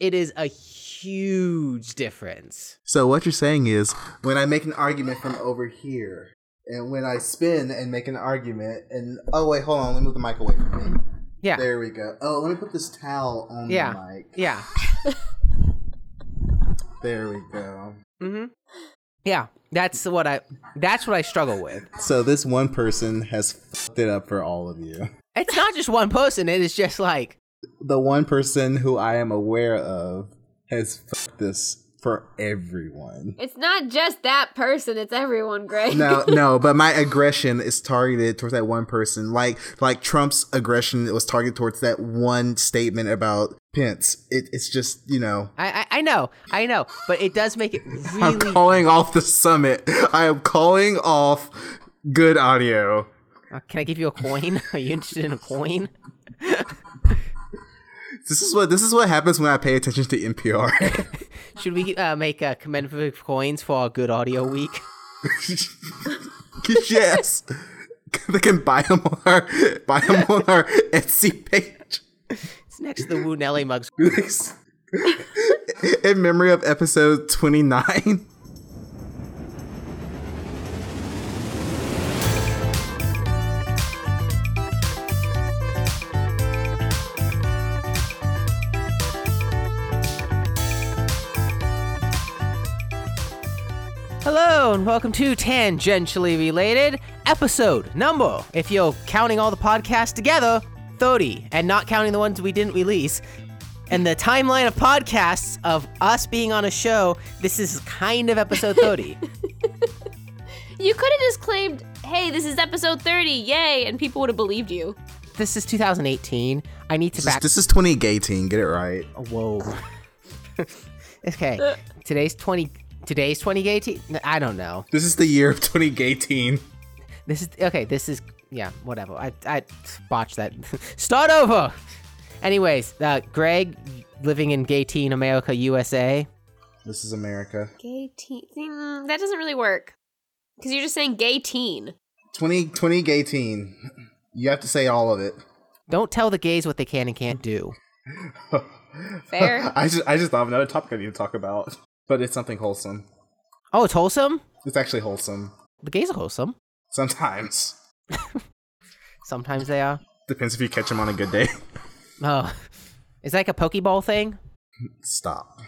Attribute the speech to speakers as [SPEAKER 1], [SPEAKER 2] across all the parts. [SPEAKER 1] It is a huge difference.
[SPEAKER 2] So what you're saying is, when I make an argument from over here, and when I spin and make an argument, and oh wait, hold on, let me move the mic away from me.
[SPEAKER 1] Yeah.
[SPEAKER 2] There we go. Oh, let me put this towel on
[SPEAKER 1] Yeah.
[SPEAKER 2] the mic.
[SPEAKER 1] Yeah.
[SPEAKER 2] There we go.
[SPEAKER 1] Mm-hmm. Yeah. That's what I. That's what I struggle with.
[SPEAKER 2] So this one person has fucked it up for all of you.
[SPEAKER 1] It's not just one person. It is just like
[SPEAKER 2] The one person who I am aware of has fucked this for everyone.
[SPEAKER 3] It's not just that person, it's everyone, Greg.
[SPEAKER 2] No, no, but my aggression is targeted towards that one person. Like like Trump's aggression was targeted towards that one statement about Pence. It, it's just, you know,
[SPEAKER 1] I, I. I know. I know. But it does make it really.
[SPEAKER 2] I'm calling off the summit. I am calling off good audio.
[SPEAKER 1] Uh, Can I give you a coin? Are you interested in a coin?
[SPEAKER 2] This is what this is what happens when I pay attention to NPR.
[SPEAKER 1] Should we uh, make uh, commemorative coins for our good audio week?
[SPEAKER 2] yes, they can buy them on our buy them on our Etsy page.
[SPEAKER 1] It's next to the Wu Nelly mugs.
[SPEAKER 2] In memory of episode twenty nine.
[SPEAKER 1] Hello and welcome to Tangentially Related, episode number, if you're counting all the podcasts together, 30, and not counting the ones we didn't release. And the timeline of podcasts of us being on a show, this is kind of episode 30.
[SPEAKER 3] You could have just claimed, hey, this is episode 30, yay, and people would have believed you.
[SPEAKER 1] this is 2018. I need to
[SPEAKER 2] This,
[SPEAKER 1] back.
[SPEAKER 2] this is twenty eighteen. Get it right.
[SPEAKER 1] Whoa. okay. Today's 20. Today's 2018. I don't know.
[SPEAKER 2] This is the year of twenty eighteen.
[SPEAKER 1] This is okay. This is yeah. Whatever. I I botched that. Start over. Anyways, uh, Greg, living in Gatine, America, USA.
[SPEAKER 2] This is America.
[SPEAKER 3] Gay teen. Mm, that doesn't really work. Because you're just saying gay teen.
[SPEAKER 2] 20, 2018. You have to say all of it.
[SPEAKER 1] Don't tell the gays what they can and can't do.
[SPEAKER 3] Fair.
[SPEAKER 2] I just I just thought of another topic I need to talk about, but it's something wholesome.
[SPEAKER 1] Oh, it's wholesome.
[SPEAKER 2] It's actually wholesome
[SPEAKER 1] The gays are wholesome.
[SPEAKER 2] sometimes.
[SPEAKER 1] Sometimes they are.
[SPEAKER 2] Depends if you catch them on a good day.
[SPEAKER 1] Oh, is that like a Pokeball thing?
[SPEAKER 2] Stop.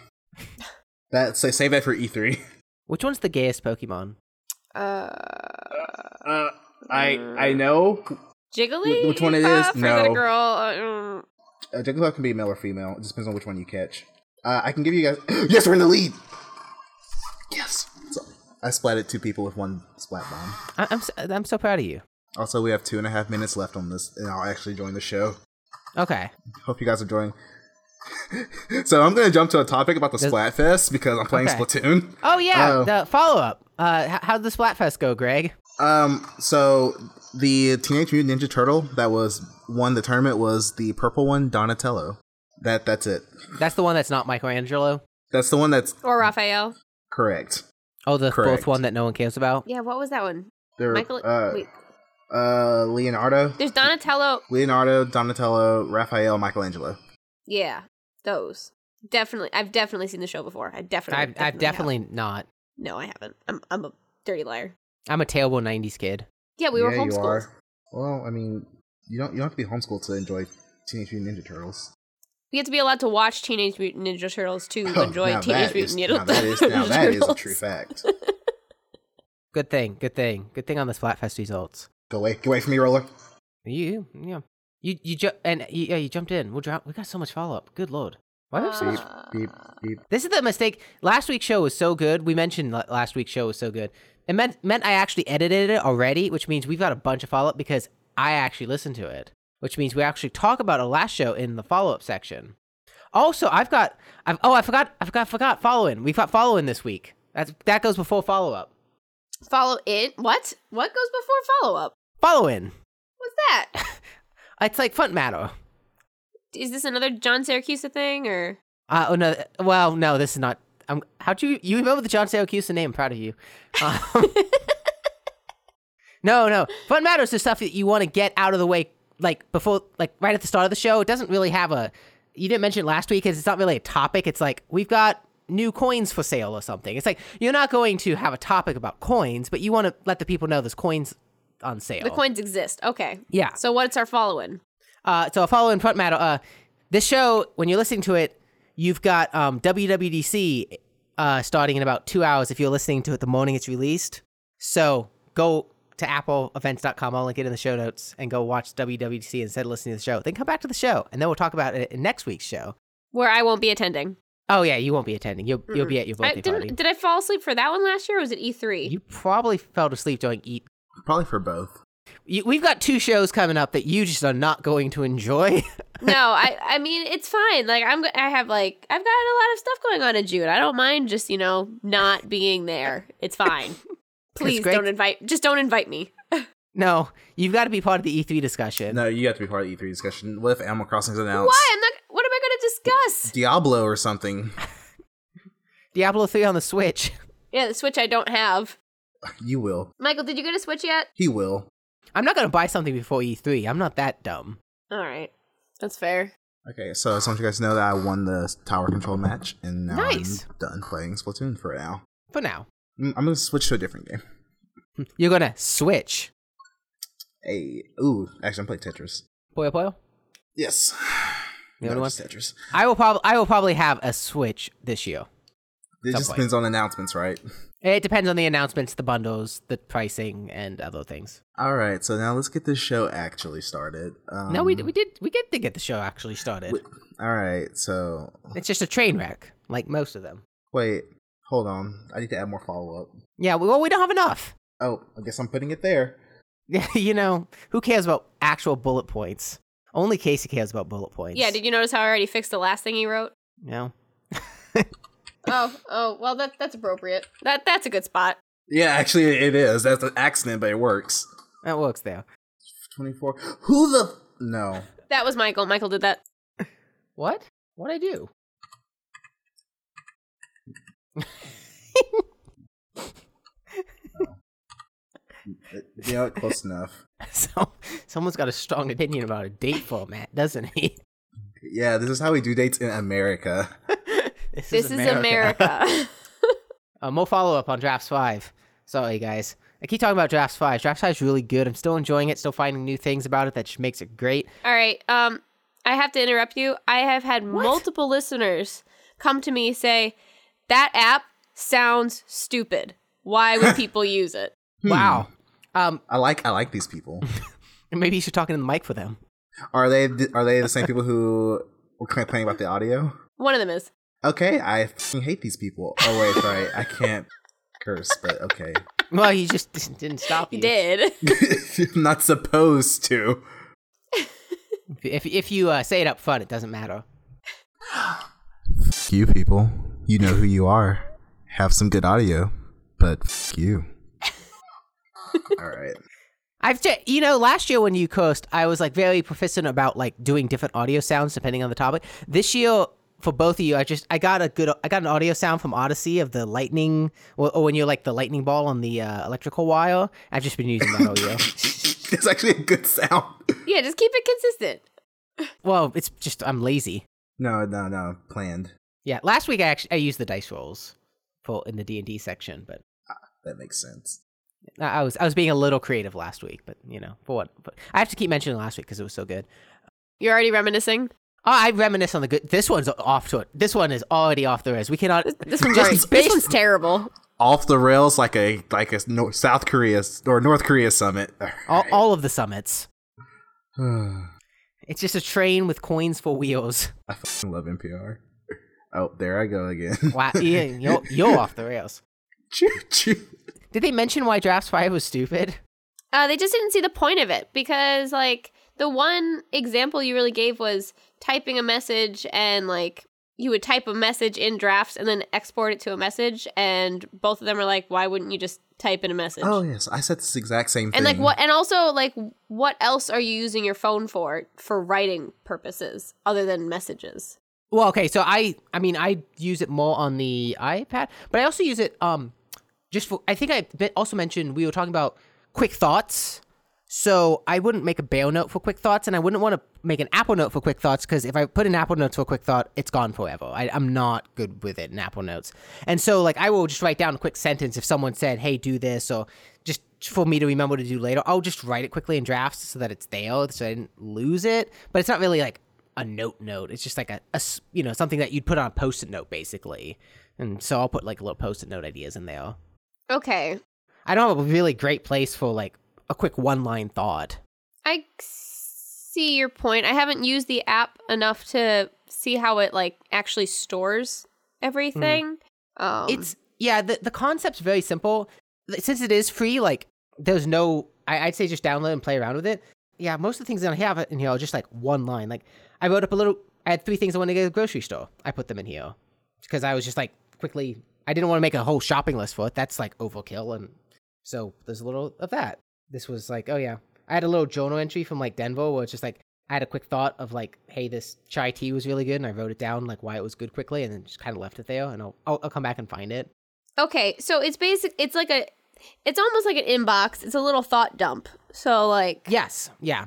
[SPEAKER 2] That say save that for E three.
[SPEAKER 1] Which one's the gayest Pokemon?
[SPEAKER 3] Uh,
[SPEAKER 2] Uh, I I know
[SPEAKER 3] jiggly?
[SPEAKER 2] Wh- which one it is?
[SPEAKER 3] Puff, Or is
[SPEAKER 2] No.
[SPEAKER 3] it a girl? Uh, mm.
[SPEAKER 2] uh, Jigglypuff can be male or female. It just depends on which one you catch. Uh, I can give you guys. yes, we're in the lead. Yes. So, I splatted two people with one splat bomb.
[SPEAKER 1] I- I'm so, I'm so proud of you.
[SPEAKER 2] Also, we have two and a half minutes left on this, and I'll actually join the show.
[SPEAKER 1] Okay.
[SPEAKER 2] Hope you guys are enjoying. so I'm gonna jump to a topic about the
[SPEAKER 1] Does-
[SPEAKER 2] Splatfest because I'm playing
[SPEAKER 1] Okay.
[SPEAKER 2] Splatoon.
[SPEAKER 1] Oh yeah.
[SPEAKER 2] Oh.
[SPEAKER 1] The follow up. Uh, h- how'd the Splatfest go, Greg?
[SPEAKER 2] Um, so the Teenage Mutant Ninja Turtle that was won the tournament was the purple one, Donatello. That that's it.
[SPEAKER 1] That's the one that's not Michelangelo.
[SPEAKER 2] That's the one that's
[SPEAKER 3] Or Raphael.
[SPEAKER 2] correct.
[SPEAKER 1] Oh, the
[SPEAKER 2] Correct.
[SPEAKER 1] fourth one that no one cares about.
[SPEAKER 3] Yeah, what was that one?
[SPEAKER 2] There,
[SPEAKER 3] Michael.
[SPEAKER 2] uh,
[SPEAKER 3] wait.
[SPEAKER 2] uh, Leonardo,
[SPEAKER 3] There's Donatello.
[SPEAKER 2] Leonardo, Donatello, Raphael, Michelangelo.
[SPEAKER 3] Yeah, those. Definitely. I've definitely seen the show before. I definitely.
[SPEAKER 1] I've, I've definitely not.
[SPEAKER 3] have. No, I haven't. I'm, I'm a dirty liar.
[SPEAKER 1] I'm a terrible '90s kid.
[SPEAKER 3] Yeah, we were
[SPEAKER 2] Yeah, you
[SPEAKER 3] homeschooled.
[SPEAKER 2] are. Well, I mean, you don't you don't have to be homeschooled to enjoy Teenage Mutant Ninja Turtles.
[SPEAKER 3] We have to be allowed to watch Teenage Mutant Ninja Turtles to
[SPEAKER 2] Oh,
[SPEAKER 3] enjoy
[SPEAKER 2] now
[SPEAKER 3] Teenage
[SPEAKER 2] that
[SPEAKER 3] Mutant
[SPEAKER 2] is-
[SPEAKER 3] Ninja
[SPEAKER 2] now that is- now
[SPEAKER 3] Turtles.
[SPEAKER 2] that is a true fact.
[SPEAKER 1] Good thing. Good thing. Good thing on the Splatfest results.
[SPEAKER 2] Go away, get away from me, roller.
[SPEAKER 1] You yeah. You you ju- and you, yeah you jumped in. We'll drop. We got so much follow up. Good lord. Why do we have so much?
[SPEAKER 3] Uh,
[SPEAKER 2] Beep beep.
[SPEAKER 1] This is the mistake. Last week's show was so good. We mentioned la- last week's show was so good. It meant meant I actually edited it already, which means we've got a bunch of follow up because I actually listened to it, which means we actually talk about our last show in the follow up section. Also, I've got I've oh I forgot I forgot forgot follow in. We've got follow in this week. That's that goes before follow up.
[SPEAKER 3] Follow it. What? What goes before follow up?
[SPEAKER 1] Follow in.
[SPEAKER 3] What's that?
[SPEAKER 1] It's like fun matter.
[SPEAKER 3] Is this another John Syracuse thing or?
[SPEAKER 1] Uh, oh no. Well, no, this is not. Um, how'd you you remember the John Syracuse name? I'm proud of you. Um, no, no. Fun matters is stuff that you want to get out of the way, like before, like right at the start of the show. It doesn't really have a you didn't mention it last week because it's not really a topic. It's like we've got new coins for sale or something. It's like you're not going to have a topic about coins, but you want to let the people know there's coins on sale.
[SPEAKER 2] Oh.
[SPEAKER 3] The coins exist. Okay.
[SPEAKER 1] Yeah.
[SPEAKER 3] So what's our following?
[SPEAKER 1] Uh, so following front matter, uh, this show when you're listening to it, you've got um, WWDC uh, starting in about two hours. If you're listening to it the morning it's released, so go to appleevents.com. I'll link it in the show notes and go watch WWDC instead of listening to the show. Then come back to the show, and then we'll talk about it in next week's show.
[SPEAKER 3] Where I won't be attending.
[SPEAKER 1] Oh yeah, you won't be attending. You'll you'll be at your
[SPEAKER 3] I
[SPEAKER 1] birthday party.
[SPEAKER 3] didn't. Did I fall asleep for that one last year? or Was it E three?
[SPEAKER 1] You probably fell asleep during E
[SPEAKER 2] Probably for both.
[SPEAKER 1] You, we've got two shows coming up that you just are not going to enjoy.
[SPEAKER 3] no, I. I mean, it's fine. Like I'm. go- I have like I've got a lot of stuff going on in June. I don't mind just you know not being there. It's fine. Please
[SPEAKER 1] great.
[SPEAKER 3] don't invite. Just don't invite me.
[SPEAKER 1] no, you've got to be part of the E3 discussion.
[SPEAKER 2] No, you have to be part of the E3 discussion. What if Animal Crossing is announced?
[SPEAKER 3] Why? I'm not. What am I going to discuss?
[SPEAKER 2] Diablo or something.
[SPEAKER 1] Diablo 3 on the Switch.
[SPEAKER 3] Yeah, the Switch I don't have.
[SPEAKER 2] You will.
[SPEAKER 3] Michael, did you get a Switch yet?
[SPEAKER 2] He will.
[SPEAKER 1] I'm not going to buy something before E3. I'm not that dumb.
[SPEAKER 3] All right, that's fair.
[SPEAKER 2] Okay, so I just want you guys to know that I won the tower control match, and now
[SPEAKER 1] Nice.
[SPEAKER 2] I'm done playing Splatoon for now.
[SPEAKER 1] For now,
[SPEAKER 2] Mm, I'm gonna switch to a different game.
[SPEAKER 1] you're going to switch.
[SPEAKER 2] Hey, ooh, actually, I'm playing Tetris.
[SPEAKER 1] Poyo Poyo?
[SPEAKER 2] Yes.
[SPEAKER 1] The only one?
[SPEAKER 2] just Tetris.
[SPEAKER 1] I will, prob- I will probably have a Switch this year.
[SPEAKER 2] It
[SPEAKER 1] Some
[SPEAKER 2] just
[SPEAKER 1] point.
[SPEAKER 2] depends on announcements, right?
[SPEAKER 1] It depends on the announcements, the bundles, the pricing, and other things.
[SPEAKER 2] All right, so now let's get this show actually started. Um,
[SPEAKER 1] no, we, we did we did to get the show actually started.
[SPEAKER 2] we- Um, All right, so
[SPEAKER 1] it's just a train wreck, like most of them.
[SPEAKER 2] wait, hold on. I need to add more follow up.
[SPEAKER 1] Yeah, well, we don't have enough.
[SPEAKER 2] Oh, I guess I'm putting it there.
[SPEAKER 1] Yeah, you know, who cares about actual bullet points? Only Casey cares about bullet points.
[SPEAKER 3] Yeah. Did you notice how I already fixed the last thing he wrote?
[SPEAKER 1] No.
[SPEAKER 3] Oh, oh, well that that's appropriate. That that's a good spot.
[SPEAKER 2] Yeah, actually, it is. That's an accident, but it works.
[SPEAKER 1] That works there.
[SPEAKER 2] 24. Who the. No.
[SPEAKER 3] That was Michael. Michael did that.
[SPEAKER 1] What? What'd I do?
[SPEAKER 2] You know, what? close enough.
[SPEAKER 1] So someone's got a strong opinion about a date format, doesn't he?
[SPEAKER 2] Yeah, this is how we do dates in America.
[SPEAKER 1] This,
[SPEAKER 3] This is America.
[SPEAKER 1] Uh, more follow up on Drafts 5. Sorry, guys. I keep talking about Drafts 5. Drafts 5 is really good. I'm still enjoying it, still finding new things about it that just makes it great.
[SPEAKER 3] All right. Um, I have to interrupt you. I have had
[SPEAKER 1] What?
[SPEAKER 3] multiple listeners come to me say that app sounds stupid. Why would people use it?
[SPEAKER 2] Hmm.
[SPEAKER 1] Wow. Um,
[SPEAKER 2] I like I like these people.
[SPEAKER 1] maybe you should talk into the mic for them.
[SPEAKER 2] Are they are they the same people who were complaining about the audio?
[SPEAKER 3] One of them is.
[SPEAKER 2] Okay, I fucking hate these people. Oh wait, sorry, I can't curse, but okay.
[SPEAKER 1] Well, you just didn't stop.
[SPEAKER 3] He
[SPEAKER 1] You
[SPEAKER 3] did.
[SPEAKER 2] I'm not supposed to.
[SPEAKER 1] If, if you uh, say it up front, it doesn't matter.
[SPEAKER 2] F- you people, you know who you are. Have some good audio, but f- you. All right.
[SPEAKER 1] I've t- you know last year when you cursed, I was like very proficient about like doing different audio sounds depending on the topic. This year for both of you, I just I got a good I got an audio sound from Odyssey of the lightning or, or when you're like the lightning ball on the uh, electrical wire. I've just been using that audio.
[SPEAKER 2] It's actually a good sound.
[SPEAKER 3] yeah, just keep it consistent.
[SPEAKER 1] Well, it's just I'm lazy.
[SPEAKER 2] No, no, no. Planned.
[SPEAKER 1] Yeah, last week I actually I used the dice rolls for in the D and D section, but
[SPEAKER 2] That makes sense.
[SPEAKER 1] I I was I was being a little creative last week. But you know for what? But I have to keep mentioning last week because it was so good.
[SPEAKER 3] You're already reminiscing.
[SPEAKER 1] Oh, I reminisce on the good. This one's off to it. This one is already off the rails. We cannot.
[SPEAKER 3] This one's
[SPEAKER 1] Just
[SPEAKER 3] already,
[SPEAKER 1] based-
[SPEAKER 3] this one's terrible.
[SPEAKER 2] Off the rails, like a like a Nor- South Korea s- or North Korea summit.
[SPEAKER 1] All, all of the summits.
[SPEAKER 2] All-
[SPEAKER 1] It's just a train with coins for wheels.
[SPEAKER 2] I fucking love NPR. Oh, there I go again.
[SPEAKER 1] Wow, Ian, you're, you're off the rails.
[SPEAKER 2] choo choo.
[SPEAKER 1] Did they mention why Drafts 5 was stupid?
[SPEAKER 3] Uh, they just didn't see the point of it because, like, the one example you really gave was typing a message and, like, you would type a message in drafts and then export it to a message. And both of them are like, why wouldn't you just type in a message?
[SPEAKER 2] Oh yes, I said this exact same thing.
[SPEAKER 3] and, like, what, and also, like, what else are you using your phone for, for writing purposes other than messages?
[SPEAKER 1] Well, okay, so I, I mean, I use it more on the iPad, but I also use it, um, just for. I think I bit- also mentioned we were talking about quick thoughts. So I wouldn't make a bail note for quick thoughts, and I wouldn't want to make an Apple note for quick thoughts because if I put an Apple note for quick thought, it's gone forever. I, I'm not good with it in Apple notes, and so like I will just write down a quick sentence if someone said, "Hey, do this," or just for me to remember to do later. I'll just write it quickly in drafts so that it's there, so I didn't lose it. But it's not really like a note note. It's just like a, a s- you know something that you'd put on a post-it note basically, and so I'll put like little post-it note ideas in there.
[SPEAKER 3] Okay.
[SPEAKER 1] I don't have a really great place for like a quick one-line thought.
[SPEAKER 3] I see your point. I haven't used the app enough to see how it like actually stores everything. Um,
[SPEAKER 1] it's yeah the, the concept's very simple Th- since it is free like there's no I, i'd say just download and play around with it yeah most of the things that i have in here are just like one line like i wrote up a little i had three things i wanted to get at the grocery store i put them in here because i was just like quickly i didn't want to make a whole shopping list for it that's like overkill and so there's a little of that this was like oh yeah i had a little journal entry from like denver where it's just like i had a quick thought of like hey this chai tea was really good and i wrote it down like why it was good quickly and then just kind of left it there and I'll, I'll, I'll come back and find it
[SPEAKER 3] okay. So it's basic. It's like a. It's almost like an inbox. It's a little thought dump. So like.
[SPEAKER 1] Yes, yeah.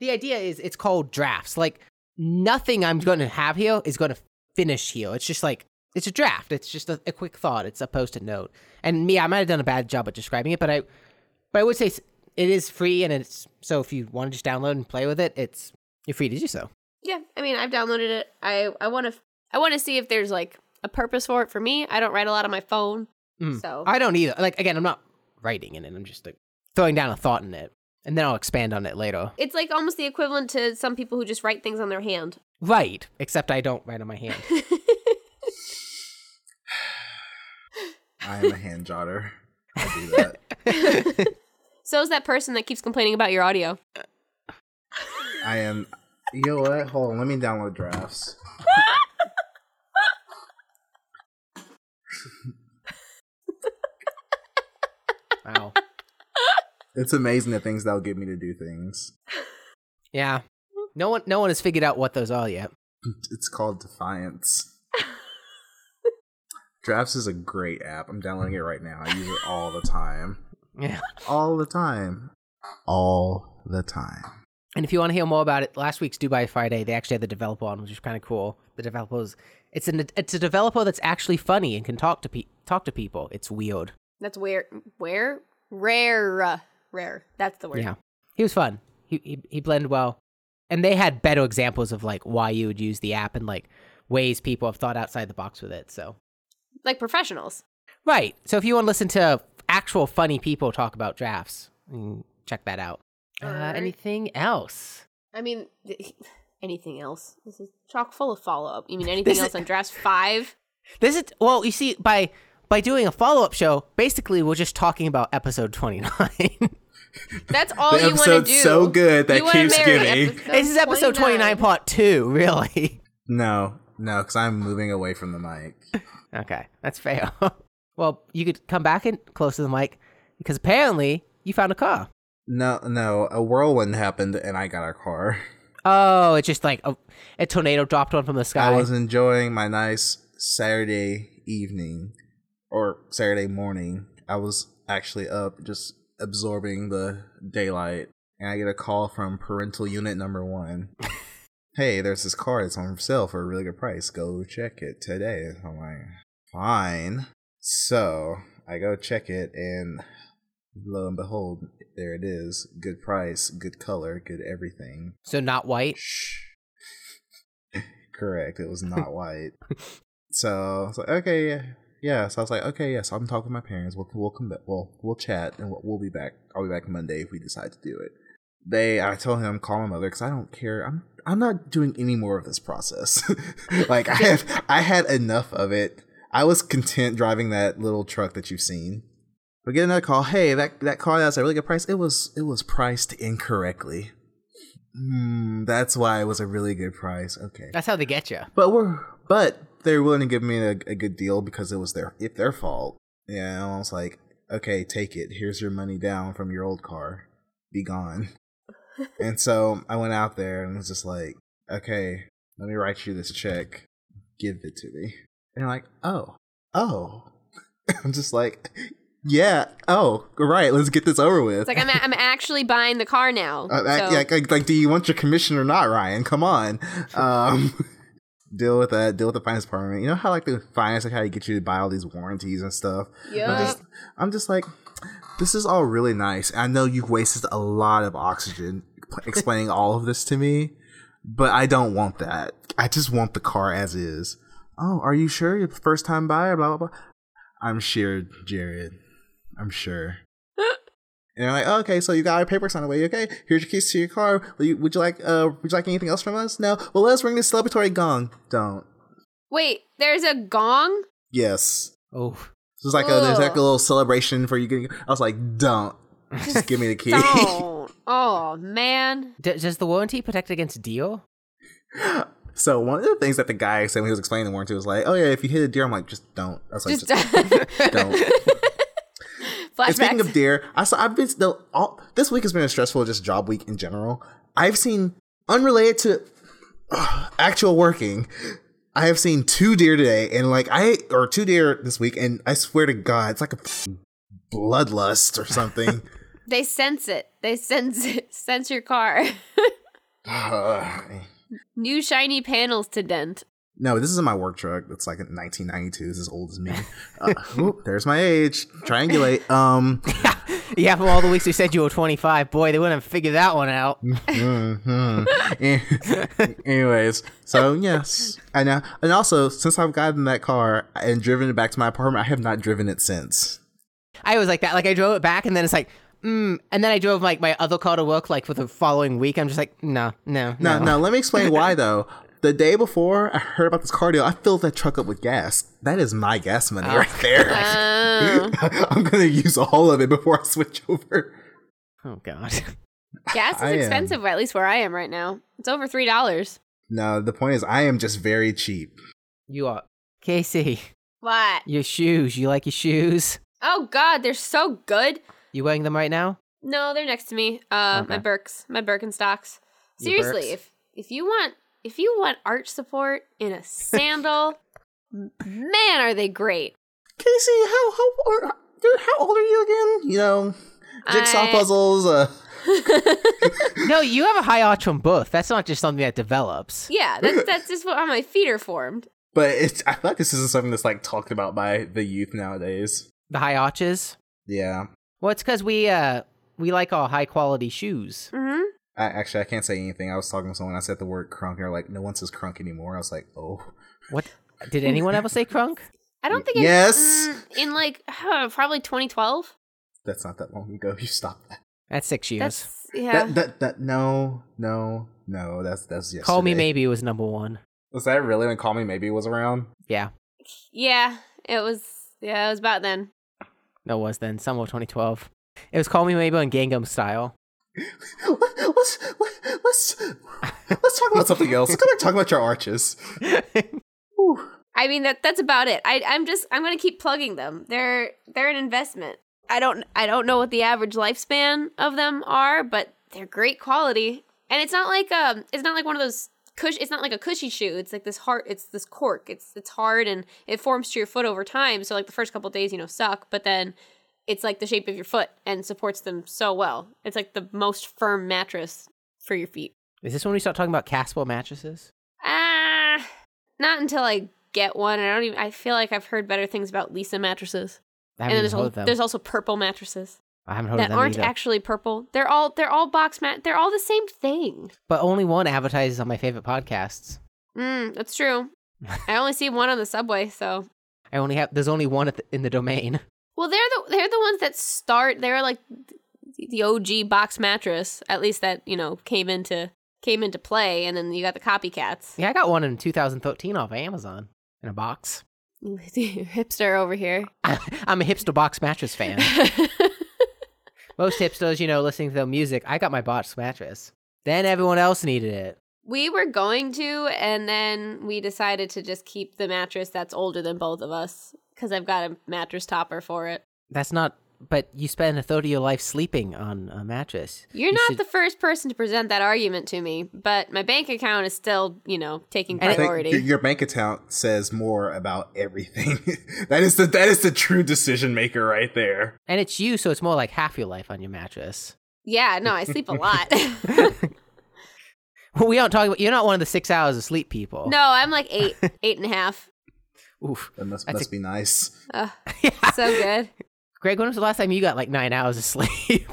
[SPEAKER 1] The idea is it's called drafts. Like nothing I'm going to have here is going to finish here. It's just like it's a draft. It's just a, a quick thought. It's a post-it note. And me, I might have done a bad job at describing it, but I, but I would say s- it is free, and it's so if you want to just download and play with it, it's you're free to do so.
[SPEAKER 3] Yeah. I mean, I've downloaded it. I I want to. I want to see if there's like a purpose for it for me. I don't write a lot on my phone.
[SPEAKER 1] Mm.
[SPEAKER 3] So
[SPEAKER 1] I don't either. Like again, I'm not writing in it. I'm just like throwing down a thought in it, and then I'll expand on it later.
[SPEAKER 3] it's like almost the equivalent to some people who just write things on their hand.
[SPEAKER 1] Right, except I don't write on my hand.
[SPEAKER 2] I am a hand jotter. I do that.
[SPEAKER 3] So is that person that keeps complaining about your audio.
[SPEAKER 2] I am. You know what? Hold on. Let me download drafts.
[SPEAKER 1] Wow.
[SPEAKER 2] It's amazing the things that'll get me to do things.
[SPEAKER 1] Yeah. No one, no one has figured out what those are yet.
[SPEAKER 2] It's called Defiance. drafts is a great app. I'm downloading it right now. I use it all the time.
[SPEAKER 1] Yeah.
[SPEAKER 2] All the time. All the time.
[SPEAKER 1] And if you want to hear more about it, last week's Dubai Friday, they actually had the developer on, which is kind of cool. The developers, it's an it's a developer that's actually funny and can talk to pe- talk to people. It's weird.
[SPEAKER 3] That's where where rare rare. That's the word.
[SPEAKER 1] Yeah, he was fun. He, he he blended well, and they had better examples of like why you would use the app and like ways people have thought outside the box with it. So
[SPEAKER 3] Like professionals.
[SPEAKER 1] right. So if you want to listen to actual funny people talk about drafts, mm, check that out. Uh,
[SPEAKER 3] Alright.
[SPEAKER 1] anything else?
[SPEAKER 3] I mean, th- anything else? This is chock full of follow up. You mean anything
[SPEAKER 1] This
[SPEAKER 3] else
[SPEAKER 1] is-
[SPEAKER 3] on drafts five?
[SPEAKER 1] This is well, you see, by by doing a follow up show, basically we're just talking about episode twenty nine.
[SPEAKER 3] That's all
[SPEAKER 2] the
[SPEAKER 3] you want to
[SPEAKER 2] episode's
[SPEAKER 3] do.
[SPEAKER 2] so good that
[SPEAKER 3] You wanna
[SPEAKER 2] keeps
[SPEAKER 3] marry
[SPEAKER 2] getting.
[SPEAKER 1] this is episode twenty nine, part two. Really?
[SPEAKER 2] No, no, because I'm moving away from the mic.
[SPEAKER 1] Okay, that's fair. well, you could come back and close to the mic because apparently you found a car.
[SPEAKER 2] No, no, a whirlwind happened and I got a car.
[SPEAKER 1] Oh, it's just like a, a tornado dropped one from the sky.
[SPEAKER 2] I was enjoying my nice Saturday evening or Saturday morning. I was actually up just absorbing the daylight, and I get a call from parental unit number one. hey, there's this car that's on sale for a really good price. Go check it today. I'm like, fine. So I go check it, and lo and behold, there it is. Good price, good color, good everything.
[SPEAKER 1] so not white.
[SPEAKER 2] Shh. Correct. It was not white. so I was like, okay, yeah, yeah. So I was like, okay, yeah. So I'm talking to my parents. We'll we'll come back. We'll we'll chat, and we'll, we'll be back. I'll be back Monday if we decide to do it. They, I told him, call my mother because I don't care. I'm I'm not doing any more of this process. like I have, I had enough of it. I was content driving that little truck that you've seen. We get another call. Hey, that that car that's a really good price. It was it was priced incorrectly. Hmm, that's why it was a really good price. Okay,
[SPEAKER 1] That's how they get you.
[SPEAKER 2] but we're but they're willing to give me a, a good deal because it was their if their fault. Yeah, I was like, okay, take it. Here's your money down from your old car. Be gone. and so I went out there and was just like, okay, let me write you this check. Give it to me. And they're like, oh, oh. I'm just like, Yeah. Oh, right. Let's get this over with.
[SPEAKER 3] It's like I'm, a- I'm actually buying the car now.
[SPEAKER 2] Uh, that-
[SPEAKER 3] so-
[SPEAKER 2] yeah, like, like, do you want your commission or not, Ryan? Come on. Um, deal with that. Deal with the finance department. You know how like the finance, like how you get you to buy all these warranties and stuff. And I'm just, I'm just like, this is all really nice. I know you've wasted a lot of oxygen p- explaining all of this to me, but I don't want that. I just want the car as is. Oh, are you sure? You're the first time buyer. Blah blah blah. I'm sure, Jared. I'm sure. And they're like, okay, so you got our paperwork signed away. Okay, here's your keys to your car. Will you- Would you like uh, would you like anything else from us? No. Well, let's ring this celebratory gong. Don't.
[SPEAKER 3] Wait, there's a gong?
[SPEAKER 2] Yes.
[SPEAKER 1] Oh,
[SPEAKER 2] So it's like oh, there's like
[SPEAKER 3] Ugh.
[SPEAKER 2] a little celebration for you. Getting, I was like, don't. Just give me the key.
[SPEAKER 3] Don't. oh man.
[SPEAKER 1] D- does the warranty protect against deal?
[SPEAKER 2] so one of the things that the guy said when he was explaining the warranty was like, oh yeah, if you hit a deer, I'm like, just don't. That's like,
[SPEAKER 3] Just
[SPEAKER 2] just, don't. And Speaking
[SPEAKER 3] flashbacks.
[SPEAKER 2] of deer, I saw I've been no, all, this week has been a stressful just job week in general. I've seen unrelated to ugh, actual working. I have seen two deer today, and like I or two deer this week, and I swear to God, it's like a f***ing bloodlust or something.
[SPEAKER 3] they sense it. They sense it. Sense your car.
[SPEAKER 2] Ugh.
[SPEAKER 3] New shiny panels to dent.
[SPEAKER 2] no, this isn't my work truck. It's like 1992. It's as old as me. Uh, oop, there's my age. Triangulate. Um.
[SPEAKER 1] yeah, from all the weeks we said you were 25, boy, they wouldn't have figured that one out.
[SPEAKER 2] Mm. Mhm. Anyways, so yes, I know. And also, since I've gotten that car and driven it back to my apartment, I have not driven it since.
[SPEAKER 1] I was like that. Like I drove it back, and then it's like, mm. And then I drove like my other car to work, like for the following week. I'm just like, no, no,
[SPEAKER 2] Now,
[SPEAKER 1] no.
[SPEAKER 2] now let me explain why though. The day before I heard about this car deal, I filled that truck up with gas. That is my gas money right there.
[SPEAKER 3] Oh,
[SPEAKER 2] I'm gonna use all of it before I switch over.
[SPEAKER 1] Oh god.
[SPEAKER 3] gas
[SPEAKER 2] I
[SPEAKER 3] is
[SPEAKER 2] am-
[SPEAKER 3] expensive, at least where I am right now. It's over three dollars.
[SPEAKER 2] No, the point is, I am just very cheap.
[SPEAKER 1] You are Casey.
[SPEAKER 3] What?
[SPEAKER 1] Your shoes. You like your shoes?
[SPEAKER 3] Oh God, they're so good.
[SPEAKER 1] You wearing them right now?
[SPEAKER 3] No, they're next to me. Uh, my
[SPEAKER 1] Okay.
[SPEAKER 3] Birks, my Birkenstocks.
[SPEAKER 1] Your Birks.
[SPEAKER 3] Seriously, if if you want if you want arch support in a sandal, m- man, are they great?
[SPEAKER 2] Casey, how how or, how old are you again? You know, jigsaw
[SPEAKER 3] I-
[SPEAKER 2] puzzles. Uh,
[SPEAKER 1] no, you have a high arch on both. That's not just something that develops.
[SPEAKER 3] Yeah, that's that's just what how my feet are formed.
[SPEAKER 2] But it's I feel like this isn't something that's like talked about by the youth nowadays.
[SPEAKER 1] The high arches.
[SPEAKER 2] Yeah.
[SPEAKER 1] Well, it's because we uh we like our high quality shoes.
[SPEAKER 3] Mm-hmm.
[SPEAKER 2] I actually I can't say anything. I was talking to someone, I said the word crunk, and they're like, no one says crunk anymore. I was like, oh.
[SPEAKER 1] What? Did anyone ever say crunk?
[SPEAKER 3] I don't think
[SPEAKER 2] Yes.
[SPEAKER 3] it's, mm, in like huh, probably 2012.
[SPEAKER 2] That's not that long ago. You stopped that.
[SPEAKER 1] That's six years.
[SPEAKER 3] That's yeah.
[SPEAKER 2] That, that that no, no, no, that's that's yesterday.
[SPEAKER 1] Call me maybe was number one.
[SPEAKER 2] Was that really when Call Me Maybe was around?
[SPEAKER 1] Yeah,
[SPEAKER 3] Yeah, it was. Yeah, it was about then.
[SPEAKER 1] that was then summer of 2012. It was Call Me Maybe on Gangnam Style.
[SPEAKER 2] Let's let's let's talk about something else. Let's go back and talk about your arches. Whew.
[SPEAKER 3] I mean that that's about it. I I'm just I'm gonna keep plugging them. They're they're an investment. I don't I don't know what the average lifespan of them are, but they're great quality. And it's not like um it's not like one of those cush it's not like a cushy shoe. It's like this hard it's this cork. It's it's hard and it forms to your foot over time. So like the first couple days, you know, suck, but then it's like the shape of your foot and supports them so well. It's like the most firm mattress for your feet.
[SPEAKER 1] Is this when we start talking about Casper mattresses?
[SPEAKER 3] Ah, not until I get one. I don't even. I feel like I've heard better things about Lisa mattresses.
[SPEAKER 1] I haven't
[SPEAKER 3] And then
[SPEAKER 1] even
[SPEAKER 3] there's,
[SPEAKER 1] heard
[SPEAKER 3] al-
[SPEAKER 1] of them.
[SPEAKER 3] there's also purple mattresses
[SPEAKER 1] I haven't heard
[SPEAKER 3] that
[SPEAKER 1] of them
[SPEAKER 3] aren't
[SPEAKER 1] either.
[SPEAKER 3] actually purple. They're all they're all box mat. They're all the same thing.
[SPEAKER 1] but only one advertises on my favorite podcasts.
[SPEAKER 3] Mm, that's true. I only see one on the subway. So
[SPEAKER 1] I only have there's only one at the, in the domain.
[SPEAKER 3] well, they're the they're the ones that start. They're like th- the OG box mattress. At least that you know came into came into play, and then you got the copycats.
[SPEAKER 1] Yeah, I got one in 2013 off of Amazon in a box.
[SPEAKER 3] Hipster over here.
[SPEAKER 1] I'm a hipster box mattress fan. Most hipsters, you know, listening to their music. I got my box mattress. Then everyone else needed it.
[SPEAKER 3] We were going to, and then we decided to just keep the mattress that's older than both of us because I've got a mattress topper for it.
[SPEAKER 1] That's not but you spend a third of your life sleeping on a mattress.
[SPEAKER 3] You're
[SPEAKER 1] You
[SPEAKER 3] not
[SPEAKER 1] should-
[SPEAKER 3] the first person to present that argument to me, but my bank account is still, you know, taking
[SPEAKER 1] And it-
[SPEAKER 2] I think
[SPEAKER 3] priority.
[SPEAKER 2] your- your bank account says more about everything. that is the that is the true decision maker right there.
[SPEAKER 1] and it's you, so it's more like half your life on your mattress.
[SPEAKER 3] yeah, no, I sleep a lot.
[SPEAKER 1] Well, we aren't talking about. You're not one of the six hours of sleep people.
[SPEAKER 3] no, I'm like eight, eight and a half.
[SPEAKER 1] Oof.
[SPEAKER 2] That must
[SPEAKER 1] I think-
[SPEAKER 2] must be nice.
[SPEAKER 3] Ugh,
[SPEAKER 1] Yeah.
[SPEAKER 3] so good.
[SPEAKER 1] Greg, when was the last time you got like nine hours of sleep?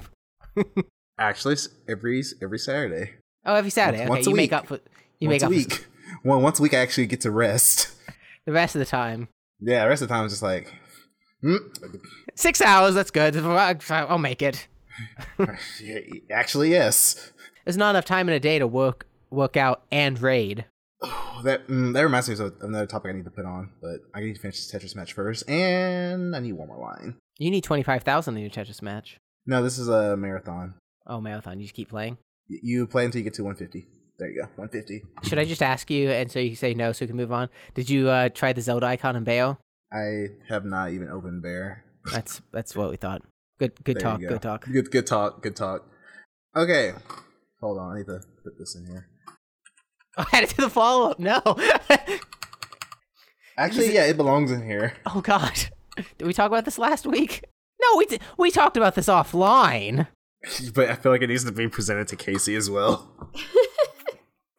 [SPEAKER 2] Actually, s- every every Saturday,
[SPEAKER 1] oh, every Saturday. Okay,
[SPEAKER 2] once a
[SPEAKER 1] you make
[SPEAKER 2] week.
[SPEAKER 1] up for. You make
[SPEAKER 2] once a
[SPEAKER 1] up for
[SPEAKER 2] week. Well, once a week, I actually get to rest.
[SPEAKER 1] the rest of the time.
[SPEAKER 2] Yeah, the rest of the time, I'm just like, mm,
[SPEAKER 1] Six hours. That's good. I'll make it.
[SPEAKER 2] actually, yes.
[SPEAKER 1] There's not enough time in a day to work, work out, and raid.
[SPEAKER 2] Oh, that mm, that reminds me of another topic I need to put on, but I need to finish this Tetris match first, and I need one more line.
[SPEAKER 1] You need twenty five thousand in your Tetris match.
[SPEAKER 2] No, this is a marathon.
[SPEAKER 1] Oh, marathon. You just keep playing.
[SPEAKER 2] Y- You play until you get to 150. There you go, 150.
[SPEAKER 1] Should I just ask you, and so you can say no, so we can move on? Did you uh, try the Zelda icon in Bayo?
[SPEAKER 2] I have not even opened bear.
[SPEAKER 1] That's that's what we thought. Good good
[SPEAKER 2] There you
[SPEAKER 1] talk.
[SPEAKER 2] go.
[SPEAKER 1] Good talk.
[SPEAKER 2] Good, good talk. Good talk. Okay, hold on. I need to put this in here.
[SPEAKER 1] I had to do the follow up. No.
[SPEAKER 2] Actually, yeah, it belongs in here.
[SPEAKER 1] oh God. Did we talk about this last week? No, we did. we talked about this offline.
[SPEAKER 2] But I feel like it needs to be presented to Casey as well.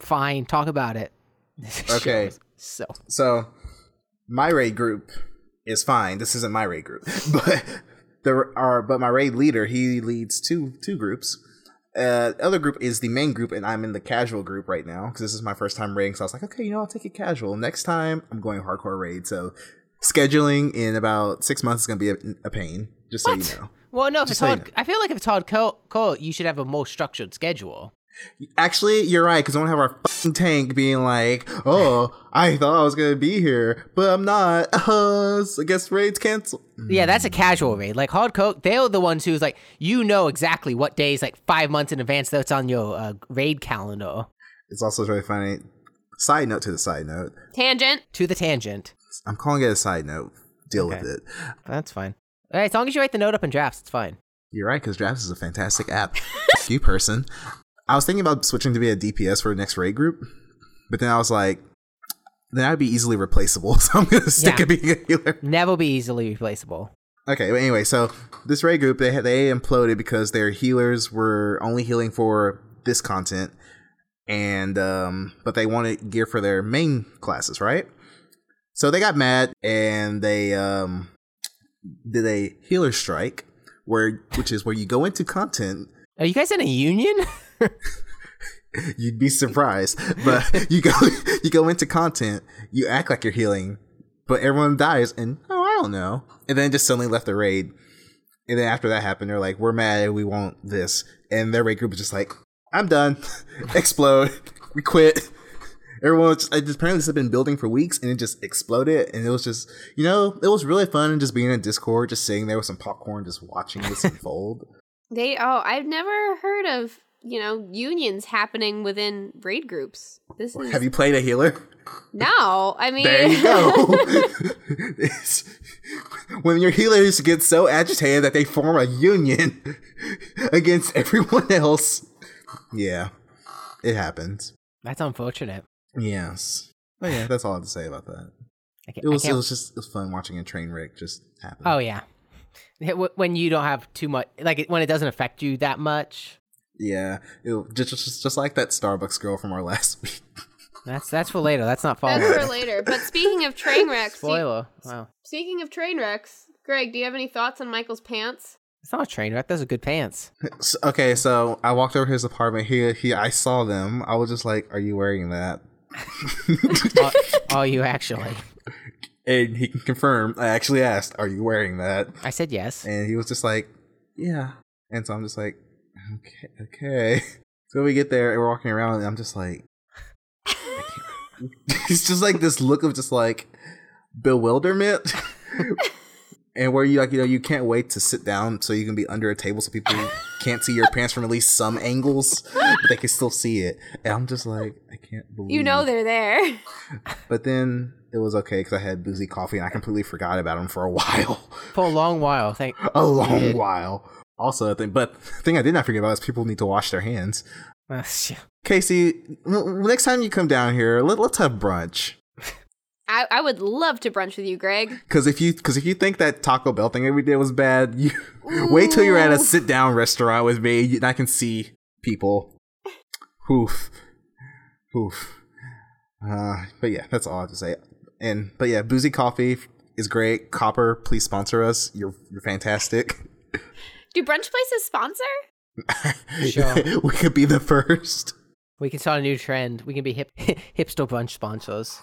[SPEAKER 1] Fine, talk about it. This show
[SPEAKER 2] Okay.
[SPEAKER 1] is So
[SPEAKER 2] So my raid group is fine. This isn't my raid group, but there are but my raid leader he leads two two groups. Uh, other group is the main group, and I'm in the casual group right now because this is my first time raiding. So I was like, okay, you know, I'll take it casual. Next time, I'm going hardcore raid. So scheduling in about six months is gonna be a, a pain. Just so you know.
[SPEAKER 1] well, no. If it's
[SPEAKER 2] Just
[SPEAKER 1] hard,
[SPEAKER 2] saying.
[SPEAKER 1] I feel like if it's hard co- co- you should have a more structured schedule.
[SPEAKER 2] Actually, you're right, because I don't have our fucking tank being like, oh, I thought I was going to be here, but I'm not. Uh, so I guess raid's canceled.
[SPEAKER 1] Yeah, that's a casual raid. Like hard coke, they're the ones who's like, you know exactly what days, like five months in advance, that's on your uh, raid calendar.
[SPEAKER 2] It's also really funny. Side note to the side note.
[SPEAKER 3] Tangent.
[SPEAKER 1] To the tangent.
[SPEAKER 2] I'm calling it a side note. Deal
[SPEAKER 1] Okay.
[SPEAKER 2] with it.
[SPEAKER 1] That's fine. All right, as long as you write the note up in drafts, it's fine.
[SPEAKER 2] You're right, because Drafts is a fantastic app. F you person. I was thinking about switching to be a DPS for the next raid group, but then I was like, then I'd be easily replaceable, so I'm gonna stick
[SPEAKER 1] Yeah.
[SPEAKER 2] at being a healer.
[SPEAKER 1] Never be easily replaceable.
[SPEAKER 2] Okay, but anyway, so this raid group they they imploded because their healers were only healing for this content, and um, but they wanted gear for their main classes, right? So they got mad and they um, did a healer strike, where which is where you go into content.
[SPEAKER 1] Are you guys in a union?
[SPEAKER 2] You'd be surprised, but you go you go into content, you act like you're healing, but everyone dies, and oh, I don't know, and then just suddenly left the raid. And then after that happened, they're like, "We're mad, we want this," and their raid group was just like, "I'm done, explode, we quit." Everyone was just, it just apparently this had been building for weeks, and it just exploded, and it was just you know it was really fun just being in Discord, just sitting there with some popcorn, just watching this unfold.
[SPEAKER 3] They oh, I've never heard of you know unions happening within raid groups. This is
[SPEAKER 2] Have you played a healer?
[SPEAKER 3] no. I mean,
[SPEAKER 2] There you go. It's- when your healers get so agitated that they form a union against everyone else. Yeah, it happens.
[SPEAKER 1] That's unfortunate.
[SPEAKER 2] Yes. But Oh, yeah, that's all I have to say about that.
[SPEAKER 1] I ca-
[SPEAKER 2] It
[SPEAKER 1] I
[SPEAKER 2] was, it
[SPEAKER 1] can't-
[SPEAKER 2] was just it was fun watching a train wreck just happen.
[SPEAKER 1] oh, yeah. Yeah, wh- When you don't have too much, like it- when it doesn't affect you that much.
[SPEAKER 2] Yeah, it, was just, just just like that Starbucks girl from our last week.
[SPEAKER 1] That's that's for later. That's not
[SPEAKER 3] That's for
[SPEAKER 1] following.
[SPEAKER 3] later. But speaking of train wrecks, do you-
[SPEAKER 1] Spoiler. Wow.
[SPEAKER 3] speaking of train wrecks, Greg, do you have any thoughts on Michael's pants?
[SPEAKER 1] It's not a train wreck. Those are good pants.
[SPEAKER 2] So- okay, so I walked over to his apartment. He he, I saw them. I was just like, "Are you wearing that?"
[SPEAKER 1] are, are you actually?
[SPEAKER 2] and he can confirm. I actually asked, "Are you wearing that?"
[SPEAKER 1] I said yes.
[SPEAKER 2] And he was just like, yeah. And so I'm just like, okay, okay. So we get there and we're walking around and I'm just like, it's just like this look of just like bewilderment. and where you like, you know, you can't wait to sit down so you can be under a table so people can't see your pants from at least some angles, but they can still see it. And I'm just like, I can't believe
[SPEAKER 3] You know they're there.
[SPEAKER 2] But then it was okay because I had boozy coffee and I completely forgot about them for a while,
[SPEAKER 1] for a long while. Thank
[SPEAKER 2] a long
[SPEAKER 1] Dude.
[SPEAKER 2] while. Also, I think, but the thing I did not forget about is people need to wash their hands.
[SPEAKER 1] Uh, shit.
[SPEAKER 2] Casey, n- next time you come down here, let, let's have brunch.
[SPEAKER 3] I, I would love to brunch with you, Greg.
[SPEAKER 2] Because if you because if you think that Taco Bell thing that we did was bad, you wait till you're at a
[SPEAKER 3] Ooh.
[SPEAKER 2] sit down restaurant with me, and I can see people. Oof, oof. Uh, but yeah, that's all I have to say. And but yeah, boozy coffee is great. Copper, please sponsor us. You're you're fantastic.
[SPEAKER 3] Do brunch places sponsor?
[SPEAKER 1] Sure.
[SPEAKER 2] we could be the first.
[SPEAKER 1] We can start a new trend. We can be hip hipster brunch sponsors.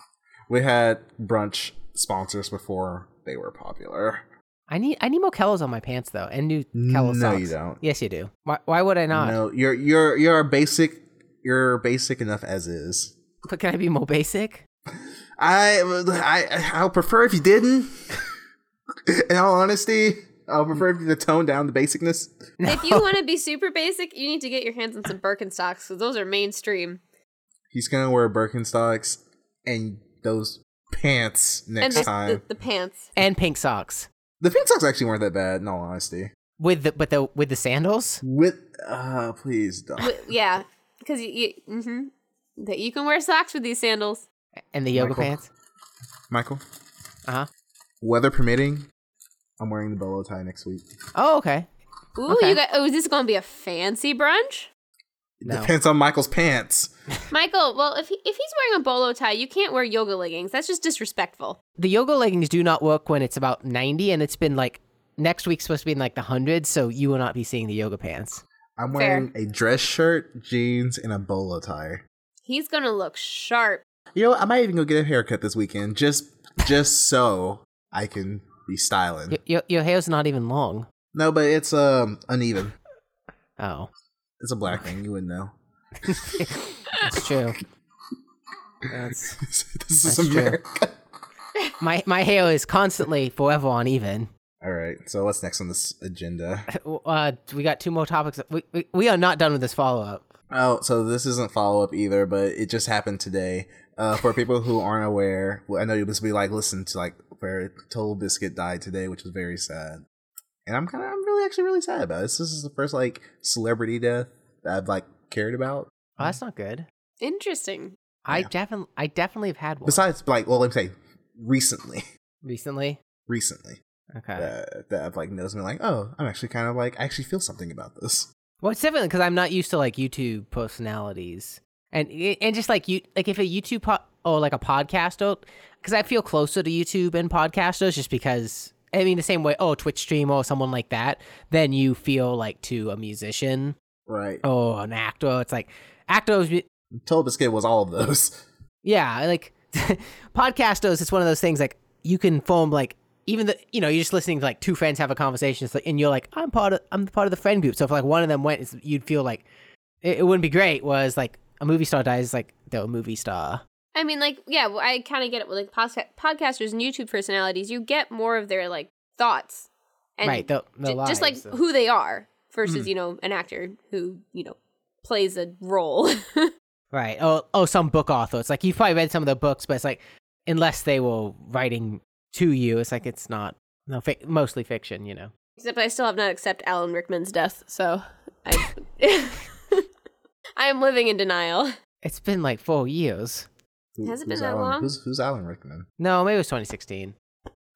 [SPEAKER 2] We had brunch sponsors before they were popular.
[SPEAKER 1] I need I need more Kellos on my pants though, and new Kellos
[SPEAKER 2] No,
[SPEAKER 1] socks.
[SPEAKER 2] you don't.
[SPEAKER 1] Yes, you do. Why, why would I not?
[SPEAKER 2] No, you're you're you're basic. You're basic enough as is.
[SPEAKER 1] But can I be more basic?
[SPEAKER 2] I I I'll prefer if you didn't. In all honesty, I'll prefer if you to tone down the basicness.
[SPEAKER 3] If you want to be super basic, you need to get your hands on some Birkenstocks because those are mainstream.
[SPEAKER 2] He's gonna wear Birkenstocks and those pants next
[SPEAKER 3] and the,
[SPEAKER 2] time.
[SPEAKER 3] The, the pants.
[SPEAKER 1] And pink socks
[SPEAKER 2] The, pink socks actually weren't that bad. In all honesty,
[SPEAKER 1] with the but the with the sandals.
[SPEAKER 2] with uh, please don't.
[SPEAKER 3] W- yeah, because you, you mhm. that you can wear socks with these sandals.
[SPEAKER 1] And the yoga
[SPEAKER 2] Michael.
[SPEAKER 1] pants.
[SPEAKER 2] Michael,
[SPEAKER 1] Uh huh.
[SPEAKER 2] weather permitting, I'm wearing the bolo tie next week.
[SPEAKER 1] Oh, okay.
[SPEAKER 3] Ooh,
[SPEAKER 1] Okay.
[SPEAKER 3] you got. Oh, is this going to be a fancy brunch,
[SPEAKER 2] It
[SPEAKER 1] No.
[SPEAKER 2] Depends on Michael's pants.
[SPEAKER 3] Michael? Well, if he, if he's wearing a bolo tie, you can't wear yoga leggings. That's just disrespectful.
[SPEAKER 1] The yoga leggings do not work when it's about ninety, and it's been like next week's supposed to be in like the hundreds, so you will not be seeing the yoga pants.
[SPEAKER 2] I'm
[SPEAKER 3] Fair.
[SPEAKER 2] wearing a dress shirt, jeans, and a bolo tie.
[SPEAKER 3] He's gonna look sharp.
[SPEAKER 2] You know, what? I might even go get a haircut this weekend just just so I can be styling.
[SPEAKER 1] Your, your, your hair's not even long.
[SPEAKER 2] No, but it's um uneven.
[SPEAKER 1] Oh,
[SPEAKER 2] It's a black thing. You wouldn't know.
[SPEAKER 1] that's true. That's,
[SPEAKER 2] this
[SPEAKER 1] That's
[SPEAKER 2] is
[SPEAKER 1] true.
[SPEAKER 2] America.
[SPEAKER 1] my my hair is constantly forever uneven.
[SPEAKER 2] All right. So what's next on this agenda?
[SPEAKER 1] Uh, we got two more topics. We, we, we are not done with this follow up.
[SPEAKER 2] Oh, so this isn't follow up either, but it just happened today. Uh, for people who aren't aware, well, I know you'll just be like, listen to like where Total Biscuit died today, which was very sad. And I'm kind of, I'm really actually really sad about it. This is the first like celebrity death that I've like cared about.
[SPEAKER 1] Oh, that's not good.
[SPEAKER 3] Interesting.
[SPEAKER 1] I
[SPEAKER 2] Yeah.
[SPEAKER 1] definitely, I definitely have had one
[SPEAKER 2] Besides, like, well, let me say, recently,
[SPEAKER 1] recently.
[SPEAKER 2] recently,
[SPEAKER 1] Okay.
[SPEAKER 2] that, that I've like noticed me like, oh, I'm actually kind of like, I actually feel something about this.
[SPEAKER 1] Well, it's definitely because I'm not used to like YouTube personalities, and eh, and just like you, like if a YouTube po- or like a podcaster, because I feel closer to YouTube and podcasters, just because I mean the same way. Oh, Twitch streamer or someone like that, then you feel like to a musician
[SPEAKER 2] Right. Oh.
[SPEAKER 1] or an actor. It's like actors, mu-
[SPEAKER 2] Total Biscuit was all of those.
[SPEAKER 1] yeah, like podcasters. It's one of those things like you can form like even the you know you're just listening to like two friends have a conversation, it's like, and you're like I'm part of I'm part of the friend group. So if like one of them went, it's, you'd feel like it, it wouldn't be great. Was like a movie star dies, it's like they're a movie star.
[SPEAKER 3] I mean, like, yeah, well, I kind of get it with like posca- podcasters and YouTube personalities. You get more of their like thoughts, and
[SPEAKER 1] right, they're, they're
[SPEAKER 3] ju- just like
[SPEAKER 1] lives, so.
[SPEAKER 3] who they are versus you know an actor who you know plays a role.
[SPEAKER 1] right. Oh, oh, some book author. It's like you've probably read some of the books, but it's like unless they were writing to you, it's like it's not no fi- mostly fiction. You know.
[SPEAKER 3] Except I still have not accepted Alan Rickman's death, so I I am living in denial.
[SPEAKER 1] It's been like four years.
[SPEAKER 2] Who-
[SPEAKER 3] Has it been
[SPEAKER 2] who's
[SPEAKER 3] that
[SPEAKER 2] Alan,
[SPEAKER 3] long?
[SPEAKER 2] Who's, who's Alan Rickman?
[SPEAKER 1] No, maybe it was 2016.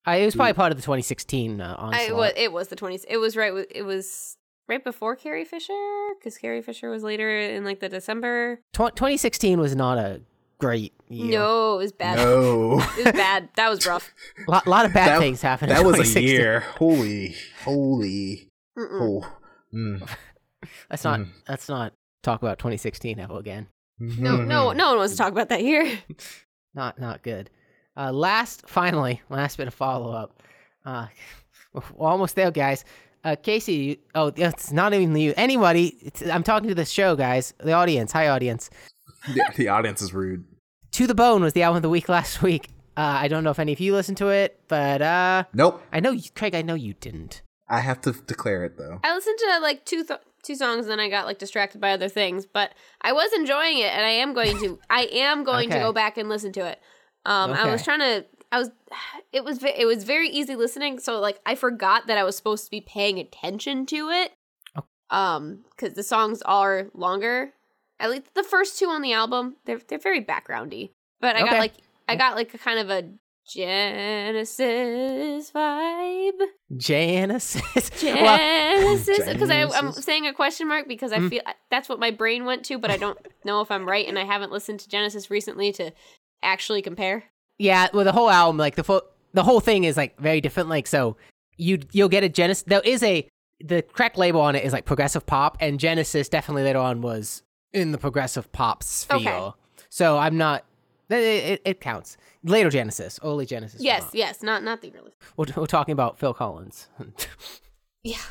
[SPEAKER 1] I, it was probably part of the 2016 uh,
[SPEAKER 3] I
[SPEAKER 1] onslaught.
[SPEAKER 3] was it was the twenties. It was right. wi- It was right before Carrie Fisher because Carrie Fisher was later in like the December.
[SPEAKER 1] Tw- 2016 was not a great year.
[SPEAKER 3] No, it was bad.
[SPEAKER 2] No,
[SPEAKER 3] It was bad. That was rough.
[SPEAKER 1] A lot, lot of bad
[SPEAKER 2] That-
[SPEAKER 1] things happened. in
[SPEAKER 2] that was a
[SPEAKER 1] 2016.
[SPEAKER 2] year. Holy, holy,
[SPEAKER 3] Mm-mm.
[SPEAKER 2] oh. Mm.
[SPEAKER 1] Let's not,
[SPEAKER 2] Mhm.
[SPEAKER 1] let's not talk about 2016 ever again.
[SPEAKER 2] mm,
[SPEAKER 3] No, no, no one wants to talk about that here.
[SPEAKER 1] Not, not good. Uh, last, finally, last bit of follow up. Uh, we're almost there, guys. Uh, Casey, you, oh, it's not even you. Anybody, it's, I'm talking to the show, guys. The audience, hi, audience.
[SPEAKER 2] The, the audience is rude.
[SPEAKER 1] To the Bone was the album of the week last week. Uh, I don't know if any of you listened to it, but uh,
[SPEAKER 2] Nope.
[SPEAKER 1] I know, you, Craig, I know you didn't.
[SPEAKER 2] I have to declare it though.
[SPEAKER 3] I listened to like two th- two songs, and then I got like distracted by other things. But I was enjoying it, and I am going to. I am going
[SPEAKER 1] Okay.
[SPEAKER 3] to go back and listen to it. Um, I was
[SPEAKER 1] Okay.
[SPEAKER 3] trying to. I was. It was. ve- It was very easy listening. So like, I forgot that I was supposed to be paying attention to it.
[SPEAKER 1] Oh.
[SPEAKER 3] Um, because the songs are longer. At least the first two on the album, they're they're very backgroundy. But I
[SPEAKER 1] Okay.
[SPEAKER 3] got like I
[SPEAKER 1] Yeah.
[SPEAKER 3] got like a kind of a Genesis vibe.
[SPEAKER 1] Genesis. well,
[SPEAKER 3] Genesis, because I'm
[SPEAKER 2] Genesis.
[SPEAKER 3] saying a question mark because I
[SPEAKER 1] Mm.
[SPEAKER 3] feel that's what my brain went to, but I don't know if I'm right, and I haven't listened to Genesis recently to actually compare.
[SPEAKER 1] yeah. Well, the whole album, like the full, the whole thing is like very different. Like so, you you'll get a Genesis. There is a the correct label on it is like progressive pop, and Genesis definitely later on was in the progressive pop sphere.
[SPEAKER 3] Okay.
[SPEAKER 1] So I'm not. It, it, it counts. Later Genesis, early Genesis. will
[SPEAKER 3] Yes,
[SPEAKER 1] count.
[SPEAKER 3] yes, not not the early.
[SPEAKER 1] We're, we're talking about Phil Collins.
[SPEAKER 3] Yeah,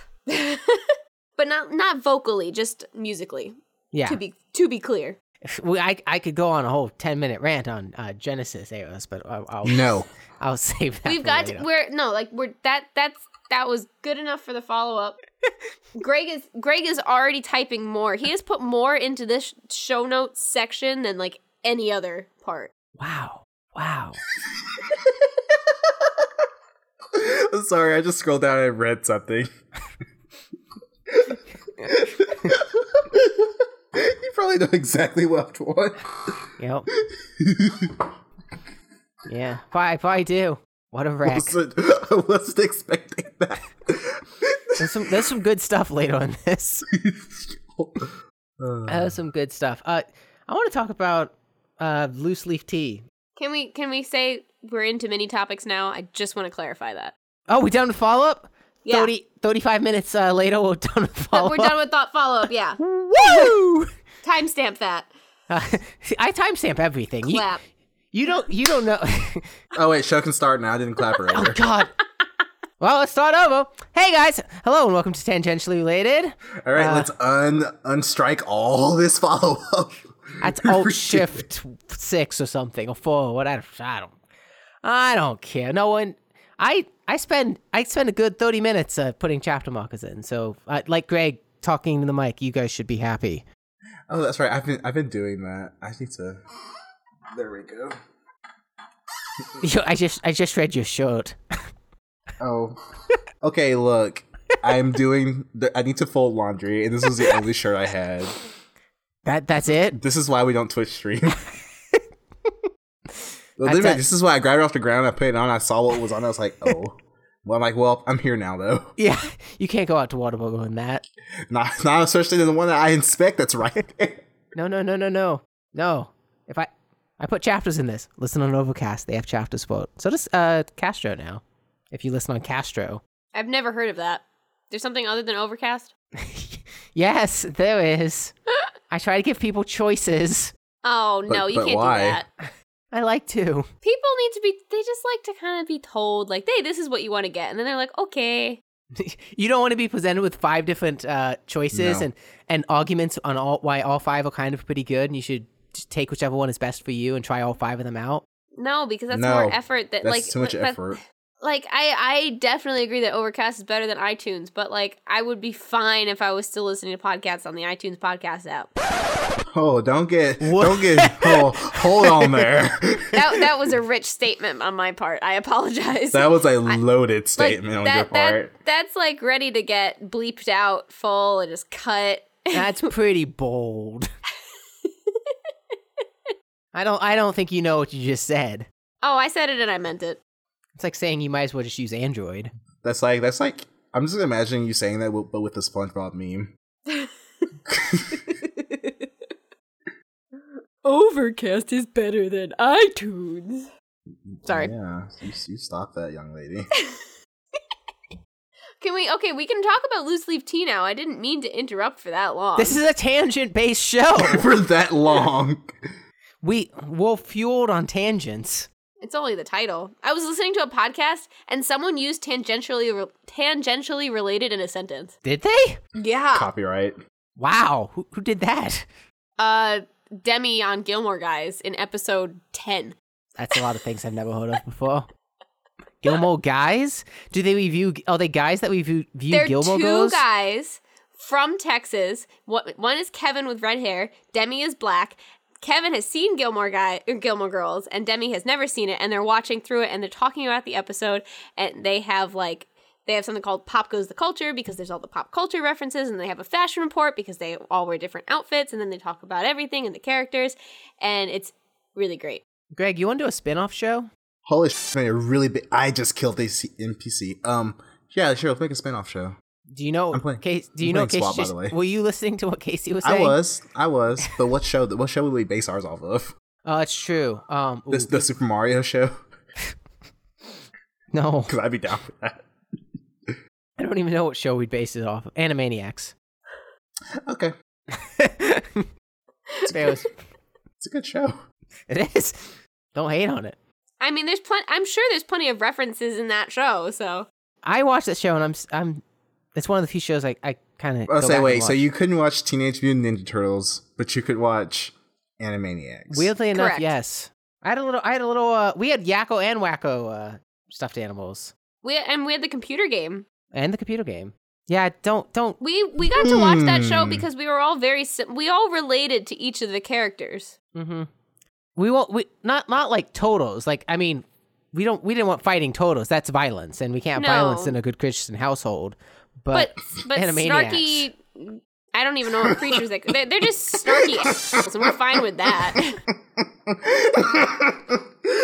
[SPEAKER 3] but not not vocally, just musically.
[SPEAKER 1] yeah.
[SPEAKER 3] To be to be clear,
[SPEAKER 1] We- I, I could go on a whole 10 minute rant on uh, Genesis Eros, but I'll, I'll,
[SPEAKER 2] No.
[SPEAKER 1] I'll save that.
[SPEAKER 3] we've
[SPEAKER 1] for
[SPEAKER 3] got
[SPEAKER 1] later.
[SPEAKER 3] we're no like we're that that's that was good enough for the follow up. Greg is Greg is already typing more. He has put more into this sh- show notes section than like any other part.
[SPEAKER 1] Wow. Wow.
[SPEAKER 2] Sorry, I just scrolled down and read something. you probably know exactly what I want.
[SPEAKER 1] Yep. yeah. If I, if I do, what a wreck.
[SPEAKER 2] Wasn't- I wasn't expecting that.
[SPEAKER 1] There's some, there's some good stuff later on this.
[SPEAKER 2] Uh,
[SPEAKER 1] There's some good stuff. Uh, I want to talk about uh, loose leaf tea.
[SPEAKER 3] Can we can we say we're into many topics now? I just want to clarify that.
[SPEAKER 1] Oh, we done with follow up?
[SPEAKER 3] Yeah.
[SPEAKER 1] 30, 35 minutes uh, later, we're done with follow
[SPEAKER 3] But
[SPEAKER 2] Oh.
[SPEAKER 1] up.
[SPEAKER 3] we're done with thought follow up. Yeah,
[SPEAKER 1] Woo!
[SPEAKER 3] timestamp that.
[SPEAKER 1] Uh, see, I timestamp everything. You,
[SPEAKER 3] Clap.
[SPEAKER 1] you don't. You don't know.
[SPEAKER 2] oh wait, show can start now. I didn't clap
[SPEAKER 1] Oh
[SPEAKER 2] earlier.
[SPEAKER 1] God. well, let's start over. Hey guys, hello and welcome to Tangentially Related.
[SPEAKER 2] All right,
[SPEAKER 1] Uh,
[SPEAKER 2] let's un unstrike all this follow up.
[SPEAKER 1] That's Alt Shift Six or something or Four. What I, I don't. I don't care. No one. I I spend I spend a good thirty minutes uh, putting chapter markers in. So uh, like Greg talking to the mic, you guys should be happy.
[SPEAKER 2] Oh, that's right. I've been I've been doing that. I need to. There we go.
[SPEAKER 1] You- I just I just read your shirt.
[SPEAKER 2] Oh. Okay, look. I'm doing. The, I need to fold laundry, and this was the only shirt I had.
[SPEAKER 1] That that's it.
[SPEAKER 2] This is why we don't Twitch stream. Well,
[SPEAKER 1] That's
[SPEAKER 2] literally,
[SPEAKER 1] it.
[SPEAKER 2] this is why I grabbed it off the ground. I put it on. I saw what was on. I was like, oh. Well, I'm like, well, I'm here now though.
[SPEAKER 1] Yeah, you can't go out to Waterburger in that.
[SPEAKER 2] Not, not especially the one that I inspect. That's right. there.
[SPEAKER 1] No, no, no, no, no, no. If I, I put chapters in this. Listen on Overcast; they have chapters for it. So does uh, Castro now. If you listen on Castro,
[SPEAKER 3] I've never heard of that. There's something other than Overcast.
[SPEAKER 1] yes, there is. I try to give people choices.
[SPEAKER 3] Oh
[SPEAKER 2] But-
[SPEAKER 3] no, you
[SPEAKER 2] but
[SPEAKER 3] can't
[SPEAKER 2] why?
[SPEAKER 3] do that.
[SPEAKER 1] I like to.
[SPEAKER 3] People need to be. They just like to kind of be told like, "Hey, this is what you want to get," and then they're like, "Okay."
[SPEAKER 1] You don't want to be presented with five different uh, choices
[SPEAKER 2] No.
[SPEAKER 1] and and arguments on all why all five are kind of pretty good, and you should just take whichever one is best for you and try all five of them out.
[SPEAKER 3] No, because that's
[SPEAKER 2] No,
[SPEAKER 3] more effort. That
[SPEAKER 2] That's
[SPEAKER 3] like
[SPEAKER 2] too much
[SPEAKER 3] that- that-
[SPEAKER 2] effort.
[SPEAKER 3] Like I, I definitely agree that Overcast is better than iTunes, but like I would be fine if I was still listening to podcasts on the iTunes podcast app.
[SPEAKER 2] Oh, don't get,
[SPEAKER 1] What?
[SPEAKER 2] don't get. Oh, hold on there.
[SPEAKER 3] That that was a rich statement on my part. I apologize.
[SPEAKER 2] that was a loaded
[SPEAKER 3] Like,
[SPEAKER 2] statement on
[SPEAKER 3] that-
[SPEAKER 2] your
[SPEAKER 3] that-
[SPEAKER 2] part.
[SPEAKER 3] that's like ready to get bleeped out full and just cut.
[SPEAKER 1] That's pretty bold. I don't. I don't think you know what you just said.
[SPEAKER 3] oh, I said it and I meant it.
[SPEAKER 1] It's like saying you might as well just use Android.
[SPEAKER 2] That's like, that's like. I'm just imagining you saying that, with- but with the SpongeBob meme.
[SPEAKER 3] Overcast is better than iTunes. Sorry.
[SPEAKER 2] Yeah, you, you stop that, young lady.
[SPEAKER 3] Can we okay, we can talk about loose leaf tea now. I didn't mean to interrupt for that long.
[SPEAKER 1] This is a tangent-based show.
[SPEAKER 2] For that long.
[SPEAKER 1] we we're fueled on tangents.
[SPEAKER 3] It's only the title. I was listening to a podcast and someone used tangentially re- tangentially related in a sentence.
[SPEAKER 1] Did they?
[SPEAKER 3] Yeah.
[SPEAKER 2] Copyright.
[SPEAKER 1] Wow. Who, who did that?
[SPEAKER 3] Uh Demi on Gilmore Guys in episode 10.
[SPEAKER 1] That's a lot of things I've never heard of before. Gilmore guys? Do they review? Are they guys that we view, view
[SPEAKER 3] They're
[SPEAKER 1] Gilmore
[SPEAKER 3] two
[SPEAKER 1] Girls?
[SPEAKER 3] guys from Texas. What one is Kevin with red hair. Demi is black. Kevin has seen Gilmore Guy or Gilmore Girls, and Demi has never seen it. And they're watching through it, and they're talking about the episode. And they have like they have something called Pop Goes the Culture because there's all the pop culture references, and they have a fashion report because they all wear different outfits, and then they talk about everything and the characters, and it's really great.
[SPEAKER 1] Greg, you want to do a spin-off show?
[SPEAKER 2] Holy shit, man, you're really big. I just killed a C- NPC. Um, yeah, sure, let's make a spinoff show.
[SPEAKER 1] Do you know?
[SPEAKER 2] I'm playing-
[SPEAKER 1] Case, do
[SPEAKER 2] I'm
[SPEAKER 1] you know?
[SPEAKER 2] playing
[SPEAKER 1] Casey
[SPEAKER 2] Swap, by
[SPEAKER 1] just-
[SPEAKER 2] the way.
[SPEAKER 1] Were you listening to what Casey was
[SPEAKER 2] I
[SPEAKER 1] saying?
[SPEAKER 2] was, I was, but what show? What show would we base ours off of?
[SPEAKER 1] Oh, it's true. Um, ooh,
[SPEAKER 2] This, the Super Mario show?
[SPEAKER 1] no,
[SPEAKER 2] Because I'd be down for that.
[SPEAKER 1] I don't even know what show we'd base it off. of. Animaniacs.
[SPEAKER 2] Okay,
[SPEAKER 1] Fair was-
[SPEAKER 2] it's a good show.
[SPEAKER 1] it is. Don't hate on it.
[SPEAKER 3] I mean, there's plenty. I'm sure there's plenty of references in that show. So
[SPEAKER 1] I watched that show, and I'm s- I'm. It's one of the few shows I I kind of.
[SPEAKER 2] I'll say, wait, Uh, so you couldn't watch Teenage Mutant Ninja Turtles, but you could watch Animaniacs.
[SPEAKER 1] Weirdly enough,
[SPEAKER 3] Correct.
[SPEAKER 1] yes. I had a little. I had a little. Uh, we had Yakko and Wacko uh, stuffed animals
[SPEAKER 3] we and we had the computer game.
[SPEAKER 1] and the computer game. Yeah, don't don't.
[SPEAKER 3] We we got to watch that show
[SPEAKER 2] Hmm.
[SPEAKER 3] because we were all very sim- we all related to each of the characters.
[SPEAKER 1] Mm-hmm. We won't. We not not like totals. Like I mean, we don't. We didn't want fighting totals. That's violence, and we can't
[SPEAKER 3] No.
[SPEAKER 1] violence in a good Christian household.
[SPEAKER 3] But
[SPEAKER 1] But,
[SPEAKER 3] but
[SPEAKER 1] Animaniacs.
[SPEAKER 3] snarky. I don't even know what creatures they they're, they're just snarky assholes, and we're fine with that.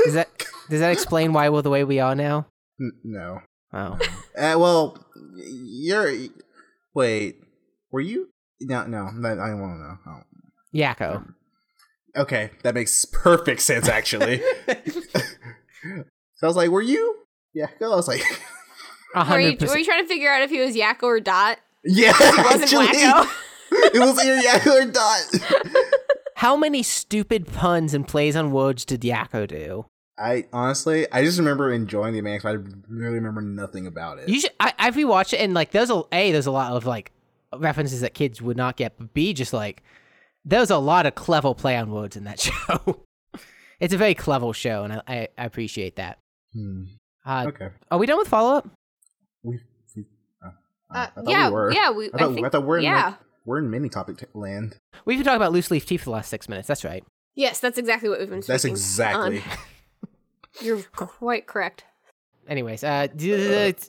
[SPEAKER 1] does that does that explain why we're the way we are now?
[SPEAKER 2] N- no.
[SPEAKER 1] Oh,
[SPEAKER 2] Uh, well, you're. Wait, were you? No, no, I I don't want to know. Oh. I don't-
[SPEAKER 1] Yakko.
[SPEAKER 2] Okay, that makes perfect sense actually. so I was like, "Were you?" Yeah, I was like,
[SPEAKER 1] A
[SPEAKER 3] Were you,
[SPEAKER 1] hundred
[SPEAKER 3] were
[SPEAKER 1] percent.
[SPEAKER 3] you trying to figure out if he was Yakko or Dot?
[SPEAKER 2] "Yeah."
[SPEAKER 3] It wasn't
[SPEAKER 2] actually,
[SPEAKER 3] Wacko.
[SPEAKER 2] It was either yeah or not.
[SPEAKER 1] How many stupid puns and plays on words did Yakko do?
[SPEAKER 2] I honestly, I just remember enjoying the Max. I really remember nothing about it.
[SPEAKER 1] You should. I, I've rewatched it, and like, there's a a there's a lot of like references that kids would not get. But B, just like, there's a lot of clever play on words in that show. it's a very clever show, and I, I, I appreciate that.
[SPEAKER 2] Hmm,
[SPEAKER 1] Uh,
[SPEAKER 2] Okay.
[SPEAKER 1] Are we done with follow up?
[SPEAKER 2] I
[SPEAKER 3] Uh,
[SPEAKER 2] thought
[SPEAKER 3] yeah,
[SPEAKER 2] we were.
[SPEAKER 3] yeah. We,
[SPEAKER 2] I thought, I
[SPEAKER 3] think,
[SPEAKER 2] thought we're in
[SPEAKER 3] yeah.
[SPEAKER 2] like, we're in mini topic t- land.
[SPEAKER 1] We've been talking about loose leaf tea for the last six minutes. That's right.
[SPEAKER 3] yes, that's exactly what we've been.
[SPEAKER 2] That's
[SPEAKER 3] speaking on.
[SPEAKER 2] exactly.
[SPEAKER 3] You're quite correct.
[SPEAKER 1] Anyways, uh, d- d- d-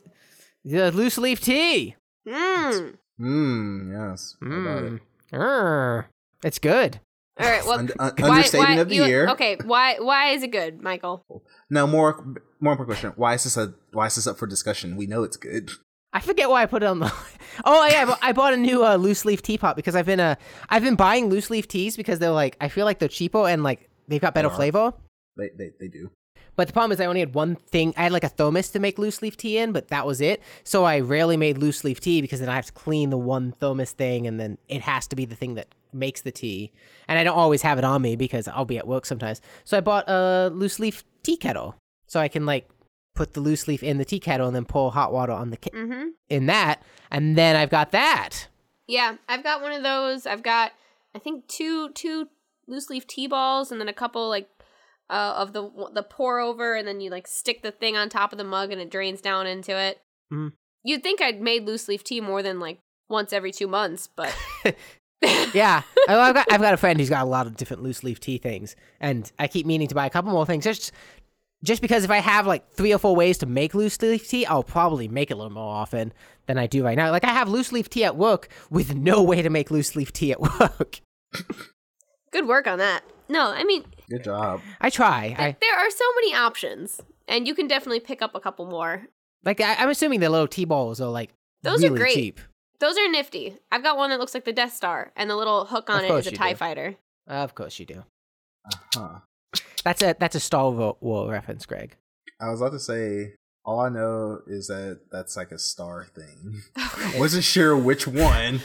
[SPEAKER 1] d- loose leaf tea.
[SPEAKER 3] Mm.
[SPEAKER 2] Mmm. Yes. How
[SPEAKER 3] Hmm.
[SPEAKER 2] about it?
[SPEAKER 1] Mm. Err. It's good.
[SPEAKER 3] All right. Well,
[SPEAKER 2] Und- un-
[SPEAKER 3] why-
[SPEAKER 2] understatement
[SPEAKER 3] why-
[SPEAKER 2] of the
[SPEAKER 3] you-
[SPEAKER 2] year.
[SPEAKER 3] Okay. Why? Why is it good, Michael?
[SPEAKER 2] No more. More important question. Why is this a? Why is this up for discussion? We know it's good.
[SPEAKER 1] I forget why I put it on the. Oh yeah, I bu- I bought a new uh, loose leaf teapot because I've been uh, I've been buying loose leaf teas because they're like I feel like they're cheapo and like they've got better
[SPEAKER 2] They are.
[SPEAKER 1] flavor.
[SPEAKER 2] They they, they do.
[SPEAKER 1] But the problem is I only had one thing. I had like a thermos to make loose leaf tea in, but that was it. So I rarely made loose leaf tea because then I have to clean the one thermos thing, and then it has to be the thing that makes the tea. And I don't always have it on me because I'll be at work sometimes. So I bought a loose leaf tea kettle so I can like put the loose leaf in the tea kettle and then pour hot water on the ke-
[SPEAKER 3] Mm-hmm.
[SPEAKER 1] in that, and then I've got that.
[SPEAKER 3] Yeah, I've got one of those. I've got I think two two loose leaf tea balls, and then a couple like uh, of the the pour over, and then you like stick the thing on top of the mug, and it drains down into it.
[SPEAKER 1] Mhm.
[SPEAKER 3] You'd think I'd made loose leaf tea more than like once every two months, but
[SPEAKER 1] Yeah, Oh, I've got I've got a friend who's got a lot of different loose leaf tea things, and I keep meaning to buy a couple more things just just because if I have like three or four ways to make loose leaf tea, I'll probably make it a little more often than I do right now. Like I have loose leaf tea at work with no way to make loose leaf tea at work.
[SPEAKER 3] good work on that. No, I mean
[SPEAKER 2] Good job.
[SPEAKER 1] I try. I
[SPEAKER 3] th- there are so many options, and you can definitely pick up a couple more.
[SPEAKER 1] like I, I'm assuming the little tea balls are like
[SPEAKER 3] Those are
[SPEAKER 1] really
[SPEAKER 3] great.
[SPEAKER 1] cheap.
[SPEAKER 3] Those are nifty. I've got one that looks like the Death Star, and the little hook on
[SPEAKER 1] Of
[SPEAKER 3] it
[SPEAKER 1] course
[SPEAKER 3] is a
[SPEAKER 1] you
[SPEAKER 3] Tie
[SPEAKER 1] do.
[SPEAKER 3] Fighter.
[SPEAKER 1] Of course you do.
[SPEAKER 2] Huh.
[SPEAKER 1] That's a that's a Star Wa- War reference, Greg.
[SPEAKER 2] I was about to say. All I know is that that's like a star thing. Wasn't sure which one.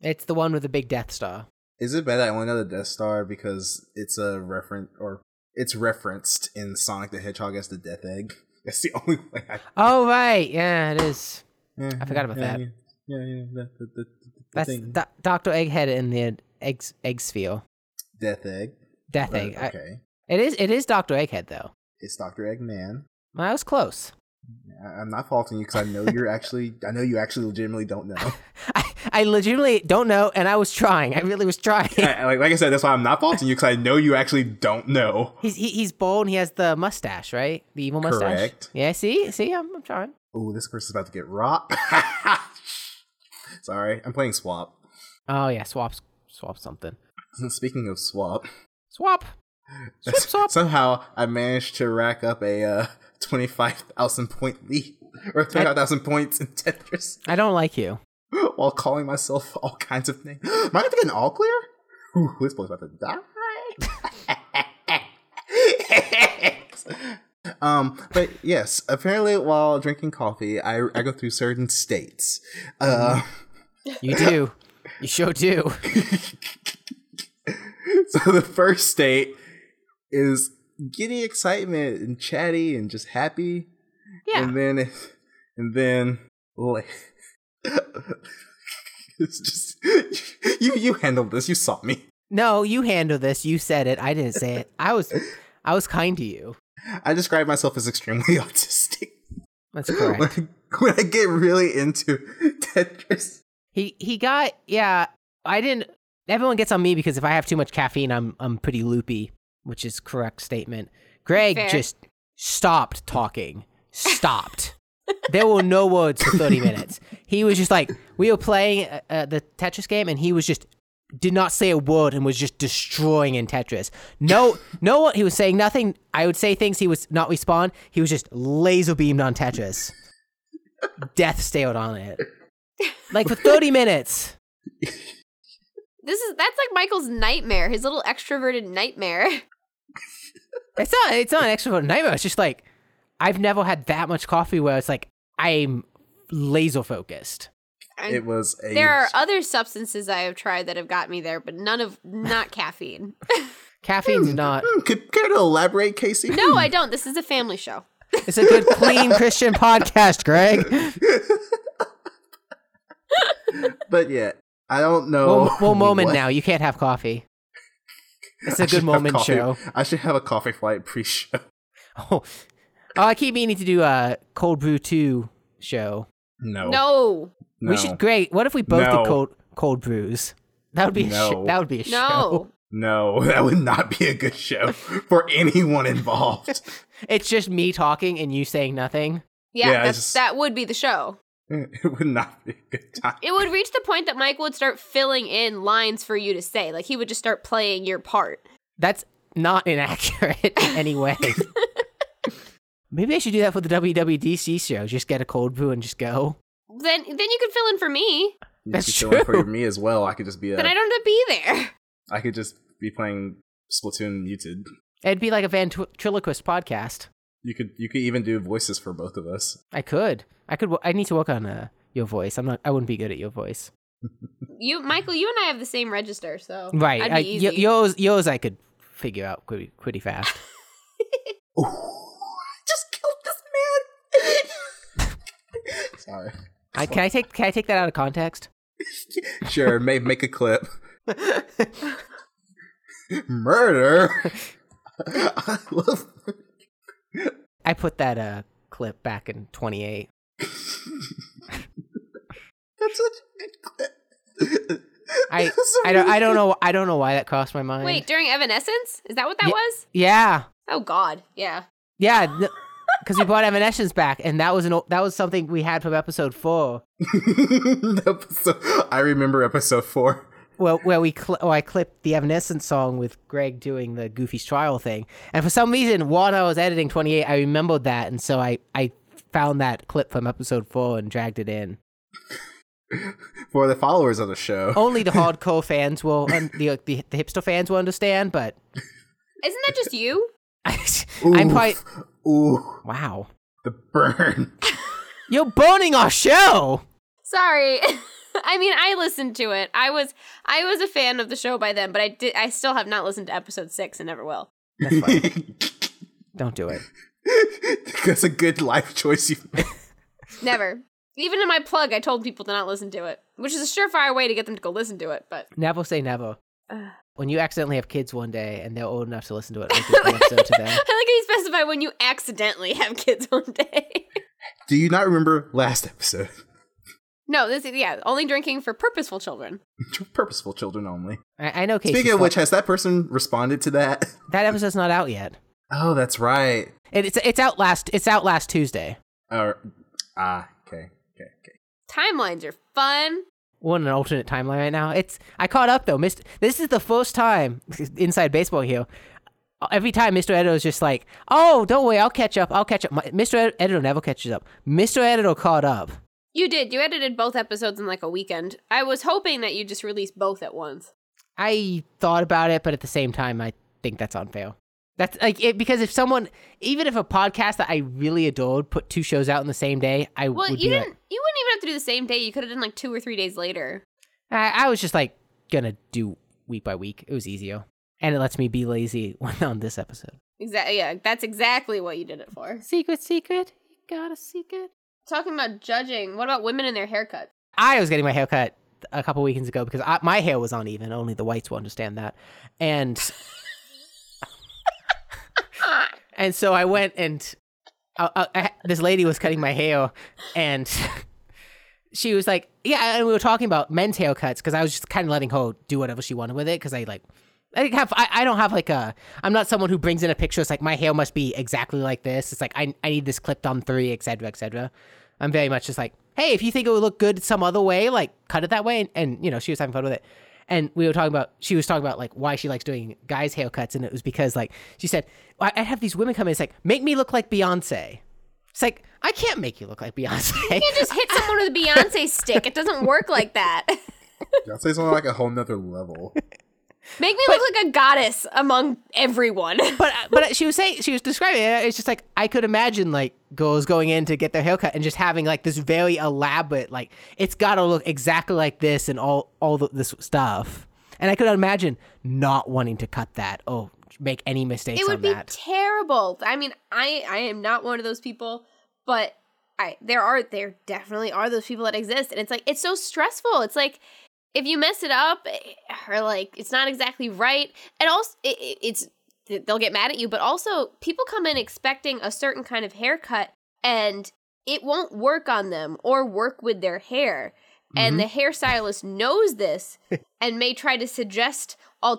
[SPEAKER 1] It's the one with the big Death Star.
[SPEAKER 2] Is it bad that I only know the Death Star because it's a reference or it's referenced in Sonic the Hedgehog as the Death Egg? That's the only way. I,
[SPEAKER 1] Oh right, yeah, it is.
[SPEAKER 2] yeah,
[SPEAKER 1] I forgot about
[SPEAKER 2] yeah,
[SPEAKER 1] that.
[SPEAKER 2] Yeah, yeah, yeah, the, the, the, the
[SPEAKER 1] That's
[SPEAKER 2] thing.
[SPEAKER 1] Do- Dr. Egghead in the egg, egg sphere.
[SPEAKER 2] Death Egg.
[SPEAKER 1] Death
[SPEAKER 2] But,
[SPEAKER 1] Egg. I-
[SPEAKER 2] okay,
[SPEAKER 1] it is it is Doctor Egghead though.
[SPEAKER 2] it's Doctor Eggman.
[SPEAKER 1] Well, I was close.
[SPEAKER 2] Yeah, I- I'm not faulting you because I know you're actually, I know you actually legitimately don't know.
[SPEAKER 1] I, I legitimately don't know, and I was trying. I really was trying.
[SPEAKER 2] I- like, like I said, that's why I'm not faulting you because I know you actually don't know.
[SPEAKER 1] He's he, he's bald and he has the mustache, right? The evil mustache.
[SPEAKER 2] Correct.
[SPEAKER 1] Yeah. See, see, I'm, I'm trying.
[SPEAKER 2] Oh, this person's about to get rocked. Sorry, I'm playing swap.
[SPEAKER 1] Oh yeah, swap swap something.
[SPEAKER 2] Speaking of swap,
[SPEAKER 1] Swap. Swap swap.
[SPEAKER 2] somehow I managed to rack up a uh, 25,000 point lead or 25,000 points in Tetris
[SPEAKER 1] I don't like you.
[SPEAKER 2] while calling myself all kinds of names. Am I about to get an all clear? Ooh, this boy's about to die. um, but yes, apparently while drinking coffee, I, I go through certain states. Uh,
[SPEAKER 1] You do. you sure do.
[SPEAKER 2] so the first state is giddy excitement and chatty and just happy.
[SPEAKER 3] Yeah.
[SPEAKER 2] And then, and then, like, it's just you. You handled this. You saw me.
[SPEAKER 1] No, you handle this. You said it. I didn't say it. I was I was kind to you.
[SPEAKER 2] I describe myself as extremely autistic.
[SPEAKER 1] That's correct.
[SPEAKER 2] When, I, when I get really into Tetris,
[SPEAKER 1] He he got yeah. I didn't. Everyone gets on me because if I have too much caffeine, I'm I'm pretty loopy, which is correct statement. Greg
[SPEAKER 3] Fair.
[SPEAKER 1] just stopped talking. Stopped. there were no words for thirty minutes. He was just like we were playing uh, uh, the Tetris game, and he was just did not say a word and was just destroying in Tetris. No, no one. He was saying nothing. I would say things. He was not respond. He was just laser beamed on Tetris. Death stared on it. Like for 30 minutes.
[SPEAKER 3] This is that's like Michael's nightmare, his little extroverted nightmare.
[SPEAKER 1] It's not it's not an extrovert nightmare. It's just like I've never had that much coffee where it's like I'm laser focused.
[SPEAKER 3] And
[SPEAKER 2] it was a.
[SPEAKER 3] there are other substances I have tried that have got me there, but none of not caffeine.
[SPEAKER 1] Caffeine's not
[SPEAKER 2] Hmm, could care to elaborate, Casey?
[SPEAKER 3] No, I don't. This is a family show.
[SPEAKER 1] it's a good clean Christian podcast, Greg.
[SPEAKER 2] But yeah, I don't know.
[SPEAKER 1] Well, well moment
[SPEAKER 2] Oh, what-
[SPEAKER 1] now. You can't have coffee. It's
[SPEAKER 2] I
[SPEAKER 1] a
[SPEAKER 2] should
[SPEAKER 1] good
[SPEAKER 2] have
[SPEAKER 1] moment
[SPEAKER 2] coffee-
[SPEAKER 1] show.
[SPEAKER 2] I should have a coffee flight pre-show.
[SPEAKER 1] Oh. oh, I keep meaning to do a cold brew 2 show.
[SPEAKER 2] No,
[SPEAKER 3] No.
[SPEAKER 2] no.
[SPEAKER 1] We should great. What if we both
[SPEAKER 2] No.
[SPEAKER 1] did cold cold brews? That would be a sh-
[SPEAKER 2] No.
[SPEAKER 1] that would be a show.
[SPEAKER 3] No.
[SPEAKER 2] No, that would not be a good show for anyone involved.
[SPEAKER 1] It's just me talking and you saying nothing.
[SPEAKER 3] Yeah,
[SPEAKER 2] Yeah, I
[SPEAKER 3] that's,
[SPEAKER 2] just-
[SPEAKER 3] that would be the show.
[SPEAKER 2] it would not be a good time.
[SPEAKER 3] It would reach the point that Michael would start filling in lines for you to say. Like he would just start playing your part.
[SPEAKER 1] That's not inaccurate in any way. Maybe I should do that for the WWDC show. Just get a cold brew and just go.
[SPEAKER 3] Then then you could fill in for me.
[SPEAKER 1] That's
[SPEAKER 2] You could fill in
[SPEAKER 1] true.
[SPEAKER 2] for me as well. I could just be a.
[SPEAKER 3] Then I
[SPEAKER 2] I,
[SPEAKER 3] don't have to be there.
[SPEAKER 2] could just be playing Splatoon muted.
[SPEAKER 1] It'd be like a ventriloquist podcast.
[SPEAKER 2] You could you could even do voices for both of us.
[SPEAKER 1] I could. I could. wo- I need to work on uh, your voice. I'm not. I wouldn't be good at your voice.
[SPEAKER 3] You Michael, you and I have the same register, so
[SPEAKER 1] Right.
[SPEAKER 3] I'd be
[SPEAKER 1] I,
[SPEAKER 3] easy.
[SPEAKER 1] y- yours. Yours. I could figure out pretty, pretty fast.
[SPEAKER 2] Ooh, I just killed this man. Sorry.
[SPEAKER 1] I, can I take? Can I take that out of context?
[SPEAKER 2] Sure, may make a clip. Murder. I love.
[SPEAKER 1] I put that uh clip back in 28.
[SPEAKER 2] That's such a good clip.
[SPEAKER 1] I.
[SPEAKER 2] That's a
[SPEAKER 1] I don't.
[SPEAKER 2] really
[SPEAKER 1] I don't know. I don't know why that crossed my mind.
[SPEAKER 3] Wait, during Evanescence? Is that what that
[SPEAKER 1] Ye-
[SPEAKER 3] was?
[SPEAKER 1] Yeah.
[SPEAKER 3] Oh god. Yeah.
[SPEAKER 1] Yeah, because we brought Evanescence back, and that was an o- that was something we had from episode four,
[SPEAKER 2] episode, I remember episode four.
[SPEAKER 1] where where we cl- oh, I clipped the Evanescence song with Greg doing the Goofy's trial thing, and for some reason, while I was editing twenty eight, I remembered that, and so I I found that clip from episode four and dragged it in.
[SPEAKER 2] For the followers of the show,
[SPEAKER 1] Only the hardcore fans will, un- the, uh, the the hipster fans will understand, but
[SPEAKER 3] Isn't that just you?
[SPEAKER 1] Oh, I'm quite
[SPEAKER 2] Oof. Ooh,
[SPEAKER 1] wow.
[SPEAKER 2] the burn.
[SPEAKER 1] You're burning our show.
[SPEAKER 3] Sorry. I mean, I listened to it. I was I was a fan of the show by then, but I did I still have not listened to episode 6 and never will.
[SPEAKER 1] That's fine. Don't do it.
[SPEAKER 2] That's a good life choice you made.
[SPEAKER 3] Never. Even in my plug, I told people to not listen to it, which is a surefire way to get them to go listen to it. But
[SPEAKER 1] Never say never.
[SPEAKER 3] Ugh.
[SPEAKER 1] When you accidentally have kids one day and they're old enough to listen to it, make it an episode to
[SPEAKER 3] I
[SPEAKER 1] them.
[SPEAKER 3] like how you specify when you accidentally have kids one day.
[SPEAKER 2] Do you not remember last episode?
[SPEAKER 3] No, this is yeah, only drinking for purposeful children.
[SPEAKER 2] Purposeful children only.
[SPEAKER 1] I, I know Casey.
[SPEAKER 2] Speaking of
[SPEAKER 1] Stoll-
[SPEAKER 2] which, has that person responded to that?
[SPEAKER 1] that episode's not out yet.
[SPEAKER 2] Oh, that's right.
[SPEAKER 1] It, it's it's out last it's out last Tuesday.
[SPEAKER 2] Uh, ah, okay, okay, okay.
[SPEAKER 3] Timelines are fun.
[SPEAKER 1] What an alternate timeline right now. It's I caught up though. Missed this is the first time inside baseball here. Every time Mr. Editor is just like, "Oh, don't worry, I'll catch up. I'll catch up." My, Mr. Ed- Editor never catches up. Mr. Editor caught up.
[SPEAKER 3] You did. You edited both episodes in like a weekend. I was hoping that you just released both at once.
[SPEAKER 1] I thought about it, but at the same time, I think that's unfair. That's like it, because if someone, even if a podcast that I really adored put two shows out in the same day, I
[SPEAKER 3] Well,
[SPEAKER 1] would
[SPEAKER 3] you
[SPEAKER 1] be
[SPEAKER 3] didn't.
[SPEAKER 1] like,
[SPEAKER 3] You wouldn't even have to do the same day. You could have done like two or three days later.
[SPEAKER 1] I, I was just like gonna do week by week. It was easier, and it lets me be lazy on this episode.
[SPEAKER 3] Exactly. Yeah, that's exactly what you did it for.
[SPEAKER 1] Secret, secret, you got a secret.
[SPEAKER 3] Talking about judging. What about women and their haircuts?
[SPEAKER 1] I was getting my hair cut a couple weekends ago because I, my hair was uneven. Only the whites will understand that. And and so I went and I, I, I, this lady was cutting my hair, and she was like, "Yeah." And we were talking about men's haircuts because I was just kind of letting her do whatever she wanted with it because I like. I have I, I don't have like a I'm not someone who brings in a picture. It's like my hair must be exactly like this. It's like I I need this clipped on three, etc. Cetera, etc. Cetera. I'm very much just like, hey, if you think it would look good some other way, like cut it that way. And, and you know, she was having fun with it. And we were talking about, she was talking about like why she likes doing guys' haircuts. And it was because like, she said, I, I have these women come in, it's like, make me look like Beyonce. It's like, I can't make you look like Beyonce.
[SPEAKER 3] You just hit someone with a Beyonce stick. It doesn't work like that.
[SPEAKER 2] Beyonce's on like a whole nother level.
[SPEAKER 3] Make me look like a goddess among everyone.
[SPEAKER 1] but uh, but she was saying she was describing it. It's just like I could imagine like girls going in to get their haircut and just having like this very elaborate like it's got to look exactly like this and all all the, this stuff. And I could imagine not wanting to cut that or make any mistakes
[SPEAKER 3] it would
[SPEAKER 1] on
[SPEAKER 3] be
[SPEAKER 1] that.
[SPEAKER 3] terrible. I mean, I I am not one of those people, but I there are there definitely are those people that exist, and it's like it's so stressful. It's like if you mess it up eh, or like it's not exactly right, and also it, it- it's they'll get mad at you. But also people come in expecting a certain kind of haircut, and it won't work on them or work with their hair. And
[SPEAKER 1] Mm-hmm.
[SPEAKER 3] the hairstylist knows this and may try to suggest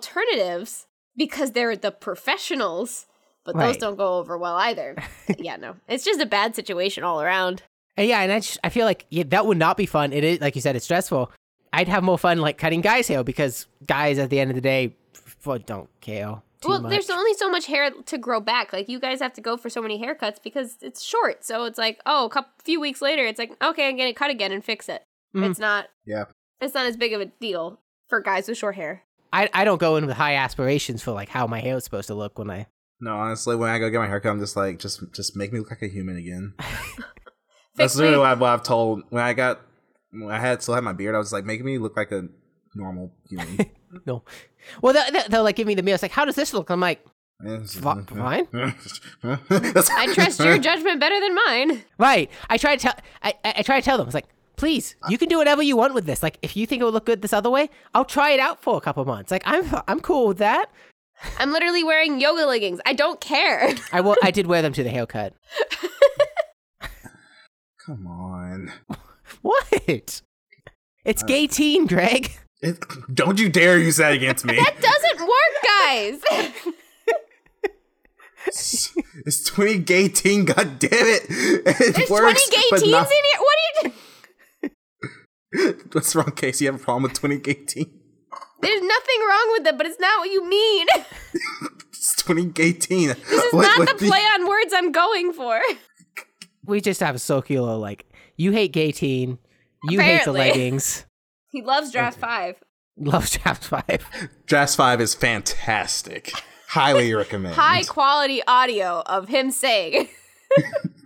[SPEAKER 3] alternatives because they're the professionals, but those
[SPEAKER 1] Right.
[SPEAKER 3] don't go over well either. yeah, no. It's just a bad situation all around.
[SPEAKER 1] And yeah, and I just, I feel like yeah, that would not be fun. It is like you said, it's stressful. I'd have more fun like cutting guys' hair because guys at the end of the day f- don't care. Too
[SPEAKER 3] well,
[SPEAKER 1] much.
[SPEAKER 3] there's only so much hair to grow back. Like you guys have to go for so many haircuts because it's short. So it's like, oh, a couple, few weeks later, it's like, okay, I'm gonna cut again and fix it.
[SPEAKER 1] Mhm.
[SPEAKER 3] It's not.
[SPEAKER 2] Yeah.
[SPEAKER 3] It's not as big of a deal for guys with short hair.
[SPEAKER 1] I, I don't go in with high aspirations for like how my hair is supposed to look when I
[SPEAKER 2] No, honestly, when I go get my haircut, I'm just like, just just make me look like a human again.
[SPEAKER 3] Fix
[SPEAKER 2] That's literally
[SPEAKER 3] me.
[SPEAKER 2] what I've, what I've told. When I got, when I had still had my beard, I was like, make me look like a normal human.
[SPEAKER 1] No. Well, they'll, they'll- they'll like give me the meal. It's like, how does this look? I'm like, fine.
[SPEAKER 3] I trust your judgment better than mine.
[SPEAKER 1] right. I try to tell. I, I I try to tell them. It's like, please, you can do whatever you want with this. Like, if you think it would look good this other way, I'll try it out for a couple months. Like, I'm I'm cool with that.
[SPEAKER 3] I'm literally wearing yoga leggings. I don't care.
[SPEAKER 1] I will. I did wear them to the haircut.
[SPEAKER 2] Come on!
[SPEAKER 1] What? It's gay teen, Greg.
[SPEAKER 2] It, don't you dare use that against me.
[SPEAKER 3] That doesn't work, guys.
[SPEAKER 2] it's, it's 2018. God damn it! it
[SPEAKER 3] There's
[SPEAKER 2] works,
[SPEAKER 3] 20 gay
[SPEAKER 2] but
[SPEAKER 3] teens
[SPEAKER 2] not-
[SPEAKER 3] in here. What are you? do-
[SPEAKER 2] What's wrong, Casey? You have a problem with 2018?
[SPEAKER 3] There's nothing wrong with it, but it's not what you mean.
[SPEAKER 2] It's 2018.
[SPEAKER 3] This is not the play on words I'm going for.
[SPEAKER 1] We just have a circular like you hate gay teen, you hate the
[SPEAKER 3] Apparently.
[SPEAKER 1] leggings.
[SPEAKER 3] He loves draft five.
[SPEAKER 1] Love Draft Five.
[SPEAKER 2] Draft 5 is fantastic. Highly recommend.
[SPEAKER 3] High quality audio of him saying,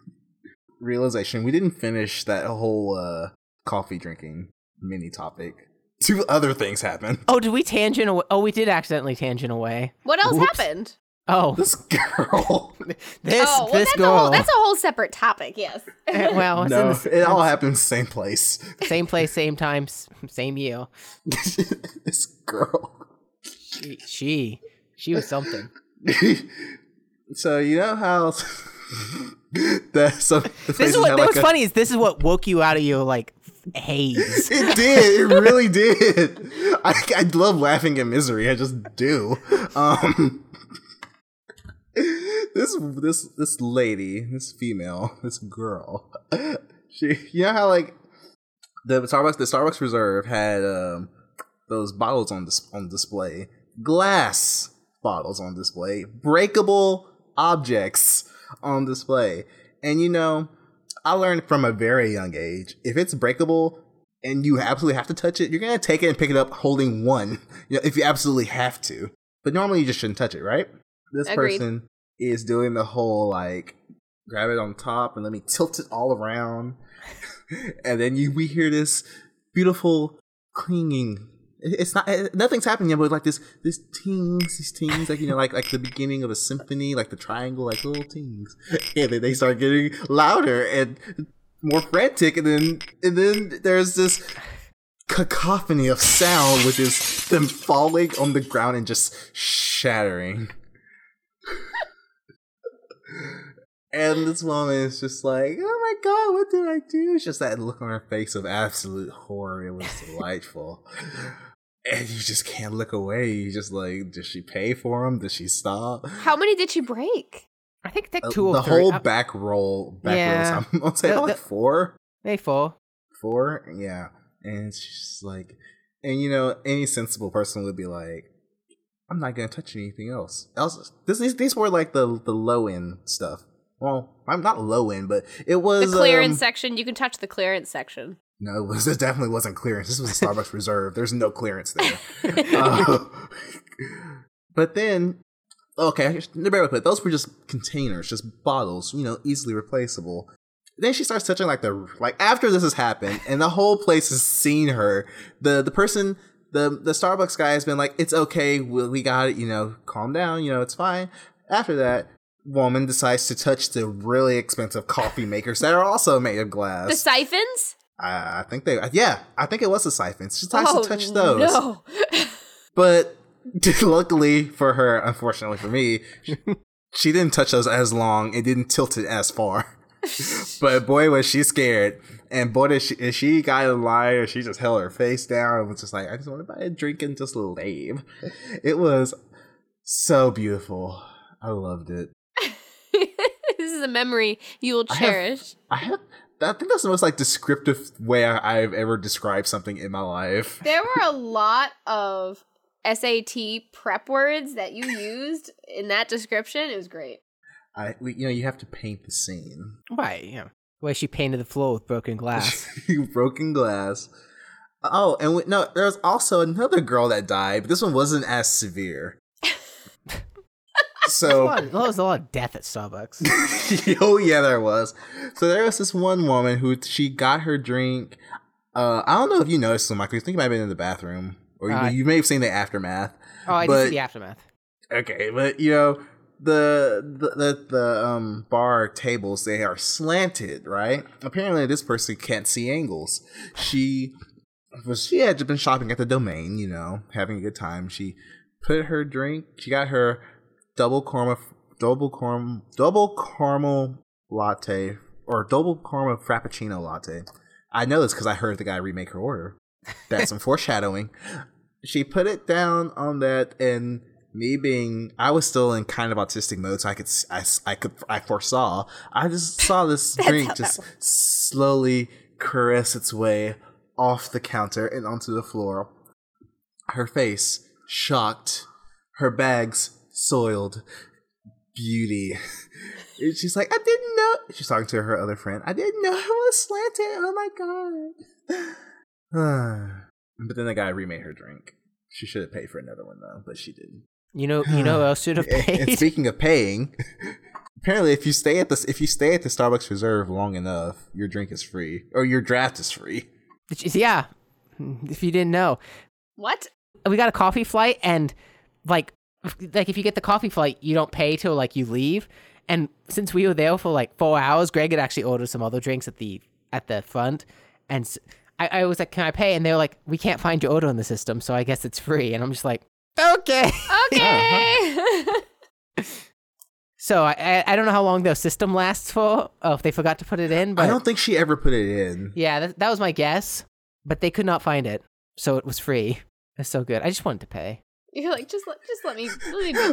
[SPEAKER 2] Realization we didn't finish that whole uh, coffee drinking mini topic. Two other things happened.
[SPEAKER 1] Oh, did we tangent away? Oh, we did accidentally tangent away.
[SPEAKER 3] "What else
[SPEAKER 2] Whoops.
[SPEAKER 3] happened?"
[SPEAKER 1] Oh,
[SPEAKER 2] This girl.
[SPEAKER 1] this
[SPEAKER 3] oh, well,
[SPEAKER 1] this
[SPEAKER 3] that's
[SPEAKER 1] girl.
[SPEAKER 3] a whole that's a whole separate topic. Yes,
[SPEAKER 1] well, it's in
[SPEAKER 2] no,
[SPEAKER 1] the s-
[SPEAKER 2] it all happened in the same place.
[SPEAKER 1] same place, same time, s- same year.
[SPEAKER 2] this girl.
[SPEAKER 1] She, she, she was something.
[SPEAKER 2] so, you know how That's some, the
[SPEAKER 1] This
[SPEAKER 2] phrases
[SPEAKER 1] is what
[SPEAKER 2] had
[SPEAKER 1] that
[SPEAKER 2] like
[SPEAKER 1] was
[SPEAKER 2] a-
[SPEAKER 1] funny is this is what woke you out of your like haze.
[SPEAKER 2] It did. It really did. I, I love laughing at misery. I just do. Um, this this this lady, this female, this girl. She, you know how like the Starbucks, the Starbucks Reserve had um those bottles on dis- on display, glass bottles on display, breakable objects on display, and you know. I learned from a very young age if it's breakable and you absolutely have to touch it, you're gonna take it and pick it up holding one you know, if you absolutely have to. But normally you just shouldn't touch it, right? This
[SPEAKER 3] Agreed.
[SPEAKER 2] person is doing the whole like grab it on top and let me tilt it all around, and then you we hear this beautiful clinging. It- It's not it- nothing's happening yet, but like this this tings, these tings, like you know, like like the beginning of a symphony, like the triangle, like little tings, and then they start getting louder and more frantic, and then and then there's this cacophony of sound, which is them falling on the ground and just shattering. and this woman is just like, "Oh my god, what did I do?" It's just that look on her face of absolute horror. It was delightful. And you just can't look away. You just like, did she pay for him? Did she stop?
[SPEAKER 3] How many did she break?
[SPEAKER 1] I think take
[SPEAKER 2] Uh,
[SPEAKER 1] two
[SPEAKER 2] the
[SPEAKER 1] or three.
[SPEAKER 2] whole
[SPEAKER 1] uh,
[SPEAKER 2] back roll, back
[SPEAKER 1] Yeah.
[SPEAKER 2] roll. I'm gonna say
[SPEAKER 1] The-
[SPEAKER 2] like
[SPEAKER 1] the-
[SPEAKER 2] four.
[SPEAKER 1] maybe four.
[SPEAKER 2] four yeah and she's just like and you know any sensible person would be like i'm not gonna touch anything else else this, these, these were like the the low end stuff well i'm not low end but it
[SPEAKER 3] The
[SPEAKER 2] was
[SPEAKER 3] clearance
[SPEAKER 2] um,
[SPEAKER 3] section. You can touch the clearance section.
[SPEAKER 2] no it, was, it definitely wasn't clearance this was a starbucks reserve there's no clearance there Uh, but then okay bear with it those were just containers just bottles you know easily replaceable then she starts touching like the like after this has happened and the whole place has seen her the the person the the starbucks guy has been like it's okay we, we got it you know calm down you know it's fine after that woman decides to touch the really expensive coffee makers that are also made of
[SPEAKER 3] the
[SPEAKER 2] glass
[SPEAKER 3] siphons?
[SPEAKER 2] I, I think they yeah i think it was the siphons she decides
[SPEAKER 3] oh,
[SPEAKER 2] to touch those
[SPEAKER 3] No.
[SPEAKER 2] but luckily for her, unfortunately for me, she didn't touch those as long. It didn't tilt it as far. but boy, was she scared. And boy, did she, and she got in line and she just held her face down and was just like, I just want to buy a drink and just leave. It was so beautiful. I loved it.
[SPEAKER 3] this is a memory you will
[SPEAKER 2] I have-
[SPEAKER 3] cherish.
[SPEAKER 2] I have. I think that's the most like descriptive way I- I've ever described something in my life.
[SPEAKER 3] There were a lot of SAT prep words that you used in that description. It was great.
[SPEAKER 2] I, we, you know, you have to paint the scene.
[SPEAKER 1] Right, yeah. The way she painted the floor with broken glass.
[SPEAKER 2] broken glass. Oh, and we, no, there was also another girl that died, but this one wasn't as severe.
[SPEAKER 1] There's a
[SPEAKER 2] so,
[SPEAKER 1] lot of- there was a lot of death at Starbucks.
[SPEAKER 2] oh yeah, there was. So there was this one woman who she got her drink. Uh, I don't know if you noticed, Michael. You think you might have been in the bathroom, or you,
[SPEAKER 1] Uh,
[SPEAKER 2] you may have seen the aftermath.
[SPEAKER 1] Oh, I did
[SPEAKER 2] But-
[SPEAKER 1] see the aftermath.
[SPEAKER 2] Okay, but you know the the the, the um, bar tables they are slanted, right? Apparently, this person can't see angles. She was she had been shopping at the domain, you know, having a good time. She put her drink. She got her double caramel double caram double caramel latte or double caramel frappuccino latte. I know this because I heard the guy remake her order. That's some foreshadowing. She put it down on that, and me being, I was still in kind of autistic mode, so I could, s- I, s- I could, I foresaw. I just saw this drink just slowly caress its way off the counter and onto the floor. Her face shocked, her bags soiled. Beauty. And she's like, I didn't know. She's talking to her other friend. I didn't know it was slanted. Oh my god. but then the guy remade her drink. She should have paid for another one though, but she didn't.
[SPEAKER 1] You know, you know who else should have
[SPEAKER 2] And
[SPEAKER 1] paid?
[SPEAKER 2] speaking of paying, apparently if you stay at this, if you stay at the Starbucks Reserve long enough, your drink is free or your draft is free.
[SPEAKER 1] yeah, if you didn't know.
[SPEAKER 3] What?
[SPEAKER 1] we got a coffee flight and like like if you get the coffee flight you don't pay till like you leave and since we were there for like four hours greg had actually ordered some other drinks at the at the front and s I I I was like can i pay and they were like we can't find your order in the system so i guess it's free and i'm just like okay
[SPEAKER 3] Okay.
[SPEAKER 1] So I- I, I don't know how long the system lasts for. Oh, if they forgot to put it in, but
[SPEAKER 2] I don't think she ever put it in.
[SPEAKER 1] yeah, that, that was my guess. But they could not find it, so it was free. It's so good. I just wanted to pay.
[SPEAKER 3] You're like, just let, just let me, let me be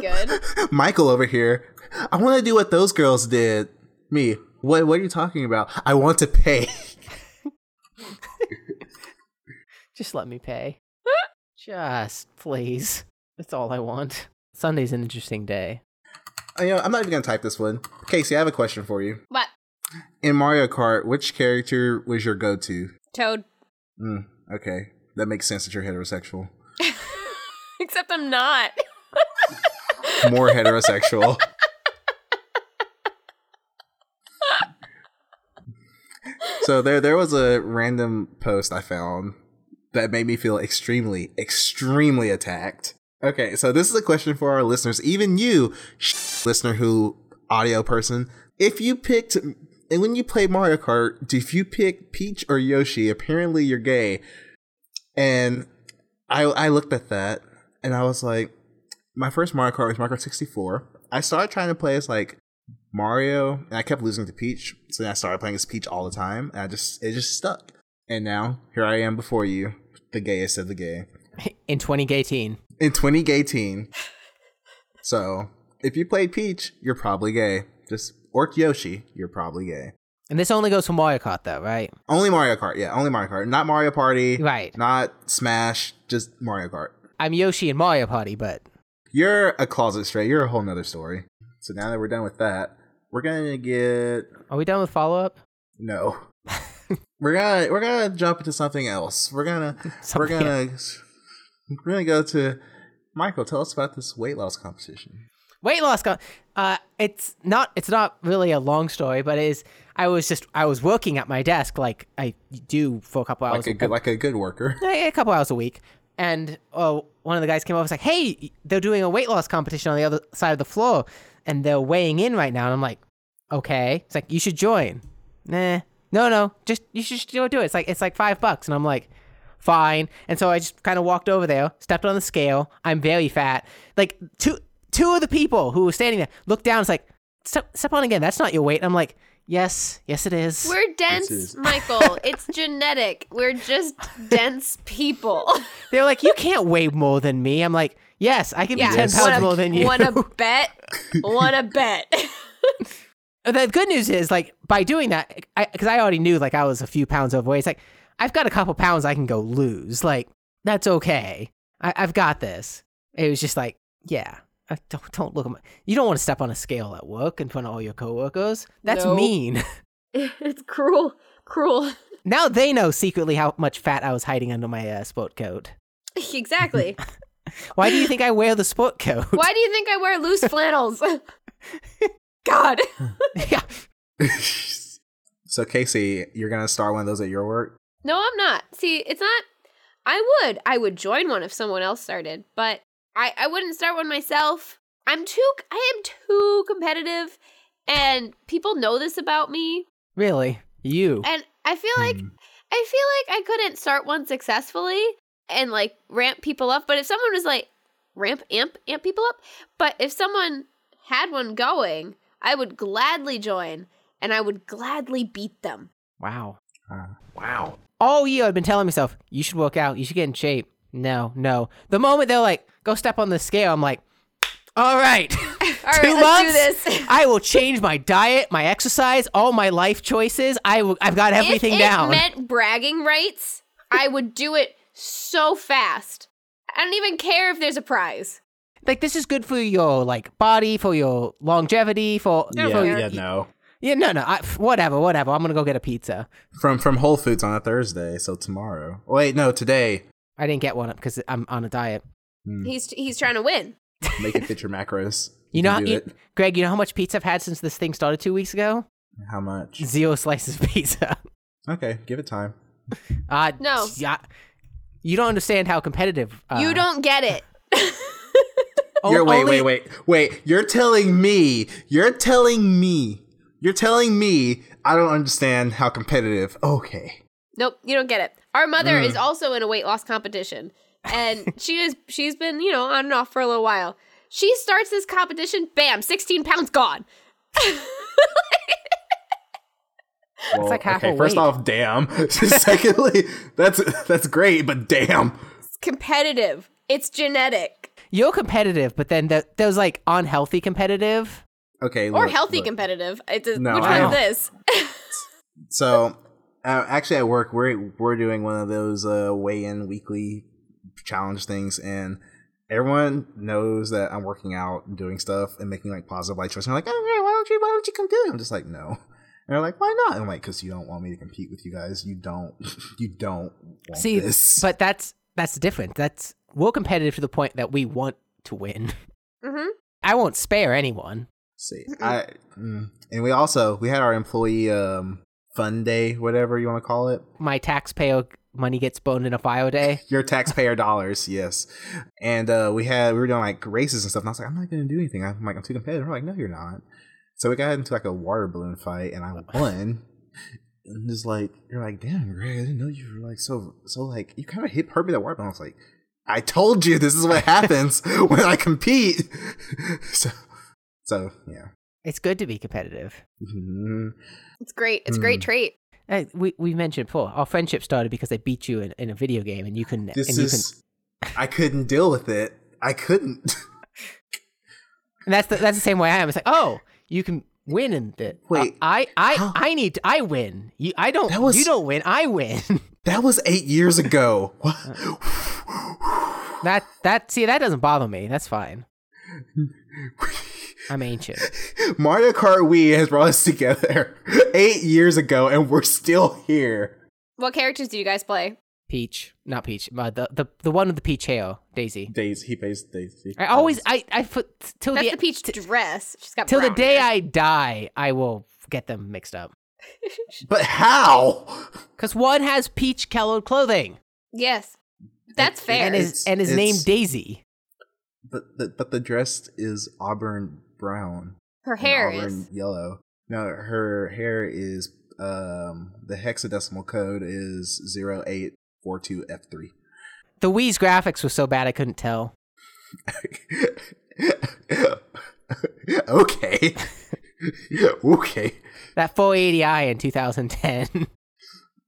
[SPEAKER 3] good.
[SPEAKER 2] Michael over here. I want to do what those girls did. Me. What What are you talking about? I want to pay.
[SPEAKER 1] Just let me pay. just please. That's all I want. Sunday's an interesting day.
[SPEAKER 2] you know, I'm not even gonna type this one. Casey, I have a question for you.
[SPEAKER 3] But
[SPEAKER 2] In Mario Kart, which character was your go-to?
[SPEAKER 3] Toad.
[SPEAKER 2] Mm, okay, that makes sense that you're heterosexual.
[SPEAKER 3] Except I'm not.
[SPEAKER 2] More heterosexual. so there, there was a random post I found that made me feel extremely, extremely attacked. Okay, so this is a question for our listeners, even you, listener who audio person. If you picked and when you play Mario Kart, if you pick Peach or Yoshi, apparently you're gay. And I I looked at that and I was like, my first Mario Kart was Mario Kart 64. I started trying to play as like Mario, and I kept losing to Peach. So then I started playing as Peach all the time, and I just it just stuck. And now here I am before you, the gayest of the gay
[SPEAKER 1] In 2018.
[SPEAKER 2] in 2018. So if you played Peach, you're probably gay. Just or Yoshi, you're probably gay.
[SPEAKER 1] And this only goes for Mario Kart, though, right?
[SPEAKER 2] Only Mario Kart, yeah, only Mario Kart, not Mario Party,
[SPEAKER 1] Right.
[SPEAKER 2] Not Smash, just Mario Kart.
[SPEAKER 1] I'm Yoshi in Mario Party, but
[SPEAKER 2] You're a closet stray. You're a whole nother story. So now that we're done with that, we're gonna get
[SPEAKER 1] are we done with follow up?
[SPEAKER 2] no. we're gonna we're gonna jump into something else. We're gonna
[SPEAKER 1] Something
[SPEAKER 2] we're gonna we're gonna go to Michael. Tell us about this weight loss competition.
[SPEAKER 1] weight loss con- uh it's not it's not really a long story but it is i was just i was working at my desk like i do for a couple hours
[SPEAKER 2] Like a good like a good worker.
[SPEAKER 1] a, a couple hours a week and oh, one of the guys came over and was like hey they're doing a weight loss competition on the other side of the floor and they're weighing in right now and i'm like okay it's like you should join nah no no just you should just go do it it's like it's like five bucks and i'm like fine and so i just kind of walked over there stepped on the scale i'm very fat like two two of the people who were standing there looked down it's like step, step on again that's not your weight and i'm like yes yes it is.
[SPEAKER 3] We're dense,
[SPEAKER 2] is-
[SPEAKER 3] Michael. It's genetic. We're just dense people.
[SPEAKER 1] They're like, you can't weigh more than me. I'm like, yes, I can
[SPEAKER 3] Yeah.
[SPEAKER 1] be 10
[SPEAKER 2] Yes.
[SPEAKER 1] pounds
[SPEAKER 3] Wanna,
[SPEAKER 1] more than you.
[SPEAKER 3] wanna bet? Wanna bet?
[SPEAKER 1] the good news is, like, by doing that, because I, already knew, like, I was a few pounds overweight. It's like, I've got a couple pounds I can go lose. Like, that's okay. I, I've got this. It was just like, yeah, I don't, don't look at my. You don't want to step on a scale at work in front of all your coworkers. That's
[SPEAKER 3] No.
[SPEAKER 1] mean.
[SPEAKER 3] it's cruel. Cruel.
[SPEAKER 1] now they know secretly how much fat I was hiding under my uh, sport coat.
[SPEAKER 3] Exactly.
[SPEAKER 1] Why do you think I wear the sport coat?
[SPEAKER 3] Why do you think I wear loose flannels? God.
[SPEAKER 1] yeah.
[SPEAKER 2] so Casey, you're gonna start one of those at your work.
[SPEAKER 3] No, I'm not. See, it's not. I would. I would join one if someone else started, but I, I wouldn't start one myself. I'm too. I am too competitive, and people know this about me.
[SPEAKER 1] Really? You.
[SPEAKER 3] And I feel like
[SPEAKER 2] Hmm.
[SPEAKER 3] I feel like I couldn't start one successfully and like ramp people up. But if someone was like ramp amp amp people up, but if someone had one going, I would gladly join and I would gladly beat them.
[SPEAKER 1] Wow.
[SPEAKER 2] Wow.
[SPEAKER 1] all year I've been telling myself, you should work out, you should get in shape. No, no. The moment they're like, go step on the scale, I'm like, all right,
[SPEAKER 3] All right,
[SPEAKER 1] Two
[SPEAKER 3] let's
[SPEAKER 1] months?
[SPEAKER 3] do this.
[SPEAKER 1] I will change my diet, my exercise, all my life choices. I will, I've got everything
[SPEAKER 3] if it
[SPEAKER 1] down.
[SPEAKER 3] meant bragging rights, I would do it so fast. I don't even care if there's a prize.
[SPEAKER 1] like this is good for your like body, for your longevity, for
[SPEAKER 3] for
[SPEAKER 2] Yeah,
[SPEAKER 3] your-
[SPEAKER 2] yeah, no.
[SPEAKER 1] yeah, no, no, I, whatever, whatever. I'm gonna go get a pizza.
[SPEAKER 2] From from Whole Foods on a Thursday, so tomorrow. Wait, no, today.
[SPEAKER 1] I didn't get one because I'm on a diet.
[SPEAKER 2] Hmm.
[SPEAKER 3] He's he's trying to win.
[SPEAKER 2] Make it fit your macros.
[SPEAKER 1] You know,
[SPEAKER 2] can
[SPEAKER 1] how,
[SPEAKER 2] do
[SPEAKER 1] you,
[SPEAKER 2] it.
[SPEAKER 1] Greg, you know how much pizza I've had since this thing started two weeks ago?
[SPEAKER 2] how much?
[SPEAKER 1] Zero slices of pizza.
[SPEAKER 2] Okay, give it time.
[SPEAKER 1] Uh,
[SPEAKER 3] No.
[SPEAKER 1] Yeah. You don't understand how competitive. Uh,
[SPEAKER 3] you don't get it.
[SPEAKER 1] o-
[SPEAKER 2] you're, wait,
[SPEAKER 1] Oh, only-
[SPEAKER 2] wait, wait, wait. You're telling me. You're telling me. You're telling me. I don't understand how competitive. Okay.
[SPEAKER 3] Nope, you don't get it. Our mother
[SPEAKER 2] Mm.
[SPEAKER 3] is also in a weight loss competition, and she is she's been you know on and off for a little while. She starts this competition, bam, 16 pounds gone.
[SPEAKER 2] Well,
[SPEAKER 1] like half a
[SPEAKER 2] first
[SPEAKER 1] weight.
[SPEAKER 2] off, damn. Secondly, that's that's great, but damn.
[SPEAKER 3] It's competitive, it's genetic,
[SPEAKER 1] You're competitive, but then th- those like unhealthy competitive.
[SPEAKER 2] Okay,
[SPEAKER 3] or
[SPEAKER 2] look,
[SPEAKER 3] healthy
[SPEAKER 2] look.
[SPEAKER 3] competitive. It's a,
[SPEAKER 2] No,
[SPEAKER 3] which
[SPEAKER 1] I
[SPEAKER 3] one is
[SPEAKER 1] don't-
[SPEAKER 3] this?
[SPEAKER 2] So, uh, actually, at work, we're we're doing one of those uh, weigh-in weekly challenge things, and everyone knows that I'm working out, and doing stuff, and making like positive life choices. And they're like, "Okay, why don't you why don't you come do it?" I'm just like, "No." And they're like, "Why not?" And I'm like, "Cause you don't want me to compete with you guys. You don't. You don't want
[SPEAKER 1] See,
[SPEAKER 2] this."
[SPEAKER 1] but that's that's different. That's we're competitive to the point that we want to win.
[SPEAKER 3] hmm
[SPEAKER 1] I won't spare anyone.
[SPEAKER 2] See,
[SPEAKER 3] Mm-mm.
[SPEAKER 2] I mm. and we also we had our employee um fun day, whatever you want to call it.
[SPEAKER 1] My taxpayer money gets boned in a bio day.
[SPEAKER 2] Your taxpayer dollars, yes. And uh we had we were doing like races and stuff. And I was like, I'm not gonna do anything. I'm like, I'm too competitive. I'm like, no, you're not. So we got into like a water balloon fight, and I won. And just like you're like, damn, Greg, I didn't know you were like so so like you kind of hit hurt me that water balloon. I was like, I told you this is what happens when I compete. so so yeah.
[SPEAKER 1] It's good to be competitive.
[SPEAKER 2] Mhm.
[SPEAKER 3] It's great. It's a great
[SPEAKER 2] Mm.
[SPEAKER 3] trait.
[SPEAKER 1] Uh, we we mentioned before our friendship started because I beat you in, in a video game, and you couldn't.
[SPEAKER 2] This
[SPEAKER 1] and you couldn't-
[SPEAKER 2] is. I couldn't deal with it. I couldn't.
[SPEAKER 1] And that's the, that's the same way I am. It's like, oh, you can win in it.
[SPEAKER 2] Wait.
[SPEAKER 1] I I
[SPEAKER 2] How?
[SPEAKER 1] I need to, I win. You I don't.
[SPEAKER 2] That was-
[SPEAKER 1] you don't win. I win.
[SPEAKER 2] That was eight years ago. What?
[SPEAKER 1] that that see that doesn't bother me. That's fine. I'm ancient.
[SPEAKER 2] Mario Kart Wii has brought us together eight years ago, and we're still here.
[SPEAKER 3] What characters do you guys play?
[SPEAKER 1] Peach, not Peach. Uh, the the the one with the peach hair, Daisy.
[SPEAKER 2] Daisy, he plays Daisy. Um,
[SPEAKER 1] I always
[SPEAKER 2] Oh.
[SPEAKER 1] I I put till
[SPEAKER 3] That's
[SPEAKER 1] the,
[SPEAKER 3] the peach dress. She's got
[SPEAKER 1] till the
[SPEAKER 3] brown
[SPEAKER 1] day
[SPEAKER 3] hair.
[SPEAKER 1] I die, I will get them mixed up.
[SPEAKER 2] But how?
[SPEAKER 1] Cause one has peach colored clothing
[SPEAKER 3] Yes, that's
[SPEAKER 2] It-
[SPEAKER 3] fair.
[SPEAKER 1] and is
[SPEAKER 2] It's-
[SPEAKER 1] and is named
[SPEAKER 2] it's-
[SPEAKER 1] Daisy.
[SPEAKER 2] But the, but the dress is auburn brown.
[SPEAKER 3] Her
[SPEAKER 2] and
[SPEAKER 3] hair
[SPEAKER 2] auburn
[SPEAKER 3] is.
[SPEAKER 2] yellow. No, her hair is um the hexadecimal code is zero eight four two F three.
[SPEAKER 1] The Wii's graphics were so bad I couldn't tell.
[SPEAKER 2] okay. okay.
[SPEAKER 1] That 480i in 2010.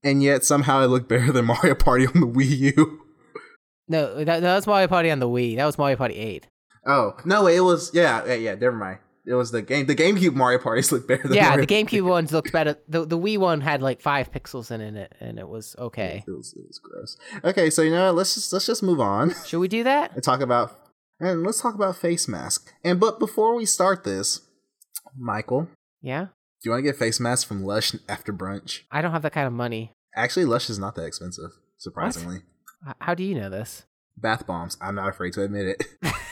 [SPEAKER 2] And yet somehow it looked better than Mario Party on the Wii U.
[SPEAKER 1] No, that, that was Mario Party on the Wii. That was Mario Party 8.
[SPEAKER 2] Oh, no, wait, it was yeah, yeah, yeah, never mind. It was the game the GameCube Mario Parties looked better than
[SPEAKER 1] yeah,
[SPEAKER 2] Mario
[SPEAKER 1] the GameCube ones looked better. The the Wii one had like five pixels in it, and it was okay.
[SPEAKER 2] It was, it was gross. Okay, so you know what? let's just let's just move on.
[SPEAKER 1] Should we do that?
[SPEAKER 2] and talk about and let's talk about face mask. And but before we start this, Michael, do
[SPEAKER 1] Yeah,
[SPEAKER 2] you want to get face masks from Lush after brunch?
[SPEAKER 1] I don't have that kind of money.
[SPEAKER 2] Actually, Lush is not that expensive, surprisingly.
[SPEAKER 1] H- How do you know this?
[SPEAKER 2] Bath bombs. I'm not afraid to admit it.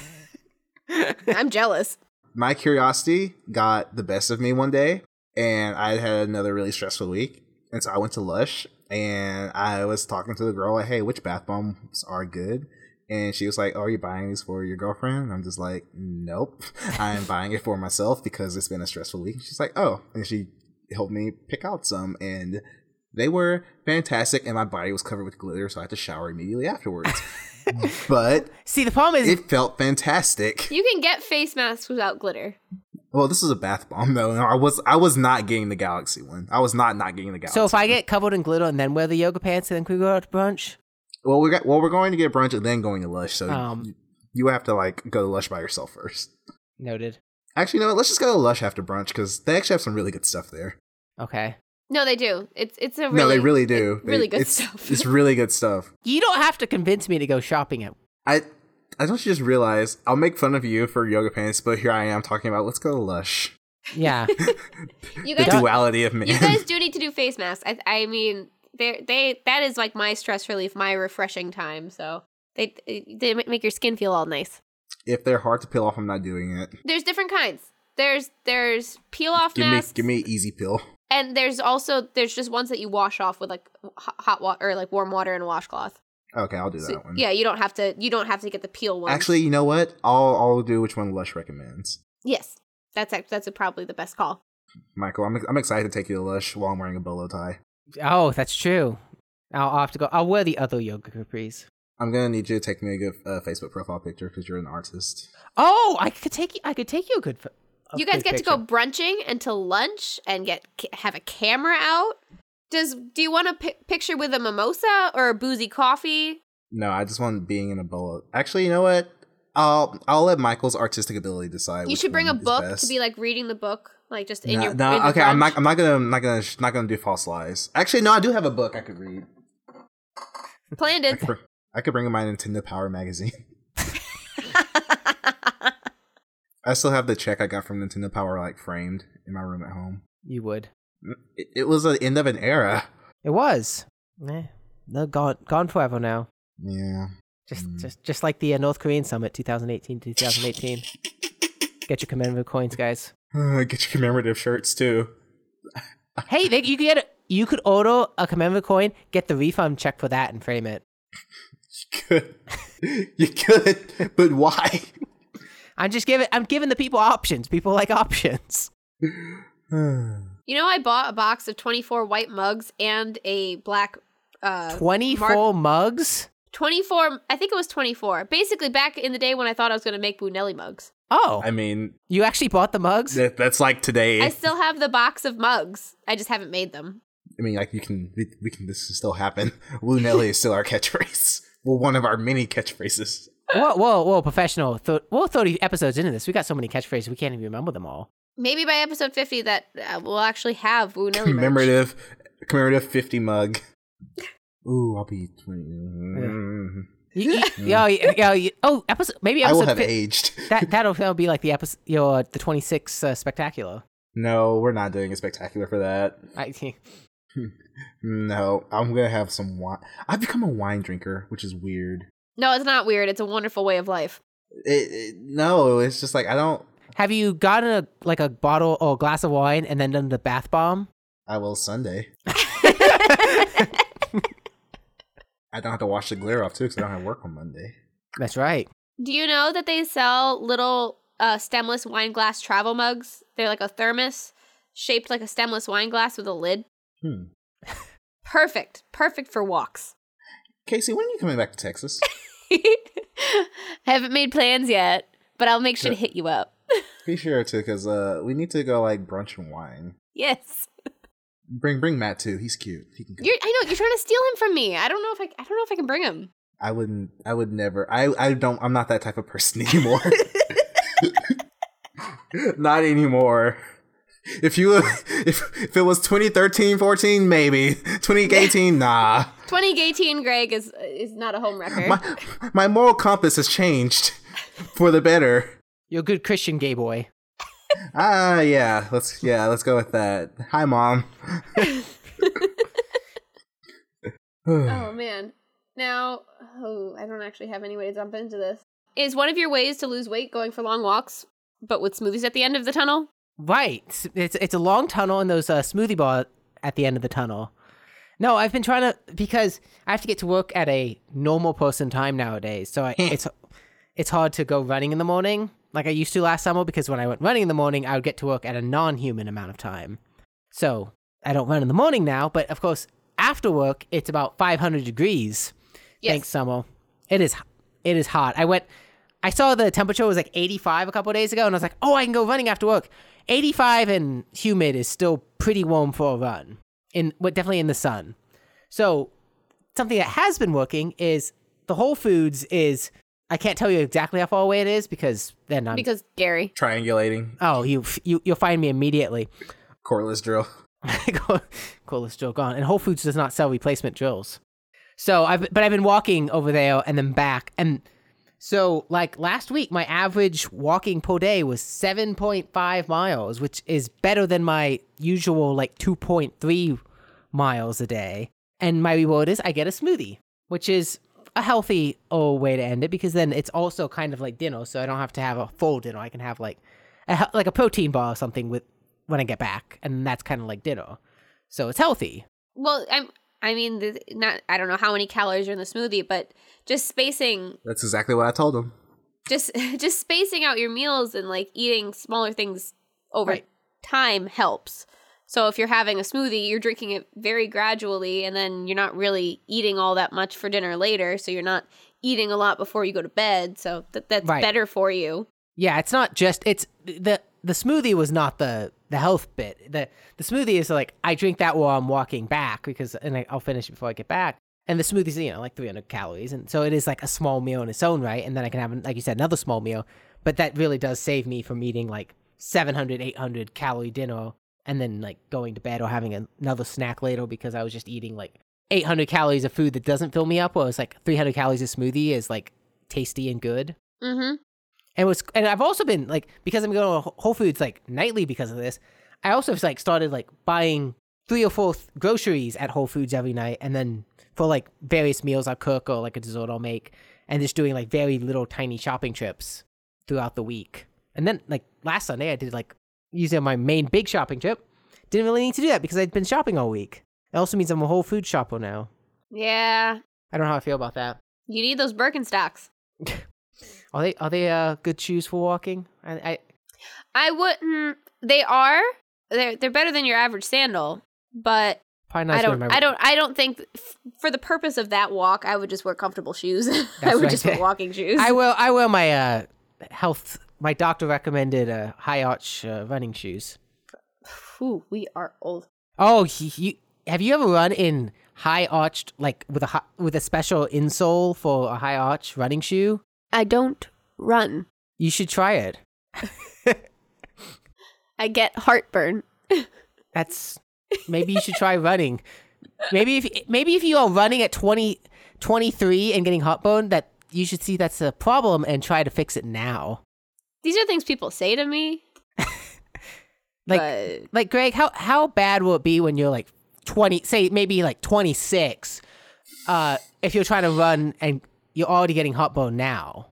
[SPEAKER 3] I'm jealous.
[SPEAKER 2] My curiosity got the best of me one day, and I had another really stressful week, and so I went to Lush and I was talking to the girl like, "Hey, which bath bombs are good?" And she was like, "Oh, are you buying these for your girlfriend?" And I'm just like, "Nope, I'm buying it for myself because it's been a stressful week." And she's like, "Oh," and she helped me pick out some, and they were fantastic. And my body was covered with glitter, so I had to shower immediately afterwards. but
[SPEAKER 1] See, the problem is,
[SPEAKER 2] it felt fantastic.
[SPEAKER 3] You can get face masks without glitter.
[SPEAKER 2] Well, this is a bath bomb though. and I was I was not getting the galaxy one. I was not not getting the galaxy.
[SPEAKER 1] so if I get covered in glitter and then wear the yoga pants, and then can we go out to brunch?
[SPEAKER 2] well, we got well, we're going to get brunch and then going to Lush. So
[SPEAKER 1] Um.
[SPEAKER 2] you, you have to like go to Lush by yourself first.
[SPEAKER 1] Noted.
[SPEAKER 2] Actually, you know what? Let's just go to Lush after brunch because they actually have some really good stuff there.
[SPEAKER 1] Okay.
[SPEAKER 3] No, they do. It's it's a really,
[SPEAKER 2] no, they really do.
[SPEAKER 3] it- really
[SPEAKER 2] They-
[SPEAKER 3] good
[SPEAKER 2] it's,
[SPEAKER 3] stuff.
[SPEAKER 2] It's really good stuff.
[SPEAKER 1] You don't have to convince me to go shopping at.
[SPEAKER 2] I I don't you just realize I'll make fun of you for yoga pants, but here I am talking about let's go to Lush.
[SPEAKER 1] Yeah.
[SPEAKER 3] you
[SPEAKER 2] The
[SPEAKER 3] guys.
[SPEAKER 2] duality of man.
[SPEAKER 3] You guys do need to do face masks. I I mean, they they that is like my stress relief, my refreshing time. So they they ma- make your skin feel all nice.
[SPEAKER 2] if they're hard to peel off, I'm not doing it.
[SPEAKER 3] There's different kinds. There's there's peel off
[SPEAKER 2] Give me
[SPEAKER 3] masks,
[SPEAKER 2] give me easy peel.
[SPEAKER 3] and there's also there's just ones that you wash off with like ho- hot water or like warm water and a washcloth.
[SPEAKER 2] Okay, I'll do
[SPEAKER 3] So,
[SPEAKER 2] that one.
[SPEAKER 3] yeah, you don't have to you don't have to get the peel one.
[SPEAKER 2] Actually, you know what? I'll I'll do which one Lush recommends.
[SPEAKER 3] yes, that's act- that's probably the best call.
[SPEAKER 2] Michael, I'm I'm excited to take you to Lush while I'm wearing a bolo tie.
[SPEAKER 1] oh, that's true. I'll I'll have to go. I'll wear the other yoga capris.
[SPEAKER 2] I'm gonna need you to take me a good uh, Facebook profile picture because you're an artist.
[SPEAKER 1] Oh, I could take you. I could take you a good. pho- a
[SPEAKER 3] you guys
[SPEAKER 1] good
[SPEAKER 3] get to
[SPEAKER 1] picture.
[SPEAKER 3] go brunching until lunch and get ca- have a camera out. Does do you want a pi- picture with a mimosa or a boozy coffee?
[SPEAKER 2] No, I just want being in a bowl. Actually, you know what? I'll I'll let Michael's artistic ability decide.
[SPEAKER 3] you should bring a book to be
[SPEAKER 2] like
[SPEAKER 3] like reading the book, like just in
[SPEAKER 2] no,
[SPEAKER 3] your.
[SPEAKER 2] no,
[SPEAKER 3] in the
[SPEAKER 2] okay. I'm
[SPEAKER 3] brunch.
[SPEAKER 2] not. I'm not gonna. I'm not gonna. sh- Not gonna do false lies. Actually, no. I do have a book I could read.
[SPEAKER 3] planned
[SPEAKER 2] I
[SPEAKER 3] it.
[SPEAKER 2] could, br- I could bring my Nintendo Power magazine. I still have the check I got from Nintendo Power like framed in my room at home.
[SPEAKER 1] You would.
[SPEAKER 2] It, it was the end of an era.
[SPEAKER 1] It was. Eh, they're gone. Gone forever now.
[SPEAKER 2] Yeah.
[SPEAKER 1] Just,
[SPEAKER 2] Mm.
[SPEAKER 1] just, just like the uh, North Korean summit, 2018 to 2018. Get your commemorative coins, guys.
[SPEAKER 2] Uh, Get your commemorative shirts too.
[SPEAKER 1] Hey, they, you could get. A, you could order a commemorative coin, get the refund check for that, and frame it.
[SPEAKER 2] You could. you could. But why?
[SPEAKER 1] I'm just giving. I'm giving the people options. People like options.
[SPEAKER 3] You know, I bought a box of 24 white mugs and a black. Uh,
[SPEAKER 1] 24 mugs.
[SPEAKER 3] 24, I think it was 24. Basically, back in the day when I thought I was going to make Bunelli mugs.
[SPEAKER 1] Oh,
[SPEAKER 2] I mean,
[SPEAKER 1] you actually bought the mugs?
[SPEAKER 2] that, that's like today.
[SPEAKER 3] I
[SPEAKER 2] I,
[SPEAKER 3] still have the box of mugs. I just haven't made them.
[SPEAKER 2] mean, like you can. We, we can. This can still happen. Lunelli is still our catchphrase. Well, one of our many catchphrases.
[SPEAKER 1] whoa, whoa, whoa, professional. Th- we're 30 episodes into this. We got so many catchphrases, we can't even remember them all.
[SPEAKER 3] Maybe by episode 50 that uh, we'll actually have Bunelli merch.
[SPEAKER 2] commemorative, commemorative fifty mug. Ooh, I'll be twenty.
[SPEAKER 1] You, you, yo, yo, yo, you- oh, episode, maybe
[SPEAKER 2] I
[SPEAKER 1] episode
[SPEAKER 2] will have
[SPEAKER 1] fif-
[SPEAKER 2] aged.
[SPEAKER 1] That, that'll, that'll be like the episode, your, the 26 uh, spectacular.
[SPEAKER 2] No, we're not doing a spectacular for that.
[SPEAKER 1] I,
[SPEAKER 2] No, I'm gonna have some wine. I've become a wine drinker, which is weird.
[SPEAKER 3] No, it's not weird. It's a wonderful way of life.
[SPEAKER 2] It, it, no, it's just like I don't.
[SPEAKER 1] have you gotten a, like a bottle or a glass of wine and then done the bath bomb?
[SPEAKER 2] I will Sunday. I don't have to wash the glare off too, because I don't have work on Monday.
[SPEAKER 1] That's right.
[SPEAKER 3] Do you know that they sell little uh, stemless wine glass travel mugs? They're like a thermos shaped like a stemless wine glass with a lid.
[SPEAKER 2] Hmm.
[SPEAKER 3] Perfect. Perfect for walks.
[SPEAKER 2] Casey, when are you coming back to Texas?
[SPEAKER 3] I haven't made plans yet, but I'll make sure to hit you up.
[SPEAKER 2] Be sure to, because uh, we need to go like brunch and wine.
[SPEAKER 3] Yes.
[SPEAKER 2] Bring bring Matt too. He's cute. He can. Come.
[SPEAKER 3] You're, I know you're trying to steal him from me. I don't know if I, I don't know if I can bring him.
[SPEAKER 2] I wouldn't. I would never. I. I don't. I'm not that type of person anymore. not anymore. If you if if it was 2013, 14, maybe 2018, nah.
[SPEAKER 3] 2018 Greg is is not a home wrecker.
[SPEAKER 2] My my moral compass has changed for the better.
[SPEAKER 1] You're a good Christian gay boy.
[SPEAKER 2] Ah, yeah. Let's yeah. Let's go with that. Hi, mom.
[SPEAKER 3] Oh man. Now, oh, I don't actually have any way to jump into this. Is one of your ways to lose weight going for long walks, but with smoothies at the end of the tunnel?
[SPEAKER 1] Right. S- It's it's a long tunnel and those uh, smoothie bar at the end of the tunnel. No, I've been trying to because I have to get to work at a normal person time nowadays. So I, it's it's hard to go running in the morning like I used to last summer because when I went running in the morning, I would get to work at a non-human amount of time. So I don't run in the morning now, but of course after work it's about 500 degrees.
[SPEAKER 3] Yes.
[SPEAKER 1] Thanks, Summer. It is it is hot. I went I saw the temperature was like 85 a couple days ago and I was like, "Oh, I can go running after work." 85 and humid is still pretty warm for a run. In but definitely in the sun. So, something that has been working is the Whole Foods is I can't tell you exactly how far away it is because then I'm
[SPEAKER 3] Because Gary.
[SPEAKER 2] Triangulating
[SPEAKER 1] Oh, you you you'll find me immediately.
[SPEAKER 2] cordless drill.
[SPEAKER 1] coolest drill gone. And Whole Foods does not sell replacement drills. So I've but I've been walking over there and then back and so like last week my average walking per day was 7.5 miles, which is better than my usual like 2.3 miles a day. And my reward is I get a smoothie, which is a healthy oh way to end it because then it's also kind of like dinner, so I don't have to have a full dinner. I can have like a, hel- like a protein bar or something with when I get back, and that's kind of like dinner. So it's healthy.
[SPEAKER 3] Well, I'm I mean, the, not I don't know how many calories are in the smoothie, but just spacing
[SPEAKER 2] That's exactly what I told him.
[SPEAKER 3] just just spacing out your meals and like eating smaller things over
[SPEAKER 1] Right.
[SPEAKER 3] time helps. So if you're having a smoothie, you're drinking it very gradually and then you're not really eating all that much for dinner later, so you're not eating a lot before you go to bed, so that that's
[SPEAKER 1] Right.
[SPEAKER 3] better for you.
[SPEAKER 1] Yeah, it's not just it's the the smoothie was not the the health bit. The the smoothie is like I drink that while I'm walking back because and I, I'll finish it before I get back. And the smoothie's you know like 300 calories, and so it is like a small meal in its own right. And then I can have like you said another small meal, but that really does save me from eating like 700 800 calorie dinner and then like going to bed or having an- another snack later because I was just eating like 800 calories of food that doesn't fill me up. Whereas like 300 calories of smoothie is like tasty and good.
[SPEAKER 3] Mm-hmm.
[SPEAKER 1] And was and I've also been like because I'm going to Whole Foods like nightly because of this. I also have, like started like buying three or four th- groceries at Whole Foods every night, and then for like various meals I cook or like a dessert I'll make, and just doing like very little tiny shopping trips throughout the week. And then like last Sunday I did like using my main big shopping trip. Didn't really need to do that because I'd been shopping all week. It also means I'm a Whole Food shopper now.
[SPEAKER 3] Yeah,
[SPEAKER 1] I don't know how I feel about that.
[SPEAKER 3] you need those Birkenstocks.
[SPEAKER 1] Are they are they uh, good shoes for walking? I, I
[SPEAKER 3] I wouldn't. They are. They're they're better than your average sandal, but
[SPEAKER 1] probably not.
[SPEAKER 3] I
[SPEAKER 1] as good as
[SPEAKER 3] don't.
[SPEAKER 1] my-
[SPEAKER 3] I don't. I don't think f- for the purpose of that walk, I would just wear comfortable shoes. I
[SPEAKER 1] what I
[SPEAKER 3] would just wear
[SPEAKER 1] did.
[SPEAKER 3] walking shoes.
[SPEAKER 1] I will. I wear my uh, health. My doctor recommended uh, high arch uh, running shoes.
[SPEAKER 3] Ooh, we are old.
[SPEAKER 1] Oh, he, he, have you ever run in high arched like with a hi- with a special insole for a high arch running shoe?
[SPEAKER 3] I don't run.
[SPEAKER 1] You should try it.
[SPEAKER 3] I get heartburn.
[SPEAKER 1] That's maybe you should try running. Maybe if maybe if you are running at 20, 23 and getting hot bone, that you should see that's a problem and try to fix it now.
[SPEAKER 3] These are things people say to me.
[SPEAKER 1] Like
[SPEAKER 3] but
[SPEAKER 1] like Greg, how how bad will it be when you're like twenty, say maybe like twenty six, uh, if you're trying to run and you're already getting hot bone now?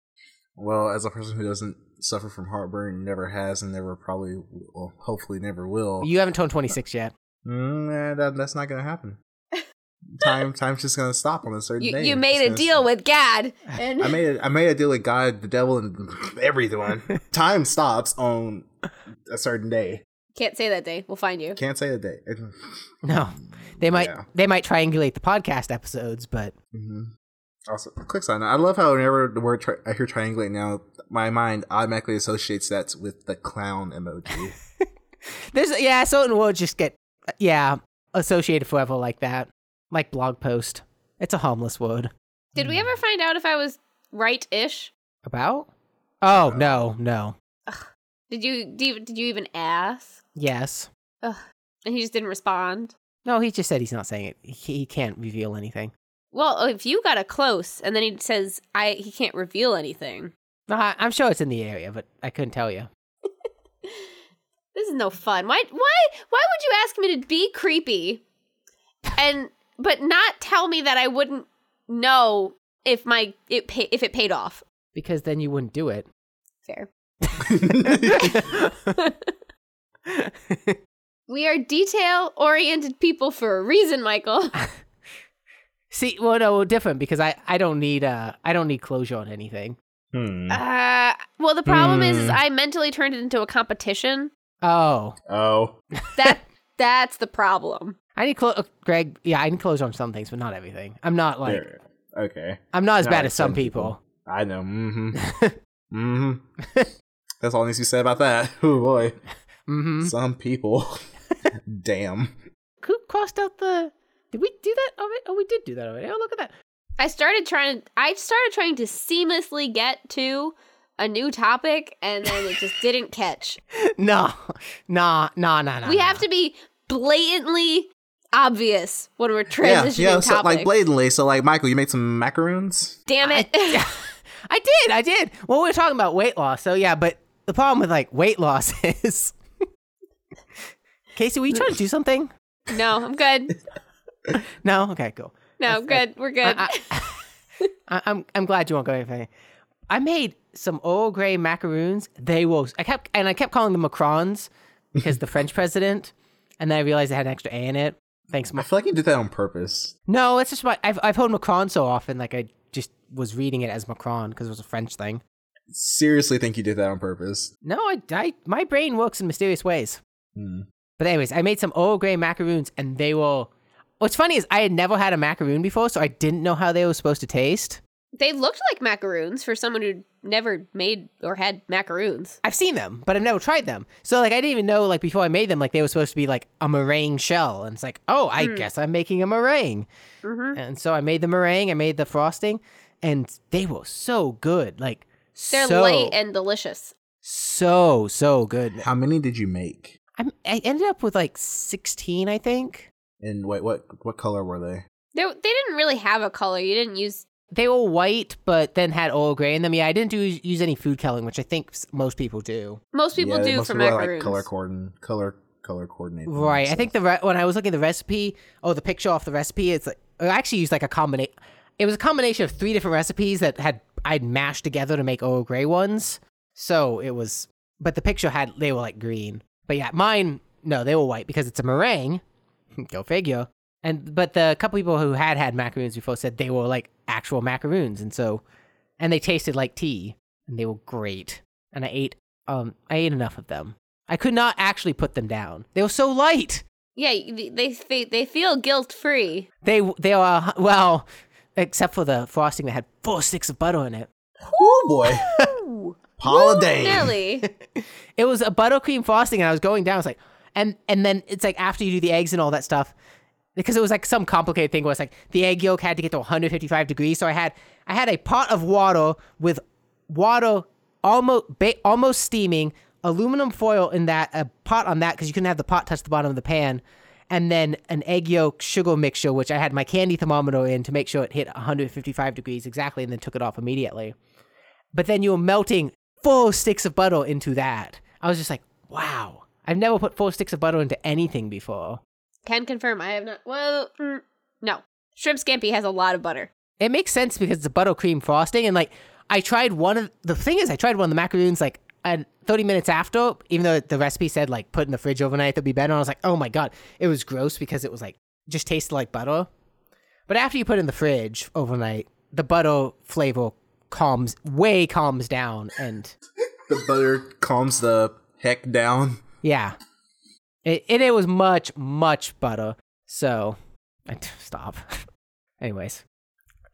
[SPEAKER 2] Well, as a person who doesn't suffer from heartburn, never has, and never probably, well, hopefully never will,
[SPEAKER 1] You haven't turned twenty six yet.
[SPEAKER 2] mm, eh, that, that's not going to happen. Time, time's just going to stop on a certain
[SPEAKER 3] you,
[SPEAKER 2] day.
[SPEAKER 3] you
[SPEAKER 2] It's
[SPEAKER 3] made a
[SPEAKER 2] gonna-
[SPEAKER 3] deal with God, and
[SPEAKER 2] I made a, I made a deal with God, the devil, and everyone. Time stops on a certain day.
[SPEAKER 3] can't say that day. We'll find you.
[SPEAKER 2] Can't say the day.
[SPEAKER 1] No, they might
[SPEAKER 2] Yeah.
[SPEAKER 1] they might triangulate the podcast episodes, but
[SPEAKER 2] hmm Also, quick side note: I love how whenever the word tri- I hear triangulate now, my mind automatically associates that with the clown emoji.
[SPEAKER 1] there's yeah, certain words just get yeah associated forever like that, like blog post. It's a harmless word.
[SPEAKER 3] Did we ever find out if I was right-ish?
[SPEAKER 1] About? Oh no, no.
[SPEAKER 3] Did you did you, did you even ask?
[SPEAKER 1] Yes.
[SPEAKER 3] And he just didn't respond.
[SPEAKER 1] No, he just said he's not saying it. He, he can't reveal anything.
[SPEAKER 3] Well, if you got a close, and then he says, "I," he can't reveal anything.
[SPEAKER 1] No, I, I'm sure it's in the area, but I couldn't tell you.
[SPEAKER 3] This is no fun. Why? Why? Why would you ask me to be creepy, and but not tell me that I wouldn't know if my it pay, if it paid off?
[SPEAKER 1] because then you wouldn't do it.
[SPEAKER 3] Fair.
[SPEAKER 1] I
[SPEAKER 3] We are detail oriented people for a reason, Michael.
[SPEAKER 1] See, well, no, well, different because I, I don't need uh I don't need closure on anything.
[SPEAKER 2] hmm.
[SPEAKER 3] Uh, well, the problem is, is
[SPEAKER 2] Hmm.
[SPEAKER 3] I mentally turned it into a competition.
[SPEAKER 1] Oh,
[SPEAKER 2] Oh,
[SPEAKER 3] That that's the problem.
[SPEAKER 1] I need clo- uh, Greg. Yeah, I need closure on some things, but not everything. I'm not like
[SPEAKER 2] there. okay.
[SPEAKER 1] I'm not as
[SPEAKER 2] Not
[SPEAKER 1] bad
[SPEAKER 2] like
[SPEAKER 1] as some
[SPEAKER 2] some
[SPEAKER 1] people.
[SPEAKER 2] people. I know. Mm-hmm. mm-hmm. That's all needs to be said about that. Oh boy,
[SPEAKER 1] Mm-hmm.
[SPEAKER 2] some people. Damn.
[SPEAKER 1] Who crossed out the? Did we do that already? Oh, we did do that already. Oh, look at that.
[SPEAKER 3] I started trying. I started trying to seamlessly get to a new topic, and then it just didn't catch.
[SPEAKER 1] No, nah, nah, nah, nah.
[SPEAKER 3] we
[SPEAKER 1] nah.
[SPEAKER 3] have to be blatantly obvious when we're
[SPEAKER 2] Yeah,
[SPEAKER 3] transitioning
[SPEAKER 2] yeah.
[SPEAKER 3] topics.
[SPEAKER 2] So, like blatantly. So, like Michael, you made some macaroons.
[SPEAKER 3] Damn it!
[SPEAKER 1] I did, I did. Well, we were talking about weight loss, so yeah. But the problem with like weight loss is, Casey, were you trying to do something?
[SPEAKER 3] no, I'm good.
[SPEAKER 1] No. Okay. Cool.
[SPEAKER 3] No, I'm good. We're good.
[SPEAKER 1] I, I, I'm I'm glad you won't go anything. I made some old gray macaroons. They will. I kept and I kept calling them macrons because the French president. And then I realized I had an extra A in it. Thanks,
[SPEAKER 2] I
[SPEAKER 1] Ma-
[SPEAKER 2] feel like you did that on purpose.
[SPEAKER 1] No, it's just my. I've I've heard macron so often, like I just was reading it as macron because it was a French thing.
[SPEAKER 2] Seriously, think you did that on purpose.
[SPEAKER 1] No, I, I my brain works in mysterious ways.
[SPEAKER 2] Hmm.
[SPEAKER 1] But anyways, I made some old gray macaroons, and they will. What's funny is I had never had a macaroon before, so I didn't know how they were supposed to taste.
[SPEAKER 3] They looked like macaroons for someone who never made or had macaroons.
[SPEAKER 1] I've seen them, but I've never tried them. So like I didn't even know like before I made them like they were supposed to be like a meringue shell, and it's like oh I
[SPEAKER 3] Mm.
[SPEAKER 1] guess I'm making a meringue,
[SPEAKER 3] Mm-hmm.
[SPEAKER 1] and so I made the meringue, I made the frosting, and they were so good, like
[SPEAKER 3] They're
[SPEAKER 1] so
[SPEAKER 3] light and delicious.
[SPEAKER 1] so so good.
[SPEAKER 2] How many did you make?
[SPEAKER 1] I'm, I ended up with like 16, I think.
[SPEAKER 2] And wait, what what color were they?
[SPEAKER 3] They they didn't really have a color. You didn't use
[SPEAKER 1] They were white, but then had oil gray in them. Yeah, I didn't do use any food coloring, which I think s- most people do.
[SPEAKER 3] most people
[SPEAKER 2] Yeah,
[SPEAKER 3] do
[SPEAKER 2] most
[SPEAKER 3] for
[SPEAKER 2] people are,
[SPEAKER 3] macaroons.
[SPEAKER 2] Like color coordin color color coordinated.
[SPEAKER 1] Right. I think the re- when I was looking at the recipe, oh, the picture off the recipe, it's like I actually used like a combination. It was a combination of three different recipes that had I'd mashed together to make Earl Grey ones. So it was, but the picture had they were like green. But yeah, mine no, they were white because it's a meringue. Go figure. And but the couple people who had had macaroons before said they were like actual macaroons, and so and they tasted like tea, and they were great. And I ate um I ate enough of them. I could not actually put them down. They were so light.
[SPEAKER 3] Yeah, they they, fe- they feel guilt free.
[SPEAKER 1] They they are well, except for the frosting that had four sticks of butter in it.
[SPEAKER 2] Oh boy, holiday.
[SPEAKER 3] Nelly.
[SPEAKER 1] It was a buttercream frosting, and I was going down. I was like, and and then it's like after you do the eggs and all that stuff, because it was like some complicated thing. Where it's like the egg yolk had to get to 155 degrees, so I had I had a pot of water with water almost ba- almost steaming, aluminum foil in that a pot on that because you couldn't have the pot touch the bottom of the pan. And then an egg yolk sugar mixture, which I had my candy thermometer in to make sure it hit 155 degrees exactly, and then took it off immediately but then you were melting four sticks of butter into that. I was just like, wow. I've never put four sticks of butter into anything before.
[SPEAKER 3] Can confirm. I have not. Well, mm, no. Shrimp scampi has a lot of butter.
[SPEAKER 1] It makes sense because it's a buttercream frosting, and like I tried one of the thing is I tried one of the macaroons like and 30 minutes after, even though the recipe said like put in the fridge overnight that'd be better. And I was like, oh my god, it was gross because it was like just tasted like butter. But after you put it in the fridge overnight, the butter flavor calms way calms down and
[SPEAKER 2] The butter calms the heck down.
[SPEAKER 1] Yeah. It, it it was much much butter. So, I t- stop. Anyways,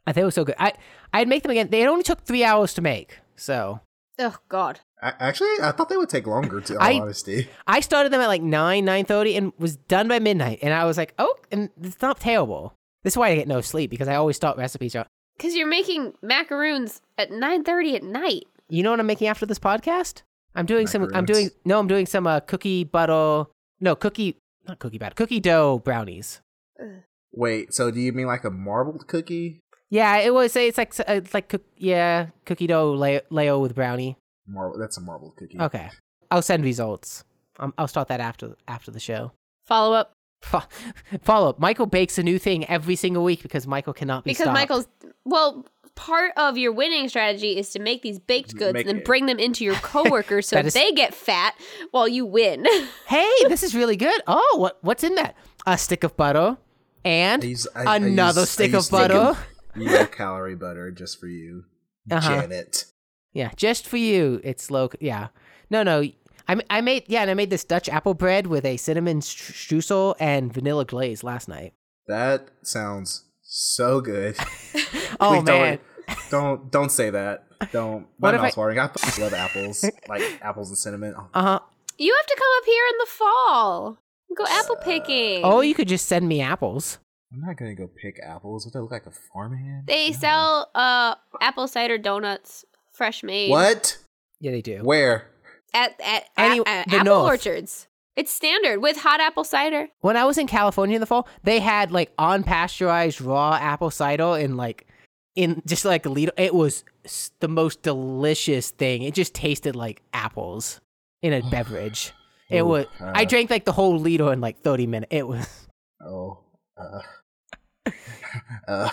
[SPEAKER 1] I think it was so good. I I'd make them again. They only took three hours to make. So
[SPEAKER 3] Oh God.
[SPEAKER 2] I, actually, I thought they would take longer. To all
[SPEAKER 1] I-
[SPEAKER 2] honesty,
[SPEAKER 1] I started them at like nine nine thirty and was done by midnight. And I was like, oh, and it's not terrible. This is why I get no sleep because I always start recipes. out-
[SPEAKER 3] Because you're making macaroons at 9.30 at night.
[SPEAKER 1] You know what I'm making after this podcast? I'm doing some. I'm doing
[SPEAKER 2] Macaroons.
[SPEAKER 1] no. I'm doing some uh, cookie butter. No cookie. Not cookie batter. Cookie dough brownies.
[SPEAKER 2] wait. So do you mean like a marbled cookie?
[SPEAKER 1] Yeah, it was. It's like uh, it's like cook, yeah, cookie dough lay, layo with brownie.
[SPEAKER 2] Marble. That's a marbled cookie.
[SPEAKER 1] Okay, I'll send results. Um, I'll start that after after the show.
[SPEAKER 3] Follow up.
[SPEAKER 1] Fo- Follow up. Michael bakes a new thing every single week because Michael cannot be
[SPEAKER 3] Because
[SPEAKER 1] stopped.
[SPEAKER 3] Michael's... Well, part of your winning strategy is to make these baked goods
[SPEAKER 2] Make
[SPEAKER 3] and then
[SPEAKER 2] it.
[SPEAKER 3] bring them into your coworkers so
[SPEAKER 1] That is-
[SPEAKER 3] they get fat while you win.
[SPEAKER 1] Hey, this is really good. Oh, what what's in that? A stick of butter and
[SPEAKER 2] I use, I- I
[SPEAKER 1] Another
[SPEAKER 2] use- I
[SPEAKER 1] stick
[SPEAKER 2] use
[SPEAKER 1] of butter.
[SPEAKER 2] low calorie butter just for you,
[SPEAKER 1] Uh-huh.
[SPEAKER 2] Janet.
[SPEAKER 1] Yeah, just for you. It's low. Yeah, no, no. I, I made yeah, and I made this Dutch apple bread with a cinnamon str- streusel and vanilla glaze last night.
[SPEAKER 2] That sounds so good.
[SPEAKER 1] Oh
[SPEAKER 2] Please
[SPEAKER 1] man,
[SPEAKER 2] Don't, don't don't say that. Don't. My
[SPEAKER 1] What if
[SPEAKER 2] mouth's
[SPEAKER 1] I-
[SPEAKER 2] watering. I fucking love apples, like apples and cinnamon. Oh,
[SPEAKER 1] uh huh.
[SPEAKER 3] you have to come up here in the fall. Go apple picking.
[SPEAKER 1] Oh, you could just send me apples.
[SPEAKER 2] I'm not gonna go pick apples. What do I look like a farmhand?
[SPEAKER 3] They
[SPEAKER 2] No.
[SPEAKER 3] sell uh apple cider donuts fresh made.
[SPEAKER 2] What?
[SPEAKER 1] Yeah, they do.
[SPEAKER 2] Where?
[SPEAKER 3] At at,
[SPEAKER 1] Any-
[SPEAKER 3] at- at
[SPEAKER 1] the
[SPEAKER 3] apple
[SPEAKER 1] North.
[SPEAKER 3] orchards. It's standard with hot apple cider.
[SPEAKER 1] When I was in California in the fall, they had like unpasteurized raw apple cider in like in just like a little. It was s- the most delicious thing. It just tasted like apples in a beverage. It
[SPEAKER 2] Ooh,
[SPEAKER 1] was.
[SPEAKER 2] uh,
[SPEAKER 1] I drank like the whole liter in like thirty minutes. It was
[SPEAKER 2] Oh. Uh. uh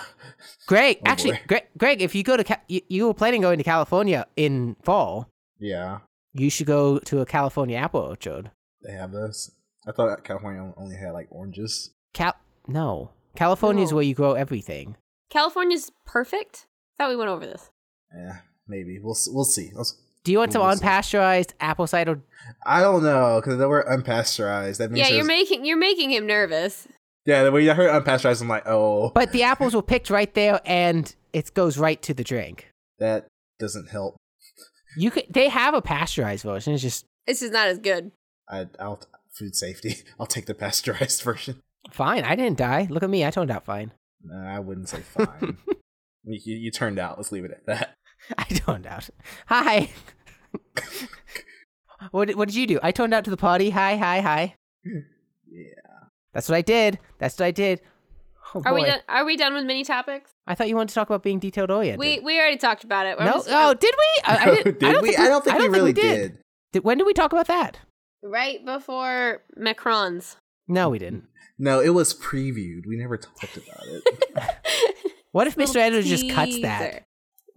[SPEAKER 1] Greg.
[SPEAKER 2] Oh,
[SPEAKER 1] actually,
[SPEAKER 2] boy.
[SPEAKER 1] Greg, Greg, if you go to Ca- you, you were planning on going to California in fall,
[SPEAKER 2] yeah.
[SPEAKER 1] you should go to a California apple orchard.
[SPEAKER 2] They have this. I thought California only had like oranges.
[SPEAKER 1] Cal no, California's
[SPEAKER 3] No.
[SPEAKER 1] where you grow everything.
[SPEAKER 3] California's perfect. Thought we went over this.
[SPEAKER 2] Yeah, Eh, maybe we'll s- we'll see. Let's-
[SPEAKER 1] Do you want some
[SPEAKER 2] Ooh, so-
[SPEAKER 1] unpasteurized apple cider
[SPEAKER 2] I don't know because they were unpasteurized. That means
[SPEAKER 3] yeah, you're
[SPEAKER 2] there's-
[SPEAKER 3] making you're making him nervous.
[SPEAKER 2] yeah. When I heard unpasteurized, I'm like, oh,
[SPEAKER 1] But the apples were picked right there and it goes right to the drink.
[SPEAKER 2] That doesn't help.
[SPEAKER 1] You could they have a pasteurized version. It's just
[SPEAKER 3] It's just not as good.
[SPEAKER 2] I, I'll food safety. I'll take the pasteurized version.
[SPEAKER 1] fine. I didn't die. Look at me. I toned out fine.
[SPEAKER 2] Nah, I wouldn't say fine. you, you you turned out. Let's leave it at that.
[SPEAKER 1] I toned out. Hi. what did, what did you do? I toned out to the party. Hi, hi, hi.
[SPEAKER 2] Yeah.
[SPEAKER 1] That's what I did. That's what I did. Oh,
[SPEAKER 3] Are we
[SPEAKER 1] boy.
[SPEAKER 3] done? Are we done with mini topics?
[SPEAKER 1] I thought you wanted to talk about being detailed oriented.
[SPEAKER 3] we we already talked about it. I'm
[SPEAKER 1] no.
[SPEAKER 3] just-
[SPEAKER 1] oh, did we? I, I didn't- I don't
[SPEAKER 2] we?
[SPEAKER 1] think
[SPEAKER 2] I don't think
[SPEAKER 1] I
[SPEAKER 2] we
[SPEAKER 1] don't
[SPEAKER 2] really
[SPEAKER 1] think we
[SPEAKER 2] did.
[SPEAKER 1] Did- When did we talk about that?
[SPEAKER 3] right before Macron's.
[SPEAKER 1] No, we didn't.
[SPEAKER 2] No, it was previewed. We never talked about it.
[SPEAKER 1] What if Mr.
[SPEAKER 3] Little
[SPEAKER 1] Edwards just cuts
[SPEAKER 3] teaser.
[SPEAKER 1] that?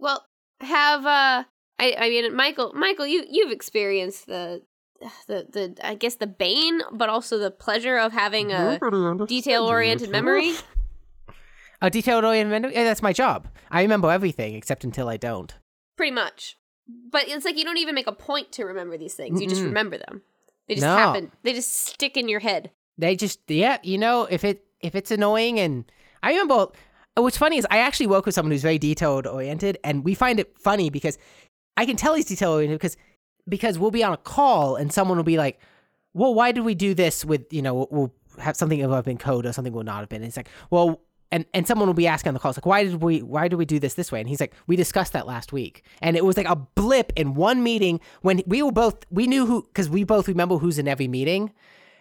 [SPEAKER 3] Well, have uh, I I mean, Michael, Michael, you you've experienced the the the I guess the bane, but also the pleasure of having a detail oriented memory.
[SPEAKER 1] A detailed oriented memory? Yeah, that's my job. I remember everything except until I don't.
[SPEAKER 3] pretty much. But it's like you don't even make a point to remember these things; you just
[SPEAKER 1] Mm-mm.
[SPEAKER 3] remember them. They just
[SPEAKER 1] No.
[SPEAKER 3] happen. They just stick in your head.
[SPEAKER 1] They just yeah, you know, if it if it's annoying and I remember what's funny is I actually work with someone who's very detailed oriented and we find it funny because I can tell he's detail oriented because because we'll be on a call and someone will be like, Well, why did we do this with you know, we'll- we'll have something will have been code or something will not have been. And it's like, well, and, and someone will be asking on the call, it's like, why did we why did we do this this way? And he's like, we discussed that last week, and it was like a blip in one meeting when we were both we knew who because we both remember who's in every meeting,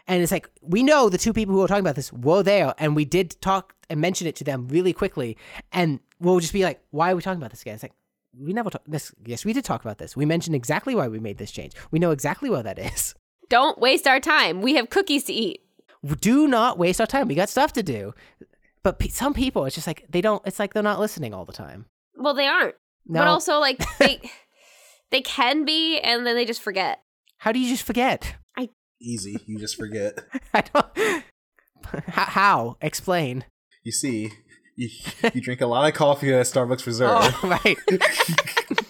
[SPEAKER 1] and it's like we know the two people who were talking about this were there, and we did talk and mention it to them really quickly, and we'll just be like, why are we talking about this again? It's like we never talked this. Yes, we did talk about this. We mentioned exactly why we made this change. We know exactly why that is.
[SPEAKER 3] Don't waste our time. We have cookies to eat.
[SPEAKER 1] Do not waste our time. We got stuff to do. But pe- some people, it's just like they don't. It's like they're not listening all the time.
[SPEAKER 3] Well, they aren't.
[SPEAKER 1] No.
[SPEAKER 3] But also, like they they can be, and then they just forget.
[SPEAKER 1] How do you just forget?
[SPEAKER 2] Easy. You just forget.
[SPEAKER 1] I don't. How? how? Explain.
[SPEAKER 2] You see, you, you drink a lot of coffee at Starbucks Reserve.
[SPEAKER 1] Oh, right.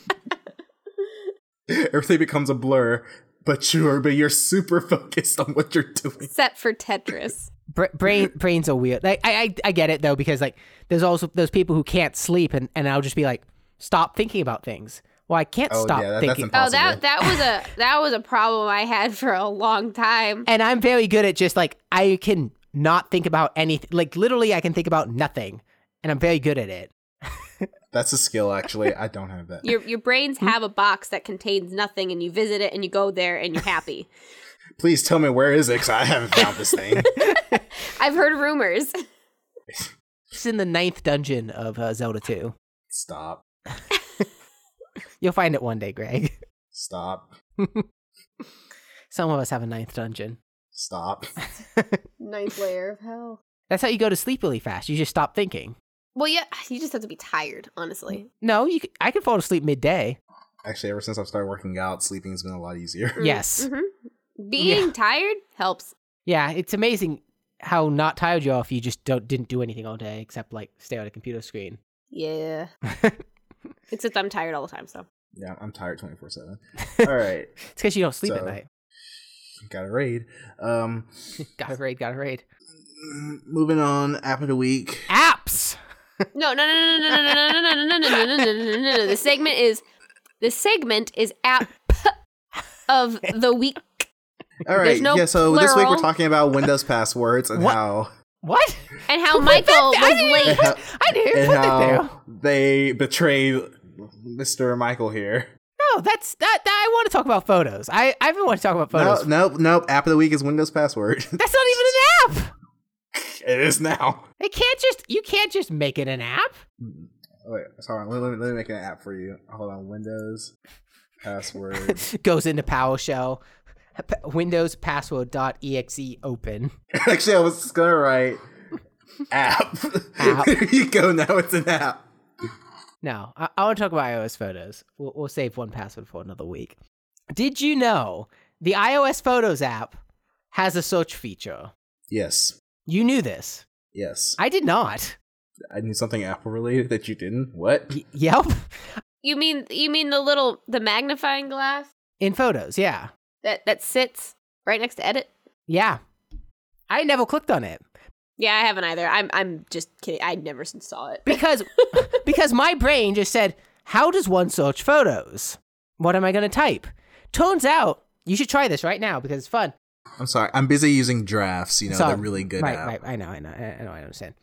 [SPEAKER 2] Everything becomes a blur. But sure, but you're super focused on what you're doing.
[SPEAKER 3] Except for Tetris.
[SPEAKER 1] Bra- brain brains are weird. Like, I, I I get it though because like there's also those people who can't sleep and and I'll just be like stop thinking about things. Well, I can't
[SPEAKER 2] Oh,
[SPEAKER 1] stop
[SPEAKER 2] yeah, that- that's
[SPEAKER 1] thinking.
[SPEAKER 2] impossible.
[SPEAKER 3] Oh, that that was a that was a problem I had for a long time.
[SPEAKER 1] and I'm very good at just like I can not think about anything. Like literally, I can think about nothing, and I'm very good at it.
[SPEAKER 2] That's a skill, actually. I don't have that.
[SPEAKER 3] Your your brains
[SPEAKER 1] Hmm?
[SPEAKER 3] have a box that contains nothing, and you visit it, and you go there, and you're happy.
[SPEAKER 2] Please tell me where is it, because I haven't found this thing.
[SPEAKER 3] I've heard rumors.
[SPEAKER 1] It's in the ninth dungeon of uh, Zelda 2.
[SPEAKER 2] Stop.
[SPEAKER 1] You'll find it one day, Greg.
[SPEAKER 2] Stop.
[SPEAKER 1] Some of us have a ninth dungeon.
[SPEAKER 2] Stop.
[SPEAKER 3] Ninth layer of hell.
[SPEAKER 1] That's how you go to sleep really fast. You just stop thinking.
[SPEAKER 3] Well, yeah, you just have to be tired, honestly.
[SPEAKER 1] No, you. c- I can fall asleep midday.
[SPEAKER 2] Actually, ever since I've started working out, sleeping has been a lot easier.
[SPEAKER 3] Mm,
[SPEAKER 1] Yes.
[SPEAKER 3] mhm. Being tired helps.
[SPEAKER 1] Yeah, it's amazing how not tired you are if you just don't didn't do anything all day except like stare at a computer screen.
[SPEAKER 3] Yeah. Except I'm tired all the time, so.
[SPEAKER 2] Yeah, I'm tired 24 7. All right.
[SPEAKER 1] It's because you don't sleep at
[SPEAKER 2] So-
[SPEAKER 1] night.
[SPEAKER 2] Got to raid. Um,
[SPEAKER 1] Got to raid. Got to raid.
[SPEAKER 2] moving on, app of the week.
[SPEAKER 1] Apps.
[SPEAKER 3] No, no, no, no, no, no, no, no, no, no, no, no, no, no, no, no, no, no. The segment is the segment is app of the week.
[SPEAKER 2] All right.
[SPEAKER 3] There's no
[SPEAKER 2] yeah, so this week we're
[SPEAKER 3] plural.
[SPEAKER 2] talking about Windows passwords and
[SPEAKER 1] What?
[SPEAKER 2] how
[SPEAKER 1] What?
[SPEAKER 3] And how Oh, Michael
[SPEAKER 1] I
[SPEAKER 3] was
[SPEAKER 1] didn't even
[SPEAKER 3] late.
[SPEAKER 1] put- I didn't even
[SPEAKER 2] and
[SPEAKER 1] put that there.
[SPEAKER 2] how they betrayed Mr. Michael here.
[SPEAKER 1] No, that's that. that I want to talk about photos. I I've been wanting to talk about
[SPEAKER 2] No,
[SPEAKER 1] photos.
[SPEAKER 2] nope, nope. App of the week is Windows password.
[SPEAKER 1] That's not even an app.
[SPEAKER 2] it is now.
[SPEAKER 1] It can't just you can't just make it an app.
[SPEAKER 2] Wait, sorry. Let me, let me make an app for you. Hold on. Windows password.
[SPEAKER 1] Goes into PowerShell, p- Windows password.exe open.
[SPEAKER 2] Actually, I was just gonna write app.
[SPEAKER 1] App.
[SPEAKER 2] there you go. Now it's an app.
[SPEAKER 1] No, I, I want to talk about iOS photos. We'll, we'll save one password for another week. Did you know the iOS Photos app has a search feature?
[SPEAKER 2] Yes.
[SPEAKER 1] You knew this.
[SPEAKER 2] Yes.
[SPEAKER 1] I did not.
[SPEAKER 2] I knew something Apple related that you didn't. What?
[SPEAKER 1] Y- yep.
[SPEAKER 3] You mean you mean the little the magnifying glass
[SPEAKER 1] In photos, yeah.
[SPEAKER 3] that that sits right next to edit?
[SPEAKER 1] Yeah. I never clicked on it.
[SPEAKER 3] Yeah, I haven't either. I'm I'm just kidding. I never s- saw it.
[SPEAKER 1] because because my brain just said, "How does one search photos? What am I going to type?" Turns out you should try this right now because it's fun.
[SPEAKER 2] I'm sorry. I'm busy using drafts. You know,
[SPEAKER 1] Sorry.
[SPEAKER 2] they're really good
[SPEAKER 1] right,
[SPEAKER 2] app.
[SPEAKER 1] right. I know, I know, I I know. I understand.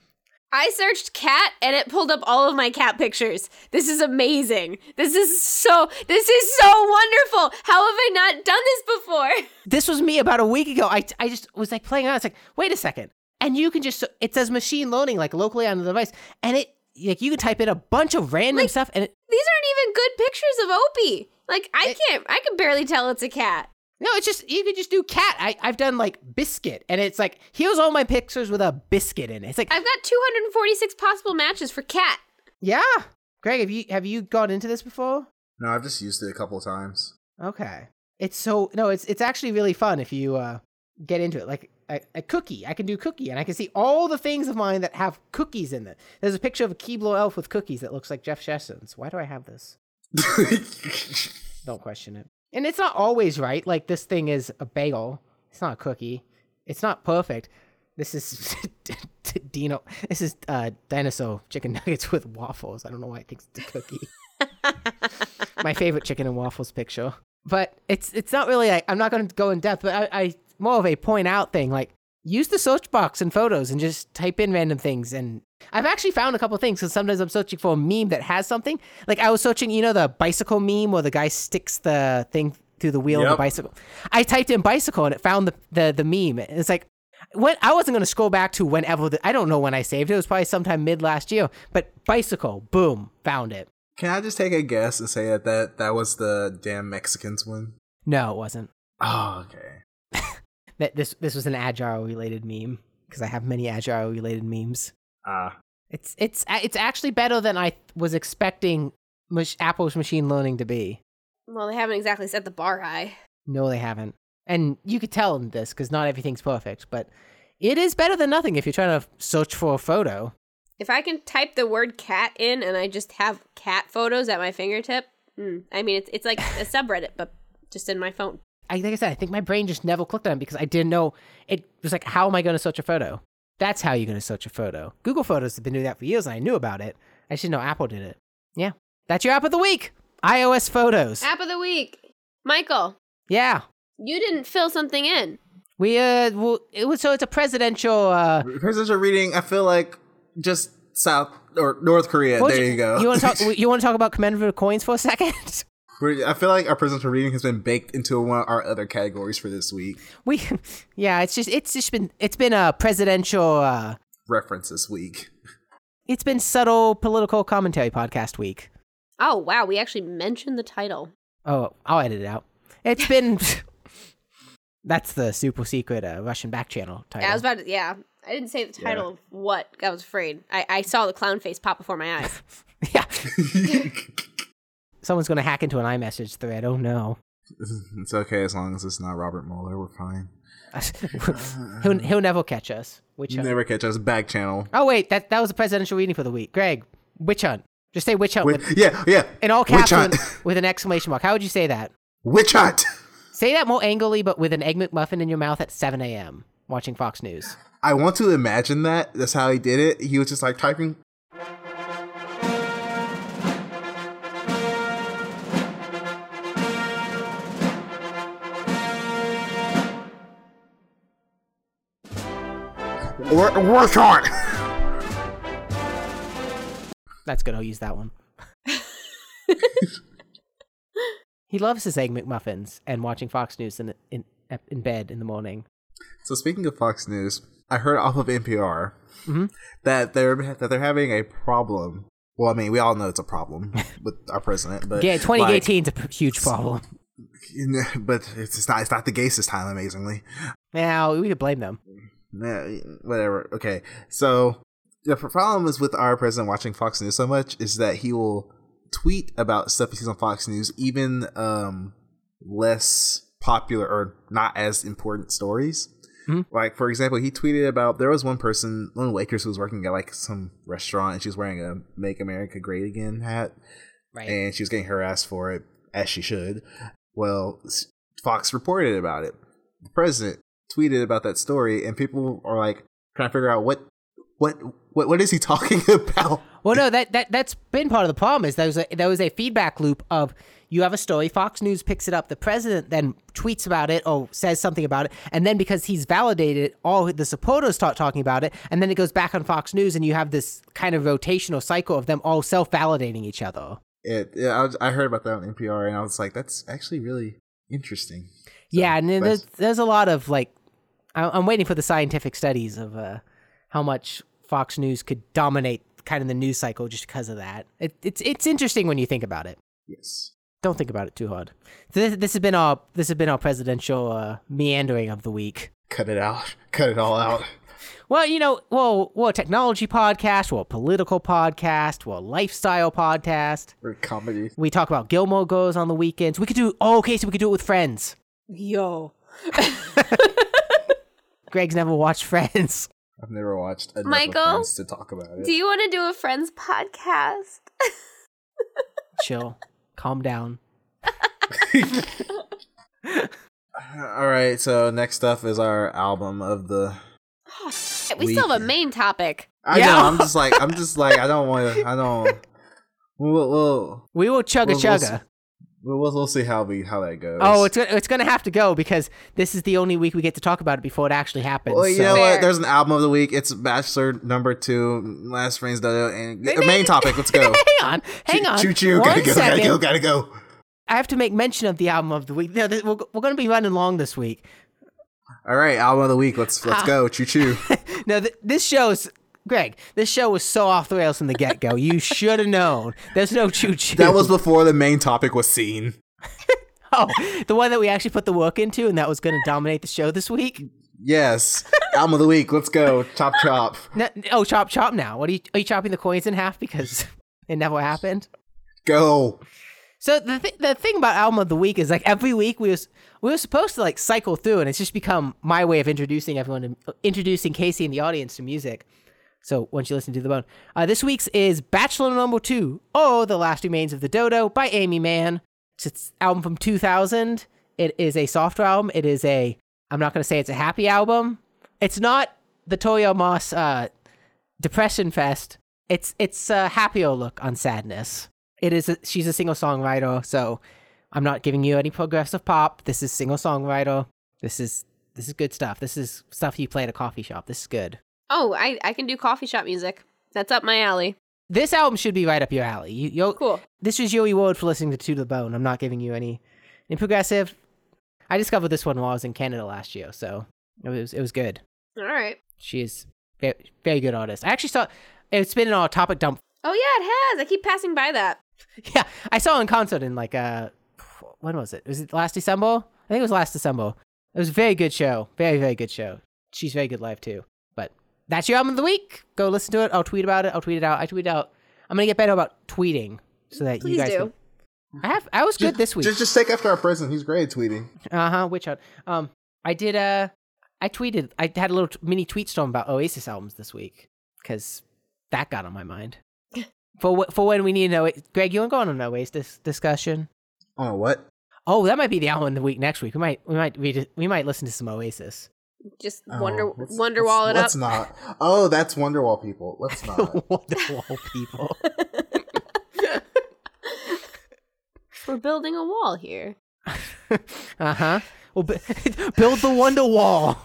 [SPEAKER 3] I searched cat and it pulled up all of my cat pictures. This is amazing. This is so this is so wonderful. How have I not done this before?
[SPEAKER 1] This was me about a week ago. I I just was like playing around. It's like, wait a second, and you can just it says machine learning like locally on the device, and it like you can type in a bunch of random stuff, and it,
[SPEAKER 3] These aren't even good pictures of Opie. Like I can't I can barely tell it's a cat.
[SPEAKER 1] no, it's just you could just do cat. I I've done like biscuit, and it's like here's all my pictures with a biscuit in it. It's like
[SPEAKER 3] I've got 246 possible matches for cat.
[SPEAKER 1] yeah, Greg, have you have you gone into this before?
[SPEAKER 2] No, I've just used it a couple of times.
[SPEAKER 1] Okay. It's so no, it's it's actually really fun if you uh get into it. Like a, a cookie, I can do cookie, and I can see all the things of mine that have cookies in them. There's a picture of a Keeblo elf with cookies that looks like Jeff Sessions. Why do I have this? Don't question it. And it's not always right. Like this thing is a bagel. It's not a cookie. It's not perfect. This is Dino. This is uh, dinosaur chicken nuggets with waffles. I don't know why I think it's a cookie. My favorite chicken and waffles picture. But it's it's not really. Like, I'm not going to go in depth. But I, I more of a point out thing. Like use the search box and photos and just type in random things. And I've actually found a couple things because sometimes I'm searching for a meme that has something. Like I was searching, you know, the bicycle meme where the guy sticks the thing through the wheel of
[SPEAKER 2] Yep.
[SPEAKER 1] the bicycle. I typed in bicycle and it found the the, the meme. And it's like when I wasn't going to scroll back to whenever the, I don't know when I saved it. It was probably sometime mid last year. But bicycle, boom, found it.
[SPEAKER 2] Can I just take a guess and say that that, that was the damn Mexicans one?
[SPEAKER 1] No, it wasn't.
[SPEAKER 2] Oh, okay.
[SPEAKER 1] That this this was an agile related meme because I have many agile related memes.
[SPEAKER 2] Ah,
[SPEAKER 1] It's it's it's actually better than I was expecting mach- Apple's machine learning to be.
[SPEAKER 3] Well, they haven't exactly set the bar high.
[SPEAKER 1] No, they haven't, and you could tell in this because not everything's perfect, but it is better than nothing if you're trying to search for a photo.
[SPEAKER 3] If I can type the word cat in and I just have cat photos at my fingertip, mm, I mean it's it's like a subreddit but just in my phone.
[SPEAKER 1] I like I said, I think my brain just never clicked on it because I didn't know it was like, how am I going to search a photo? That's how you're going to search a photo. Google Photos have been doing that for years, and I knew about it. I should know Apple did it. Yeah, that's your app of the week, iOS Photos.
[SPEAKER 3] App of the week. Michael,
[SPEAKER 1] yeah,
[SPEAKER 3] you didn't fill something in.
[SPEAKER 1] we uh, well, it was so it's a presidential. Uh,
[SPEAKER 2] presidential reading. I feel like just South or North Korea.
[SPEAKER 1] what was
[SPEAKER 2] there
[SPEAKER 1] it-
[SPEAKER 2] you, go.
[SPEAKER 1] You want to talk? You want to talk about commemorative coins for a second?
[SPEAKER 2] We're- I feel like our presidential reading has been baked into one of our other categories for this week.
[SPEAKER 1] We, yeah, it's just it's just been it's been a presidential. Uh,
[SPEAKER 2] Reference this week.
[SPEAKER 1] it's been subtle political commentary podcast week.
[SPEAKER 3] Oh wow, we actually mentioned the title.
[SPEAKER 1] Oh, I'll edit it out. It's been. That's the super secret uh, Russian back channel title.
[SPEAKER 3] Yeah, I was about to, yeah. I didn't say the title of what. I was afraid. I, I saw the clown face pop before my eyes.
[SPEAKER 1] yeah. Someone's going to hack into an iMessage thread. Oh no.
[SPEAKER 2] It's okay as long as it's not Robert Mueller. We're fine.
[SPEAKER 1] he'll, he'll never catch us. Witch
[SPEAKER 2] You
[SPEAKER 1] hunt.
[SPEAKER 2] never catch us back channel.
[SPEAKER 1] Oh wait, that that was a presidential reading for the week. Greg, witch hunt. Just say witch hunt with,
[SPEAKER 2] With, yeah, yeah.
[SPEAKER 1] in all
[SPEAKER 2] witch
[SPEAKER 1] caps
[SPEAKER 2] hunt.
[SPEAKER 1] with, with an exclamation mark. How would you say that?
[SPEAKER 2] Witch hunt.
[SPEAKER 1] Say that more angrily, but with an egg McMuffin in your mouth at 7 a.m. watching Fox News.
[SPEAKER 2] I want to imagine that. That's how he did it. He was just like typing. Work, work hard.
[SPEAKER 1] That's good. I'll use that one. he loves his egg McMuffins and watching Fox News in in in bed in the morning.
[SPEAKER 2] So speaking of Fox News, I heard off of NPR
[SPEAKER 1] Mhm.
[SPEAKER 2] that they're that they're having a problem. Well, I mean, we all know it's a problem with our president, but
[SPEAKER 1] Yeah,
[SPEAKER 2] Uh, like,
[SPEAKER 1] 2018 is a p- huge problem.
[SPEAKER 2] you know, but it's, it's not it's not the gays this time, amazingly.
[SPEAKER 1] Now we could blame them.
[SPEAKER 2] Nah, whatever. Okay, so the problem is with our president watching Fox News so much is that he will tweet about stuff he sees on Fox News, even um, less popular or not as important stories.
[SPEAKER 1] Mhm.
[SPEAKER 2] Like for example, he tweeted about there was one person, one Lakers who was working at like some restaurant, and she was wearing a "Make America Great Again" hat,
[SPEAKER 1] Right.
[SPEAKER 2] and she was getting harassed for it as she should. Well, s- Fox reported about it. The president tweeted about that story, and people are like, trying to figure out what what what, what is he talking about.
[SPEAKER 1] Well, no, that that that's been part of the problem is there was a, there was a feedback loop of you have a story, Fox News picks it up, the president then tweets about it or says something about it, and then because he's validated it, all the supporters start talking about it, and then it goes back on Fox News, and you have this kind of rotational cycle of them all self-validating each other.
[SPEAKER 2] It, yeah, I, was, I heard about that on NPR, and I was like, that's actually really interesting. So,
[SPEAKER 1] yeah, and then
[SPEAKER 2] that's-
[SPEAKER 1] there's, there's a lot of like, I- I'm waiting for the scientific studies of uh, how much Fox News could dominate kind of the news cycle just because of that. It, it's it's interesting when you think about it.
[SPEAKER 2] yes.
[SPEAKER 1] Don't think about it too hard. So this, this has been our this has been our presidential uh, meandering of the week.
[SPEAKER 2] Cut it out. Cut it all out.
[SPEAKER 1] Well, you know, well, we're a technology podcast, we're a political podcast, we're a lifestyle podcast.
[SPEAKER 2] Or comedy.
[SPEAKER 1] We talk about Gilmore Girls on the weekends. We could do oh, okay, so we could do it with friends.
[SPEAKER 3] Yo.
[SPEAKER 1] Greg's never watched Friends.
[SPEAKER 2] I've never watched enough of
[SPEAKER 3] Michael,
[SPEAKER 2] Friends to talk about it.
[SPEAKER 3] Do you want to do a friends podcast?
[SPEAKER 1] Chill, calm down.
[SPEAKER 2] all right. So next stuff is our album of the.
[SPEAKER 3] we still have a main topic.
[SPEAKER 2] I
[SPEAKER 1] Yeah.
[SPEAKER 2] know. I'm just like. I'm just like. I don't want to. I don't. We'll we'll,
[SPEAKER 1] We will chugga
[SPEAKER 2] We'll- we'll
[SPEAKER 1] chugga.
[SPEAKER 2] s- we'll we'll we'll see how we how that goes.
[SPEAKER 1] oh, it's gonna, it's gonna have to go because this is the only week we get to talk about it before it actually happens.
[SPEAKER 2] Well, you
[SPEAKER 1] so-
[SPEAKER 2] know
[SPEAKER 3] Fair.
[SPEAKER 2] what? There's an album of the week. It's Bachelor number two, Last Friends Dodo, and
[SPEAKER 1] Maybe-
[SPEAKER 2] main topic. Let's go.
[SPEAKER 1] hang on, hang on.
[SPEAKER 2] Choo choo.
[SPEAKER 1] One
[SPEAKER 2] Gotta go. Gotta
[SPEAKER 1] second.
[SPEAKER 2] go. Gotta go.
[SPEAKER 1] I have to make mention of the album of the week. No, th- we're, we're going to be running long this week.
[SPEAKER 2] All right, album of the week. Let's let's go. Choo choo.
[SPEAKER 1] No, th- this show's Greg. This show was so off the rails from the get go. You should have known. There's no choo choo.
[SPEAKER 2] That was before the main topic was seen.
[SPEAKER 1] oh, the one that we actually put the work into, and that was going to dominate the show this week.
[SPEAKER 2] Yes, album of the week. Let's go. Chop chop.
[SPEAKER 1] No, oh, chop chop! Now, what are you? Are you chopping the coins in half because it never happened?
[SPEAKER 2] Go.
[SPEAKER 1] So the th- the thing about album of the week is like every week we was we were supposed to like cycle through, and it's just become my way of introducing everyone to introducing Casey and the audience to music. So once you listen to the bone, uh, this week's is Bachelor Number Two, Oh, the Last Remains of the Dodo by Amy Mann. It's its album from 2000. It is a soft album. It is a I'm not gonna say it's a happy album. It's not the Toyo Moss uh, depression fest. It's it's a happier look on sadness. It is a, she's a single songwriter, so I'm not giving you any progressive pop. This is single songwriter. This is this is good stuff. This is stuff you play at a coffee shop. This is good.
[SPEAKER 3] Oh, I, I can do coffee shop music. That's up my alley.
[SPEAKER 1] This album should be right up your alley. You, you'll,
[SPEAKER 3] Cool.
[SPEAKER 1] This is your reward for listening to To the Bone. I'm not giving you any, any progressive. I discovered this one while I was in Canada last year, so it was it was good.
[SPEAKER 3] All right.
[SPEAKER 1] She is very, very good artist. I actually saw it's been in our topic dump
[SPEAKER 3] Oh yeah, it has. I keep passing by that.
[SPEAKER 1] Yeah, I saw in concert in like uh, when was it? Was it last December? I think it was last December. It was a very good show, very very good show. She's very good live too. But that's your album of the week. Go listen to it. I'll tweet about it. I'll tweet it out. I tweet out. I'm gonna get better about tweeting so that you
[SPEAKER 3] Please
[SPEAKER 1] guys.
[SPEAKER 3] do.
[SPEAKER 1] can- I have. I was good this week.
[SPEAKER 2] Just just take after our president. He's great at tweeting.
[SPEAKER 1] Uh huh. Witch hunt. Um, I did. Uh, I tweeted. I had a little t- mini tweet storm about Oasis albums this week because that got on my mind. for wh- for when we need an Oasis. Greg, you want to go on an Oasis discussion?
[SPEAKER 2] Oh what?
[SPEAKER 1] Oh, that might be the album of the week next week. We might we might read it- we might listen to some Oasis.
[SPEAKER 3] Just
[SPEAKER 2] Oh,
[SPEAKER 3] wonder
[SPEAKER 2] let's-
[SPEAKER 3] wonder
[SPEAKER 2] let's-
[SPEAKER 3] wall it up.
[SPEAKER 2] Let's not. Oh, that's Wonderwall people. Let's not.
[SPEAKER 1] Wonderwall people.
[SPEAKER 3] We're building a wall here.
[SPEAKER 1] uh huh. Well, bu- build the wonder wall.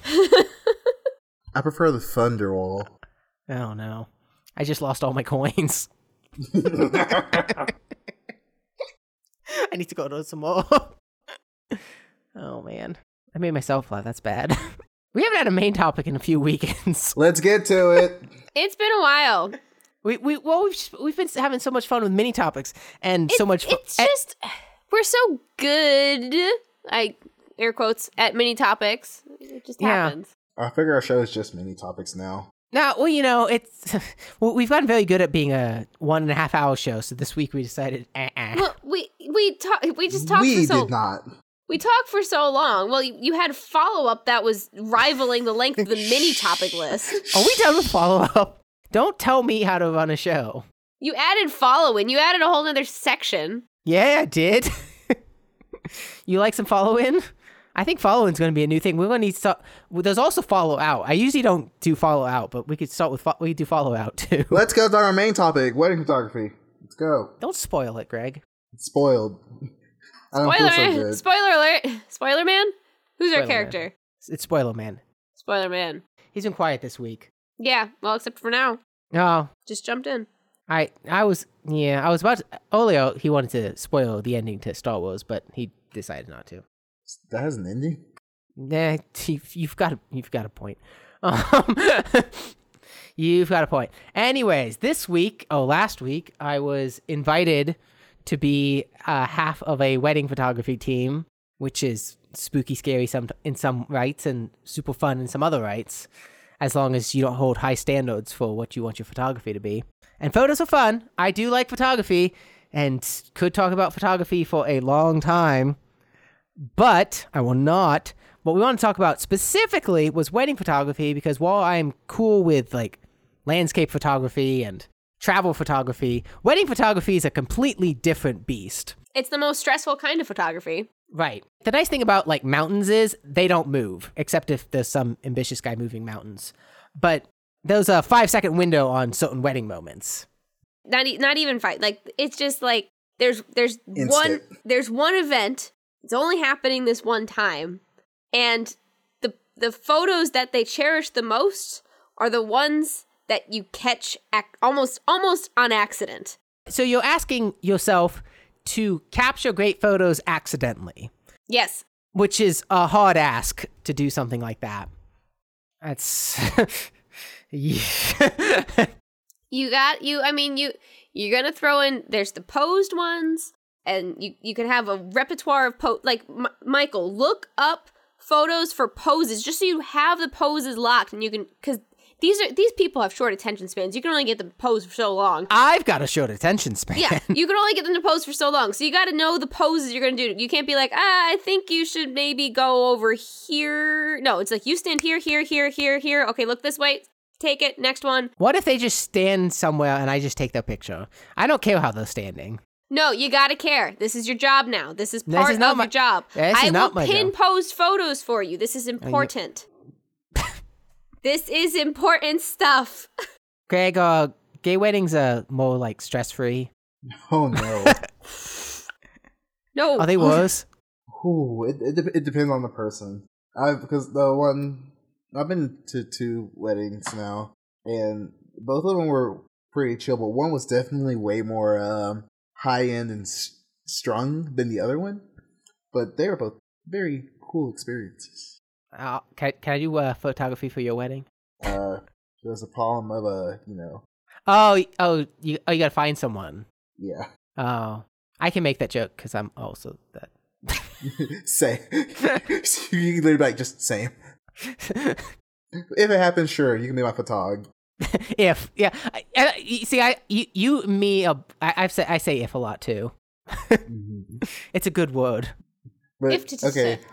[SPEAKER 2] I prefer the Thunderwall.
[SPEAKER 1] Oh no, I just lost all my coins. I need to go to some more. oh man, I made myself laugh. That's bad. we haven't had a main topic in a few weekends.
[SPEAKER 2] Let's get to it.
[SPEAKER 3] It's been a while.
[SPEAKER 1] We we well we've just- we've been having so much fun with mini topics and so
[SPEAKER 3] It-
[SPEAKER 1] much. fu-
[SPEAKER 3] It's just we're so good. I air quotes at many topics. It just
[SPEAKER 1] Yeah.
[SPEAKER 3] happens.
[SPEAKER 2] I figure our show is just mini topics now.
[SPEAKER 1] No, well, you know, it's well, we've gotten very good at being a one and a half hour show. So this week we decided, uh-uh.
[SPEAKER 3] Well, we we talk. We just talked.
[SPEAKER 2] we
[SPEAKER 3] for so,
[SPEAKER 2] did not.
[SPEAKER 3] We talked for so long. Well, you, you had follow up that was rivaling the length of the mini topic list.
[SPEAKER 1] are we done with follow up? Don't tell me how to run a show.
[SPEAKER 3] You added following. You added a whole nother section.
[SPEAKER 1] Yeah, I did. you like some follow in? I I think following is going to be a new thing. We're going to need to. Start, well, there's also follow out. I usually don't do follow out, but we could start with fo- we could do follow out too.
[SPEAKER 2] Let's go to our main topic: wedding photography. Let's go.
[SPEAKER 1] don't spoil it, Greg.
[SPEAKER 2] It's spoiled. I don't
[SPEAKER 3] Spoiler!
[SPEAKER 2] feel Oh, so good.
[SPEAKER 3] Spoiler alert! Spoiler man. Who's
[SPEAKER 1] Spoiler Man.
[SPEAKER 3] our character?
[SPEAKER 1] It's- It's spoiler man.
[SPEAKER 3] Spoiler man.
[SPEAKER 1] He's been quiet this week.
[SPEAKER 3] Yeah. Well, except for now,
[SPEAKER 1] Oh,
[SPEAKER 3] just jumped in.
[SPEAKER 1] I I was yeah I was about to, Olio. He wanted to spoil the ending to Star Wars, but he decided not to.
[SPEAKER 2] that has an ending.
[SPEAKER 1] Nah, you've, you've got a, you've got a point. Um, you've got a point. Anyways, this week, oh, last week, I was invited to be uh, half of a wedding photography team, which is spooky, scary some in some rights and super fun in some other rights, as long as you don't hold high standards for what you want your photography to be. And photos are fun. I do like photography, and could talk about photography for a long time but I will not. What we want to talk about specifically was wedding photography because while I am cool with like landscape photography and travel photography, wedding photography is a completely different beast.
[SPEAKER 3] It's the most stressful kind of photography.
[SPEAKER 1] Right. The nice thing about like mountains is they don't move, except if there's some ambitious guy moving mountains. But there's a five second window on certain wedding moments.
[SPEAKER 3] Not e- not even fight. Like it's just like there's there's one
[SPEAKER 2] Instant.
[SPEAKER 3] there's one event. It's only happening this one time, and the the photos that they cherish the most are the ones that you catch ac- almost almost on accident.
[SPEAKER 1] So you're asking yourself to capture great photos accidentally.
[SPEAKER 3] Yes,
[SPEAKER 1] which is a hard ask to do something like that. That's yeah.
[SPEAKER 3] you got you i mean you you're gonna throw in there's the posed ones and you you can have a repertoire of po like M- michael look up photos for poses just so you have the poses locked and you can because these are these people have short attention spans you can only get them to pose for so long
[SPEAKER 1] I've got a short attention span.
[SPEAKER 3] yeah you can only get them to pose for so long so you got to know the poses you're gonna do you can't be like ah, i think you should maybe go over here no it's like you stand here here here here here okay look this way take it next one
[SPEAKER 1] What if they just stand somewhere and I just take their picture? I don't care how they're standing.
[SPEAKER 3] No, you gotta care. This is your job now. This is
[SPEAKER 1] This
[SPEAKER 3] part
[SPEAKER 1] is not
[SPEAKER 3] of
[SPEAKER 1] my-
[SPEAKER 3] your job.
[SPEAKER 1] This
[SPEAKER 3] I
[SPEAKER 1] is not
[SPEAKER 3] will
[SPEAKER 1] my
[SPEAKER 3] pin
[SPEAKER 1] job.
[SPEAKER 3] post photos for you. This is important. this is important stuff.
[SPEAKER 1] Greg, uh, gay weddings are more like stress free.
[SPEAKER 2] Oh no.
[SPEAKER 3] No,
[SPEAKER 1] Are Oh, they worse?
[SPEAKER 2] Ooh, it, it, dep- it depends on the person. I because the one I've been to two weddings now, and both of them were pretty chill, but one was definitely way more um, high end and s- strung than the other one. But they were both very cool experiences.
[SPEAKER 1] Uh, can, can I do uh, photography for your wedding?
[SPEAKER 2] Uh, there was a problem of a you know
[SPEAKER 1] Oh, y- oh, you, oh, you gotta find someone.
[SPEAKER 2] yeah
[SPEAKER 1] Oh, I can make that joke because I'm also that.
[SPEAKER 2] same. you can literally be like just same. If it happens, sure, you can be my photog.
[SPEAKER 1] if yeah I, I, you see i you, you me uh, I, i've said i say if a lot too it's a good word
[SPEAKER 2] But
[SPEAKER 3] If to just
[SPEAKER 2] okay,
[SPEAKER 3] sit.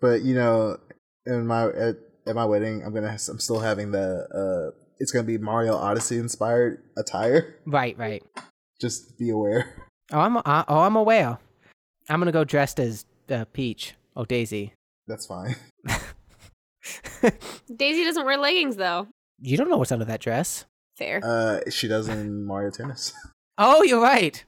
[SPEAKER 2] but you know, in my at, at my wedding, I'm gonna have, I'm still having the uh, it's gonna be Mario Odyssey inspired attire.
[SPEAKER 1] right right
[SPEAKER 2] Just be aware.
[SPEAKER 1] oh i'm uh, oh i'm aware i'm gonna go dressed as uh, peach oh daisy
[SPEAKER 2] That's fine.
[SPEAKER 3] Daisy doesn't wear leggings though.
[SPEAKER 1] you don't know what's under that dress
[SPEAKER 3] Fair.
[SPEAKER 2] Uh, she does in Mario Tennis.
[SPEAKER 1] oh you're right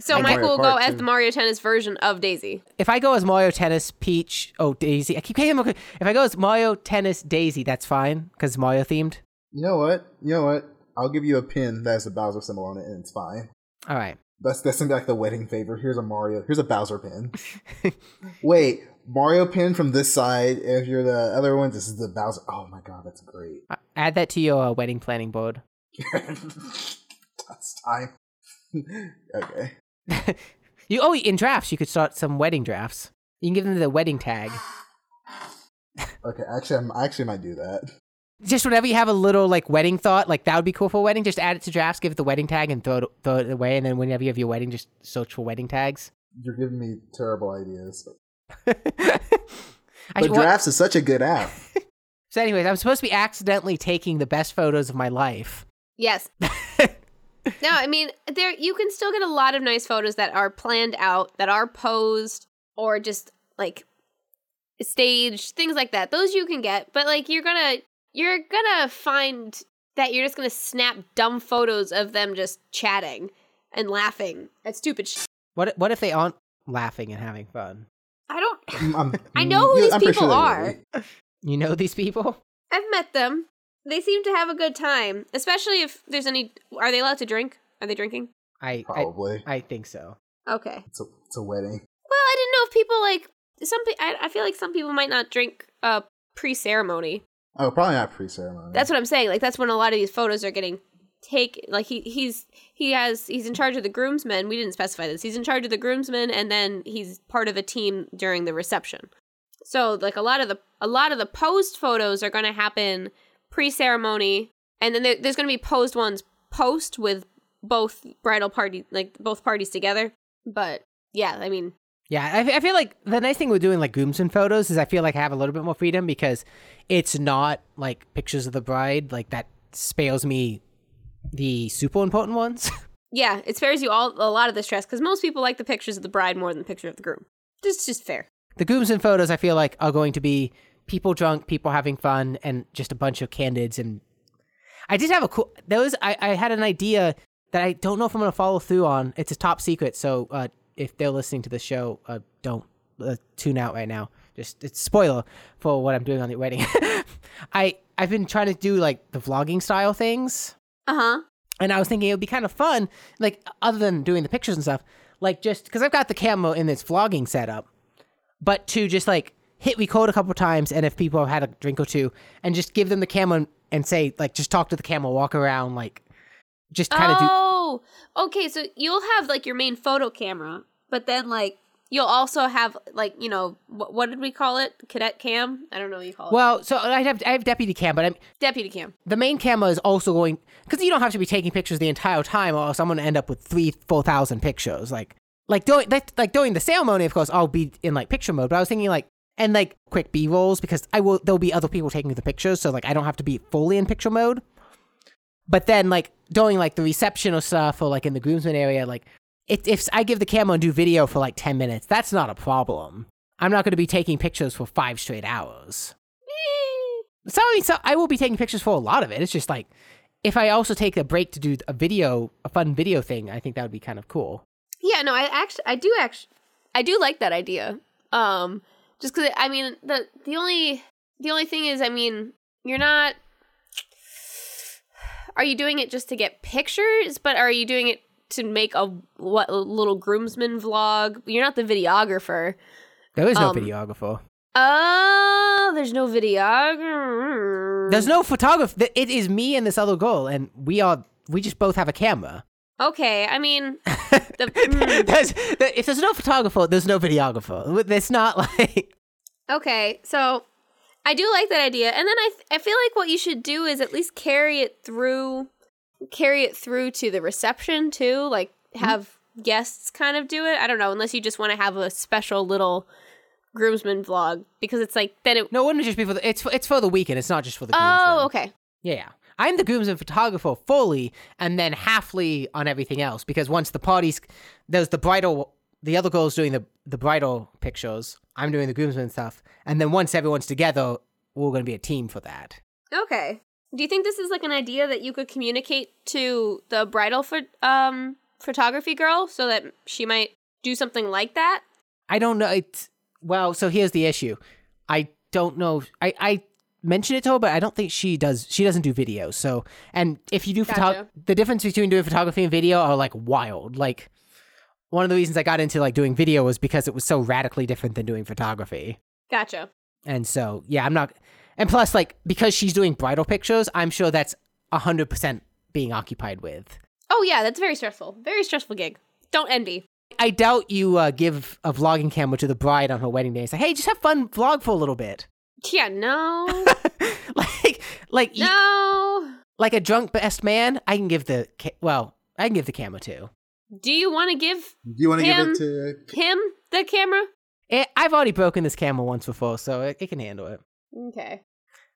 [SPEAKER 3] so
[SPEAKER 1] I-
[SPEAKER 3] Michael will
[SPEAKER 2] Mario
[SPEAKER 3] go
[SPEAKER 2] Kart,
[SPEAKER 3] as
[SPEAKER 2] too.
[SPEAKER 3] the Mario Tennis version of Daisy.
[SPEAKER 1] if i go as mario tennis peach oh daisy i keep getting them if i go as mario tennis daisy that's fine because mario themed
[SPEAKER 2] You know what? You know what? I'll give you a pin that has a Bowser symbol on it, and it's fine.
[SPEAKER 1] all right
[SPEAKER 2] That's that's gonna be like the wedding favor. Here's a Mario. Here's a Bowser pin. Wait, Mario pin from this side. If you're the other one, this is the Bowser. Oh my god, that's great.
[SPEAKER 1] Uh, add that to your uh, wedding planning board
[SPEAKER 2] that's time. okay.
[SPEAKER 1] you oh in drafts you could start some wedding drafts you can give them the wedding tag
[SPEAKER 2] Okay, actually, I'm, I actually might do that.
[SPEAKER 1] just whenever you have a little like wedding thought, like that would be cool for a wedding. Just add it to drafts, give it the wedding tag, and throw it, throw it away. And then whenever you have your wedding, just search for wedding tags.
[SPEAKER 2] You're giving me terrible ideas.
[SPEAKER 1] I
[SPEAKER 2] But
[SPEAKER 1] should- well,
[SPEAKER 2] drafts is such a good app.
[SPEAKER 1] so, anyways, I'm supposed to be accidentally taking the best photos of my life.
[SPEAKER 3] Yes. no, I mean there you can still get a lot of nice photos that are planned out, that are posed, or just like stage, things like that. Those you can get, but like you're gonna you're gonna find that you're just gonna snap dumb photos of them just chatting and laughing at stupid shit.
[SPEAKER 1] What what if they aren't laughing and having fun?
[SPEAKER 3] I don't.
[SPEAKER 2] I'm,
[SPEAKER 3] I know who
[SPEAKER 2] yeah,
[SPEAKER 3] these
[SPEAKER 2] I'm pretty
[SPEAKER 3] people
[SPEAKER 2] sure they
[SPEAKER 3] are.
[SPEAKER 2] will.
[SPEAKER 1] You know these people?
[SPEAKER 3] I've met them. They seem to have a good time, especially if there's any. Are they allowed to drink? Are they drinking?
[SPEAKER 1] I I,
[SPEAKER 2] Probably.
[SPEAKER 1] I think so.
[SPEAKER 3] Okay.
[SPEAKER 2] it's, a, it's a wedding.
[SPEAKER 3] Well, I didn't know if people like some. pe- I, I feel like some people might not drink uh pre-ceremony.
[SPEAKER 2] Oh, probably not pre-ceremony.
[SPEAKER 3] That's what I'm saying. Like that's when a lot of these photos are getting taken. Like he he's he has he's in charge of the groomsmen. We didn't specify this. He's in charge of the groomsmen, and then he's part of a team during the reception. So like a lot of the a lot of the posed photos are going to happen pre-ceremony, and then there, there's going to be posed ones post with both bridal party like both parties together. But yeah, I mean
[SPEAKER 1] Yeah, I, I feel like the nice thing with doing like groomsmen photos is I feel like I have a little bit more freedom because it's not like pictures of the bride. Like that spares me the super important ones.
[SPEAKER 3] Yeah, it spares you all a lot of the stress because most people like the pictures of the bride more than the picture of the groom. It's just fair.
[SPEAKER 1] the groomsmen photos I feel like are going to be people drunk, people having fun, and just a bunch of candids. And I did have a cool those. I, I had an idea that I don't know if I'm going to follow through on. It's a top secret, so uh, if they're listening to the show, uh, don't uh, tune out right now. Just it's spoiler for what I'm doing on the wedding. I I've been trying to do like the vlogging style things
[SPEAKER 3] Uh huh.
[SPEAKER 1] and I was thinking it would be kind of fun, like other than doing the pictures and stuff, like just because I've got the camera in this vlogging setup, but to just like hit record a couple times, and if people have had a drink or two, and just give them the camera and, and say like just talk to the camera, walk around, like just kind of do.
[SPEAKER 3] Oh, okay. So you'll have like your main photo camera, but then like you'll also have like you know what, what did we call it? Cadet cam? I don't know what you call it.
[SPEAKER 1] Well, so I have I have deputy cam, but I'm,
[SPEAKER 3] Deputy cam.
[SPEAKER 1] the main camera is also going because you don't have to be taking pictures the entire time, or else I'm going to end up with three, four thousand pictures. Like, like during that, like during the ceremony, of course, I'll be in like picture mode. But I was thinking like and like quick B rolls because I will. There'll be other people taking the pictures, so like I don't have to be fully in picture mode. But then like during like the reception or stuff, or like in the groomsmen area, like if if I give the camera and do video for like ten minutes, that's not a problem. I'm not going to be taking pictures for five straight hours. So, I mean, so I will be taking pictures for a lot of it. It's just like if I also take a break to do a video, a fun video thing, I think that would be kind of cool.
[SPEAKER 3] Yeah, no, I actually, I do actually, I do like that idea. Um, just because I mean, the the only the only thing is, I mean, you're not. Are you doing it just to get pictures? But are you doing it to make a what a little groomsman vlog? You're not the videographer.
[SPEAKER 1] There is no
[SPEAKER 3] Um,
[SPEAKER 1] videographer.
[SPEAKER 3] Oh, there's no videographer.
[SPEAKER 1] There's no photographer. Th- It is me and this other girl, and we are we just both have a camera.
[SPEAKER 3] Okay, I mean, the, mm.
[SPEAKER 1] there's, there- if there's no photographer, there's no videographer. It's not like
[SPEAKER 3] Okay, so I do like that idea, and then I th- I feel like what you should do is at least carry it through, carry it through to the reception too. Like have guests kind of do it. I don't know, unless you just want to have a special little groomsman vlog because it's like then it.
[SPEAKER 1] no, it wouldn't just be for the, it's for, it's for the weekend. It's not just for the groomsmen.
[SPEAKER 3] Oh, okay.
[SPEAKER 1] Yeah, yeah. I'm the groomsman photographer fully, and then halfly on everything else because once the party's there's the bridal, the other girl's doing the the bridal pictures. I'm doing the groomsman stuff, and then once everyone's together, we're going to be a team for that.
[SPEAKER 3] Okay. Do you think this is like an idea that you could communicate to the bridal for um photography girl so that she might do something like that?
[SPEAKER 1] I don't know. It's well. So here's the issue. I don't know. I I mentioned it to her, but I don't think she does. She doesn't do video. So and if you do
[SPEAKER 3] Gotcha.
[SPEAKER 1] photography, the difference between doing photography and video are like wild. Like one of the reasons I got into like doing video was because it was so radically different than doing photography.
[SPEAKER 3] Gotcha.
[SPEAKER 1] And so yeah, I'm not. And plus, like because she's doing bridal pictures, I'm sure that's hundred percent being occupied with.
[SPEAKER 3] Oh yeah, that's very stressful. Very stressful gig. Don't envy.
[SPEAKER 1] I doubt you uh, give a vlogging camera to the bride on her wedding day and say, "Hey, just have fun, vlog for a little bit."
[SPEAKER 3] Yeah, no,
[SPEAKER 1] like like you-
[SPEAKER 3] no.
[SPEAKER 1] like a drunk best man i can give the ca- well i can give the camera to
[SPEAKER 3] Do you want to give
[SPEAKER 2] Do you want to give
[SPEAKER 3] Him.
[SPEAKER 2] it to?
[SPEAKER 3] him the camera?
[SPEAKER 1] Eh, i've already broken this camera once before so it, it can handle it
[SPEAKER 3] Okay.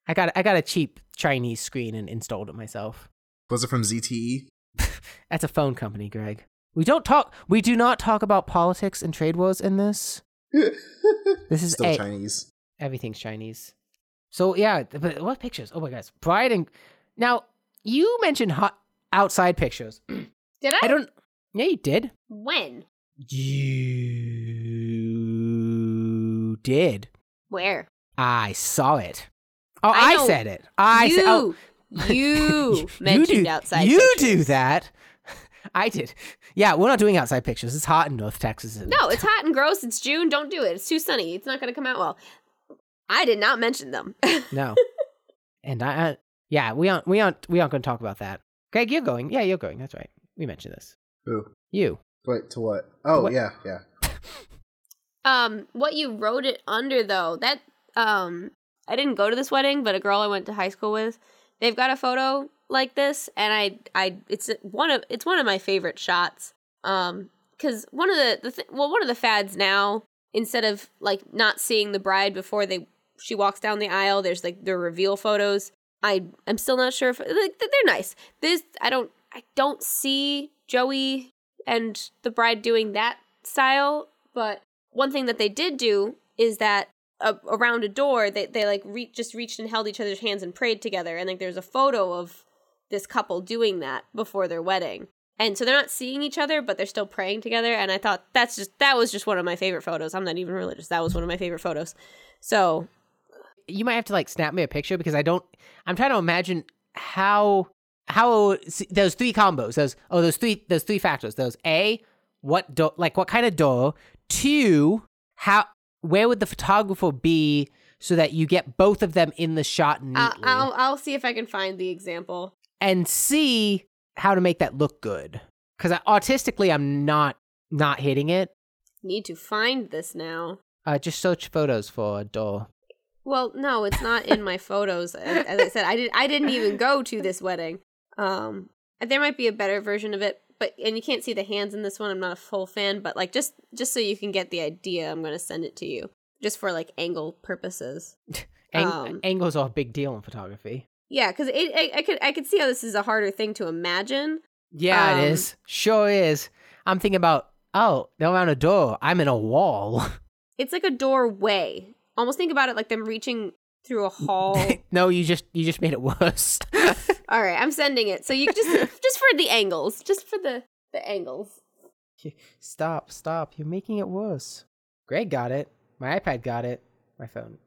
[SPEAKER 1] i got i got a cheap chinese screen and installed it myself
[SPEAKER 2] Was it from E? ZTE?
[SPEAKER 1] that's a phone company greg we don't talk we do not talk about politics and trade wars in this this is
[SPEAKER 2] Still
[SPEAKER 1] a
[SPEAKER 2] Chinese.
[SPEAKER 1] Everything's Chinese. So yeah, th- but what pictures? Oh my gosh, bride and now you mentioned hot outside pictures.
[SPEAKER 3] Did I?
[SPEAKER 1] I don't. Yeah, you did.
[SPEAKER 3] when?
[SPEAKER 1] You did.
[SPEAKER 3] Where?
[SPEAKER 1] I saw it. Oh,
[SPEAKER 3] I
[SPEAKER 1] I,
[SPEAKER 3] know.
[SPEAKER 1] said it. I
[SPEAKER 3] you.
[SPEAKER 1] said. Oh,
[SPEAKER 3] you
[SPEAKER 1] do-
[SPEAKER 3] mentioned outside.
[SPEAKER 1] You
[SPEAKER 3] pictures.
[SPEAKER 1] do that. I did. Yeah, we're not doing outside pictures. It's hot in North Texas. and-
[SPEAKER 3] No, it's hot and gross. It's June. Don't do it. It's too sunny. It's not going to come out well. I did not mention them.
[SPEAKER 1] no. And I, I yeah, we aren't we aren't we aren't going to talk about that. Greg, you're going. Yeah, you're going. That's right. We mentioned this.
[SPEAKER 2] Who?
[SPEAKER 1] You.
[SPEAKER 2] Wait, to what? Oh,
[SPEAKER 1] What-
[SPEAKER 2] yeah, yeah.
[SPEAKER 3] um, what you wrote it under though that um, I didn't go to this wedding, but a girl I went to high school with, they've got a photo like this, and I, I, it's one of it's one of my favorite shots. Um, because one of the the th- well, one of the fads now instead of like not seeing the bride before they she walks down the aisle, there's like the reveal photos. I I'm still not sure if like th- they're nice. This I don't I don't see Joey and the bride doing that style, but one thing that they did do is that uh, around a door they, they like re- just reached and held each other's hands and prayed together and like there's a photo of this couple doing that before their wedding and so they're not seeing each other but they're still praying together and i thought that's just that was just one of my favorite photos i'm not even religious that was one of my favorite photos so
[SPEAKER 1] You might have to like snap me a picture because I don't I'm trying to imagine how how see, those three combos, those oh those three those three factors, those A, what do, like what kind of door, two, how where would the photographer be so that you get both of them in the shot neatly?
[SPEAKER 3] I'll, Uh, I'll i'll see if i can find the example
[SPEAKER 1] and see how to make that look good. Because artistically, I'm not not hitting it.
[SPEAKER 3] need to find this now
[SPEAKER 1] Uh, just search photos for a door.
[SPEAKER 3] well no it's not in my photos as, as i said i did i didn't even go to this wedding um there might be a better version of it but and you can't see the hands in this one i'm not a full fan but like just just so you can get the idea i'm gonna send it to you just for like angle purposes
[SPEAKER 1] Ang-
[SPEAKER 3] Um.
[SPEAKER 1] angles are a big deal in photography.
[SPEAKER 3] yeah because I, I could i could see how this is a harder thing to imagine
[SPEAKER 1] Yeah,
[SPEAKER 3] Um.
[SPEAKER 1] it is. Sure is. I'm thinking about oh, they're around a door. I'm in a wall.
[SPEAKER 3] it's like a doorway almost think about it like them reaching through a hall
[SPEAKER 1] no, you just you just made it worse.
[SPEAKER 3] all right i'm sending it so you just just for the angles just for the the angles
[SPEAKER 1] stop, stop. You're making it worse. Greg got it. My iPad got it. My phone.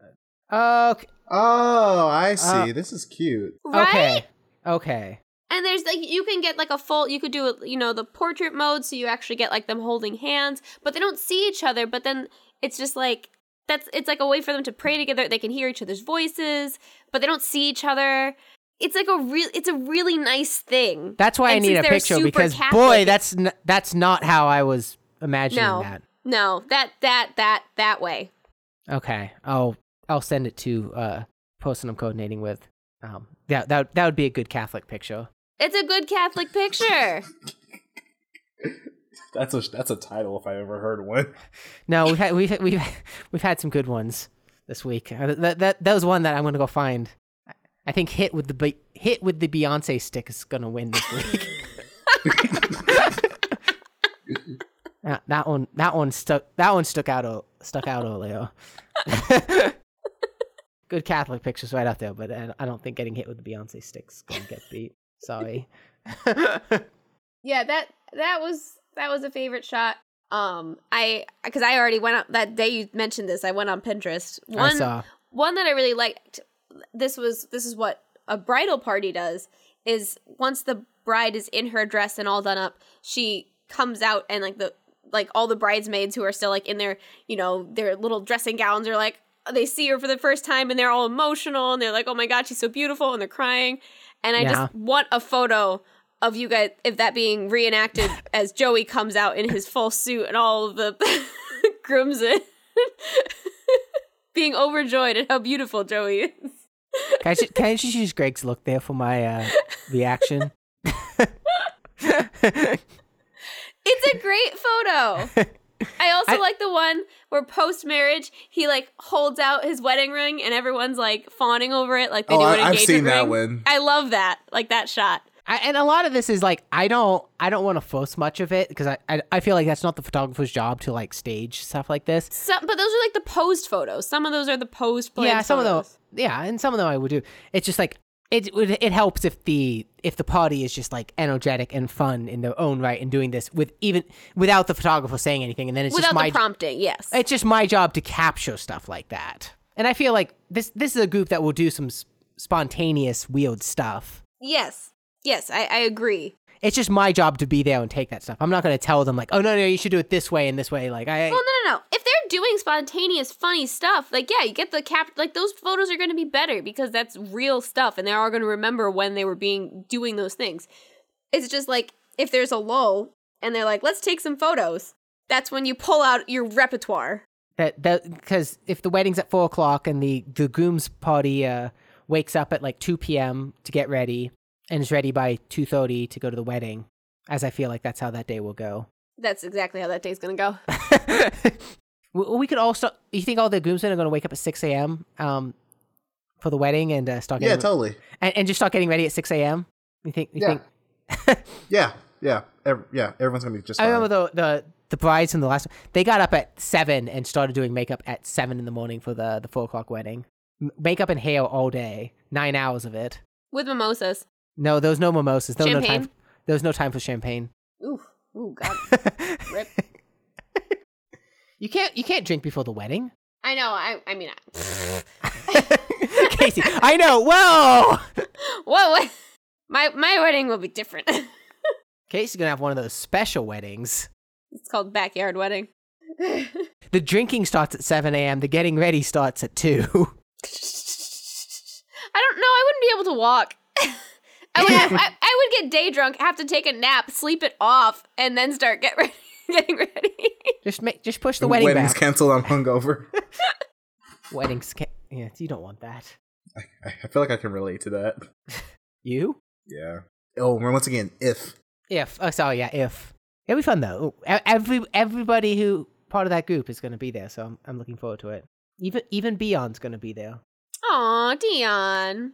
[SPEAKER 1] Okay.
[SPEAKER 2] Oh, I see.
[SPEAKER 1] Uh,
[SPEAKER 2] this is cute.
[SPEAKER 3] right
[SPEAKER 1] Okay. Okay.
[SPEAKER 3] And there's like you can get like a full you could do it you know the portrait mode so you actually get like them holding hands but they don't see each other but then it's just like that's it's like a way for them to pray together they can hear each other's voices but they don't see each other it's like a real it's a really nice thing
[SPEAKER 1] That's why
[SPEAKER 3] And
[SPEAKER 1] I need
[SPEAKER 3] since
[SPEAKER 1] a
[SPEAKER 3] they're
[SPEAKER 1] picture
[SPEAKER 3] super
[SPEAKER 1] because
[SPEAKER 3] Catholic,
[SPEAKER 1] boy,
[SPEAKER 3] it's-
[SPEAKER 1] that's n- that's not how I was imagining
[SPEAKER 3] No.
[SPEAKER 1] that.
[SPEAKER 3] no that that that that way
[SPEAKER 1] Okay, I'll I'll send it to uh person I'm coordinating with. Um, that that that would be a good Catholic picture.
[SPEAKER 3] it's a good Catholic picture
[SPEAKER 2] That's a that's a title if I ever heard one.
[SPEAKER 1] No, we've had we've we've we've had some good ones this week. Uh, That that that was one that I'm gonna go find. I- I think hit with the Be- hit with the Beyonce stick is gonna win this week. that, that one that one stuck that one stuck out o- stuck out earlier. good Catholic pictures right up there, but uh, I I don't think getting hit with the Beyonce stick's gonna get beat. Sorry.
[SPEAKER 3] yeah that that was that was a favorite shot um I because I already went out that day you mentioned this I went on Pinterest
[SPEAKER 1] I saw.
[SPEAKER 3] one that I really liked this was this is what a bridal party does is once the bride is in her dress and all done up, she comes out and like the like all the bridesmaids who are still like in their, you know, their little dressing gowns are like they see her for the first time and they're all emotional and they're like, "Oh my god, she's so beautiful." and they're crying. And I
[SPEAKER 1] Yeah.
[SPEAKER 3] just want a photo of you guys if that being reenacted as Joey comes out in his full suit and all of the grooms in being overjoyed at how beautiful Joey is.
[SPEAKER 1] Can I, ju- can I just use Greg's look there for my uh, reaction?
[SPEAKER 3] It's a great photo. I also
[SPEAKER 1] I-
[SPEAKER 3] like the one where post marriage he like holds out his wedding ring and everyone's like fawning over it like they
[SPEAKER 2] Oh,
[SPEAKER 3] do
[SPEAKER 2] I,
[SPEAKER 3] an engagement
[SPEAKER 2] I've seen that
[SPEAKER 3] ring.
[SPEAKER 2] one.
[SPEAKER 3] I love that, like that shot.
[SPEAKER 1] I, and a lot of this is like I don't I don't want to fuss much of it because I, I I feel like that's not the photographer's job to like stage stuff like this.
[SPEAKER 3] Some, but those are like the posed photos. Some of those are the posed. planned
[SPEAKER 1] yeah, some of
[SPEAKER 3] photos.
[SPEAKER 1] them. Yeah, and some of them I would do. It's just like it would. It helps if the if the party is just like energetic and fun in their own right, and doing this with even without the photographer saying anything, and then it's
[SPEAKER 3] without
[SPEAKER 1] just my
[SPEAKER 3] the prompting. Yes,
[SPEAKER 1] it's just my job to capture stuff like that. And I feel like this this is a group that will do some s- spontaneous weird stuff.
[SPEAKER 3] yes, yes. I, I agree.
[SPEAKER 1] It's just my job to be there and take that stuff. I'm not going to tell them like, oh no no, you should do it this way and this way. Like I
[SPEAKER 3] Well, no, no, no. If they're doing spontaneous, funny stuff, like yeah, you get the cap. Like those photos are going to be better because that's real stuff, and they are going to remember when they were being doing those things. It's just like if there's a lull and they're like, "Let's take some photos." That's when you pull out your repertoire.
[SPEAKER 1] that that because if the wedding's at four o'clock and the the groom's party uh, wakes up at like two p.m. to get ready and is ready by two thirty to go to the wedding, as I feel like that's how that day will go.
[SPEAKER 3] That's exactly how that day's going to go.
[SPEAKER 1] we, we could all start. You think all the groomsmen are going to wake up at six a.m. Um, for the wedding and uh, start
[SPEAKER 2] Yeah,
[SPEAKER 1] getting
[SPEAKER 2] totally.
[SPEAKER 1] and, and just start getting ready at six a.m. You think? You
[SPEAKER 2] Yeah.
[SPEAKER 1] think?
[SPEAKER 2] Yeah, yeah, ev- yeah. Everyone's gonna be just.
[SPEAKER 1] I
[SPEAKER 2] fine.
[SPEAKER 1] remember the the the brides from the last. They got up at seven and started doing makeup at seven in the morning for the the four o'clock wedding. M- Makeup and hair all day, nine hours of it.
[SPEAKER 3] With mimosas.
[SPEAKER 1] No, there was no mimosas. There was no time.
[SPEAKER 3] Champagne?
[SPEAKER 1] There was no time for champagne.
[SPEAKER 3] Ooh, ooh, God. Rip.
[SPEAKER 1] You can't you can't drink before the wedding,
[SPEAKER 3] I know. I, I mean, I,
[SPEAKER 1] Casey. I know. Whoa,
[SPEAKER 3] whoa, what? My, my wedding will be different.
[SPEAKER 1] Casey's gonna have one of those special weddings.
[SPEAKER 3] it's called backyard wedding.
[SPEAKER 1] The drinking starts at seven a.m. The getting ready starts at two.
[SPEAKER 3] I don't know. I wouldn't be able to walk. I would, have, I, I would get day drunk, have to take a nap, sleep it off, and then start get ready, getting ready.
[SPEAKER 1] just make just push the wedding
[SPEAKER 2] Wedding's
[SPEAKER 1] back.
[SPEAKER 2] canceled. I'm hungover.
[SPEAKER 1] Weddings. Ca- yeah, you don't want that.
[SPEAKER 2] I I feel like I can relate to that.
[SPEAKER 1] You?
[SPEAKER 2] Yeah. Oh, and once again, if
[SPEAKER 1] If oh sorry, yeah, if it'll be fun though. Ooh, e- Every everybody who part of that group is going to be there, so I'm I'm looking forward to it. Even even Beyond's going to be there.
[SPEAKER 3] Aw, Dion.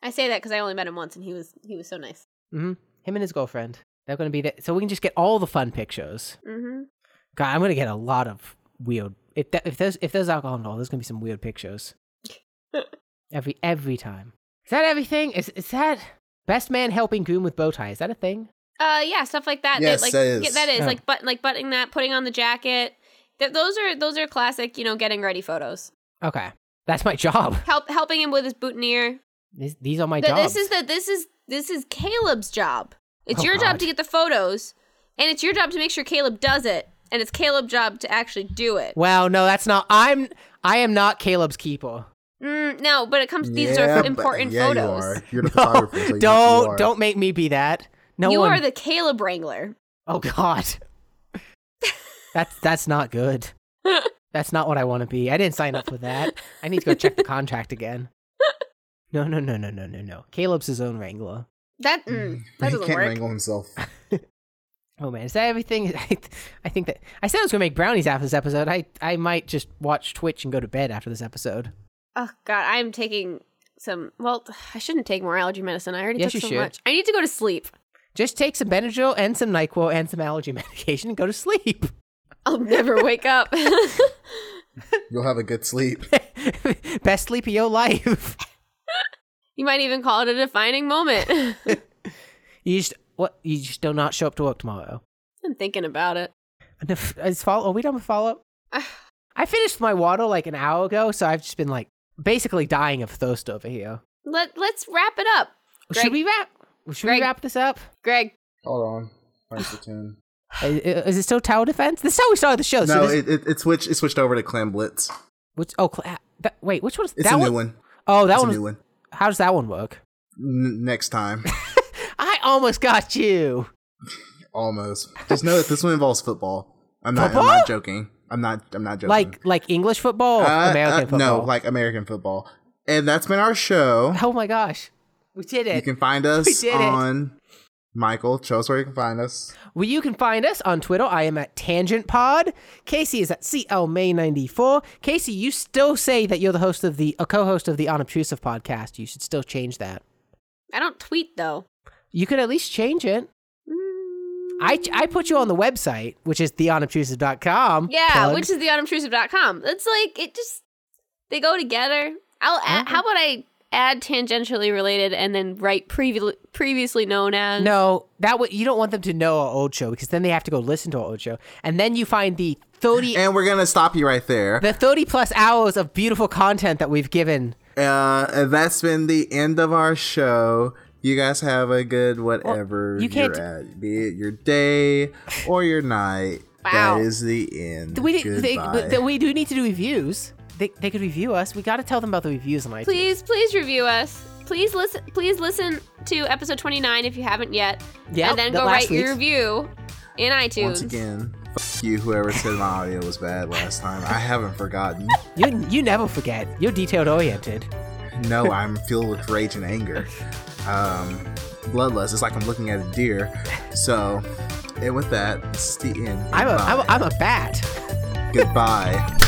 [SPEAKER 3] I say that because I only met him once, and he was he was so nice.
[SPEAKER 1] hmm Him and his girlfriend, they're going to be there, so we can just get all the fun pictures.
[SPEAKER 3] Mm-hmm.
[SPEAKER 1] God, I'm going to get a lot of weird. If that, if there's if there's alcohol involved, there's going to be some weird pictures. every every time. Is that everything? Is is that best man helping groom with bow tie? Is that a thing?
[SPEAKER 3] Uh, yeah, stuff like that.
[SPEAKER 2] Yes,
[SPEAKER 3] that, like,
[SPEAKER 2] that is.
[SPEAKER 3] yeah, that is
[SPEAKER 1] Yeah.
[SPEAKER 3] like button, like buttoning that, putting on the jacket. Th- those are those are classic, you know, getting ready photos.
[SPEAKER 1] Okay, that's my job.
[SPEAKER 3] Help helping him with his boutonniere.
[SPEAKER 1] These, these are my
[SPEAKER 3] Th-
[SPEAKER 1] jobs.
[SPEAKER 3] this is the this is this is Caleb's job. It's
[SPEAKER 1] Oh,
[SPEAKER 3] your
[SPEAKER 1] God.
[SPEAKER 3] job to get the photos, and it's your job to make sure Caleb does it, and it's Caleb's job to actually do it.
[SPEAKER 1] Well, no, that's not. I'm. I am not Caleb's keeper.
[SPEAKER 3] Mm, no, but it comes. These
[SPEAKER 2] Yeah,
[SPEAKER 3] are
[SPEAKER 2] but-
[SPEAKER 3] important
[SPEAKER 2] yeah,
[SPEAKER 3] photos.
[SPEAKER 2] You are. You're the
[SPEAKER 1] No,
[SPEAKER 2] photographer. so you- you
[SPEAKER 1] don't
[SPEAKER 2] are.
[SPEAKER 1] don't make me be that. No
[SPEAKER 3] you
[SPEAKER 1] one.
[SPEAKER 3] are the Caleb wrangler.
[SPEAKER 1] oh God. that's that's not good. That's not what I want to be. I didn't sign up for that. I need to go check the contract again. No, no, no, no, no, no, no. Caleb's his own wrangler.
[SPEAKER 3] That mm, that
[SPEAKER 2] he
[SPEAKER 3] doesn't
[SPEAKER 2] can't
[SPEAKER 3] work.
[SPEAKER 2] wrangle himself.
[SPEAKER 1] Oh man, is that everything? I, th- I think that I said I was gonna make brownies after this episode. I I might just watch Twitch and go to bed after this episode.
[SPEAKER 3] Oh God, I'm taking some. Well, I shouldn't take more allergy medicine. I already
[SPEAKER 1] Yes,
[SPEAKER 3] took
[SPEAKER 1] you
[SPEAKER 3] so
[SPEAKER 1] should.
[SPEAKER 3] much. I need to go to sleep.
[SPEAKER 1] Just take some Benadryl and some Nyquil and some allergy medication and go to sleep.
[SPEAKER 3] I'll never wake up.
[SPEAKER 2] You'll have a good sleep.
[SPEAKER 1] Best sleep of your life.
[SPEAKER 3] you might even call it a defining moment. I'm
[SPEAKER 1] You just what? You just do not show up to work tomorrow.
[SPEAKER 3] thinking about it.
[SPEAKER 1] And if- Is follow? Are we done with follow up? I finished my water like an hour ago, so I've just been like basically dying of thirst over here.
[SPEAKER 3] Let Let's wrap it up,
[SPEAKER 1] Should
[SPEAKER 3] Greg-
[SPEAKER 1] we wrap? Should we
[SPEAKER 3] Greg-
[SPEAKER 1] wrap this up?
[SPEAKER 3] Greg.
[SPEAKER 2] Hold on. Thanks for tuning.
[SPEAKER 1] I- I- Is it still tower defense? This is how we started the show. Oh, so
[SPEAKER 2] no,
[SPEAKER 1] this,
[SPEAKER 2] it, it, it switched. It switched over to Clam Blitz.
[SPEAKER 1] which, oh, cla that, wait, which one is
[SPEAKER 2] It's
[SPEAKER 1] that
[SPEAKER 2] a
[SPEAKER 1] one?
[SPEAKER 2] new one.
[SPEAKER 1] Oh, that
[SPEAKER 2] It's
[SPEAKER 1] one.
[SPEAKER 2] a
[SPEAKER 1] was-
[SPEAKER 2] new one.
[SPEAKER 1] How does that one work?
[SPEAKER 2] N- next time,
[SPEAKER 1] I almost got you.
[SPEAKER 2] almost. Just know that this one involves football. I'm not.
[SPEAKER 1] Football?
[SPEAKER 2] I'm not joking. I'm not. I'm not joking.
[SPEAKER 1] Like like English football, or
[SPEAKER 2] Uh,
[SPEAKER 1] American
[SPEAKER 2] uh,
[SPEAKER 1] football.
[SPEAKER 2] No, like American football. And that's been our show.
[SPEAKER 1] oh my gosh, we did
[SPEAKER 2] You
[SPEAKER 1] it.
[SPEAKER 2] can find us
[SPEAKER 1] did it.
[SPEAKER 2] on Michael. Show us where you can find us.
[SPEAKER 1] Well, you can find us on Twitter. I am at Tangent Pod. Casey is at CLMay94. Casey, you still say that you're the host of the a co-host of the Unobtrusive podcast. You should still change that.
[SPEAKER 3] I don't tweet though.
[SPEAKER 1] You could at least change it.
[SPEAKER 3] Mm.
[SPEAKER 1] I, I put you on the website, which is theunobtrusive.com.
[SPEAKER 3] Yeah,
[SPEAKER 1] Plug.
[SPEAKER 3] which is theunobtrusive.com. It's like it just they go together. I'll add,
[SPEAKER 1] Mhm.
[SPEAKER 3] how about I add tangentially related and then write previ- previously known as
[SPEAKER 1] No, that way you don't want them to know our old show because then they have to go listen to our old show, and then you find the thirty
[SPEAKER 2] And we're gonna stop you right there.
[SPEAKER 1] the thirty plus hours of beautiful content that we've given.
[SPEAKER 2] Uh, and that's been the end of our show. You guys have a good whatever
[SPEAKER 1] you can't-
[SPEAKER 2] are at, be it your day or your night.
[SPEAKER 3] Wow.
[SPEAKER 2] That is the end.
[SPEAKER 1] We did- they,
[SPEAKER 2] Goodbye.
[SPEAKER 1] but we do need to do reviews. They, they could review us. We got to tell them about the reviews on iTunes.
[SPEAKER 3] Please, please review us. Please listen. Please listen to episode twenty nine if you haven't yet.
[SPEAKER 1] Yep,
[SPEAKER 3] and then
[SPEAKER 1] the
[SPEAKER 3] go
[SPEAKER 1] last
[SPEAKER 3] write your
[SPEAKER 1] week's.
[SPEAKER 3] review in iTunes.
[SPEAKER 2] Once again, fuck you, whoever said my audio was bad last time. I haven't forgotten.
[SPEAKER 1] You you never forget. You're detailed oriented.
[SPEAKER 2] No, I'm filled with rage and anger. Um, bloodlust. It's like I'm looking at a deer. So, and with that, it's the end.
[SPEAKER 1] I'm a, I'm a
[SPEAKER 2] Goodbye.
[SPEAKER 1] I'm a bat.
[SPEAKER 2] Goodbye.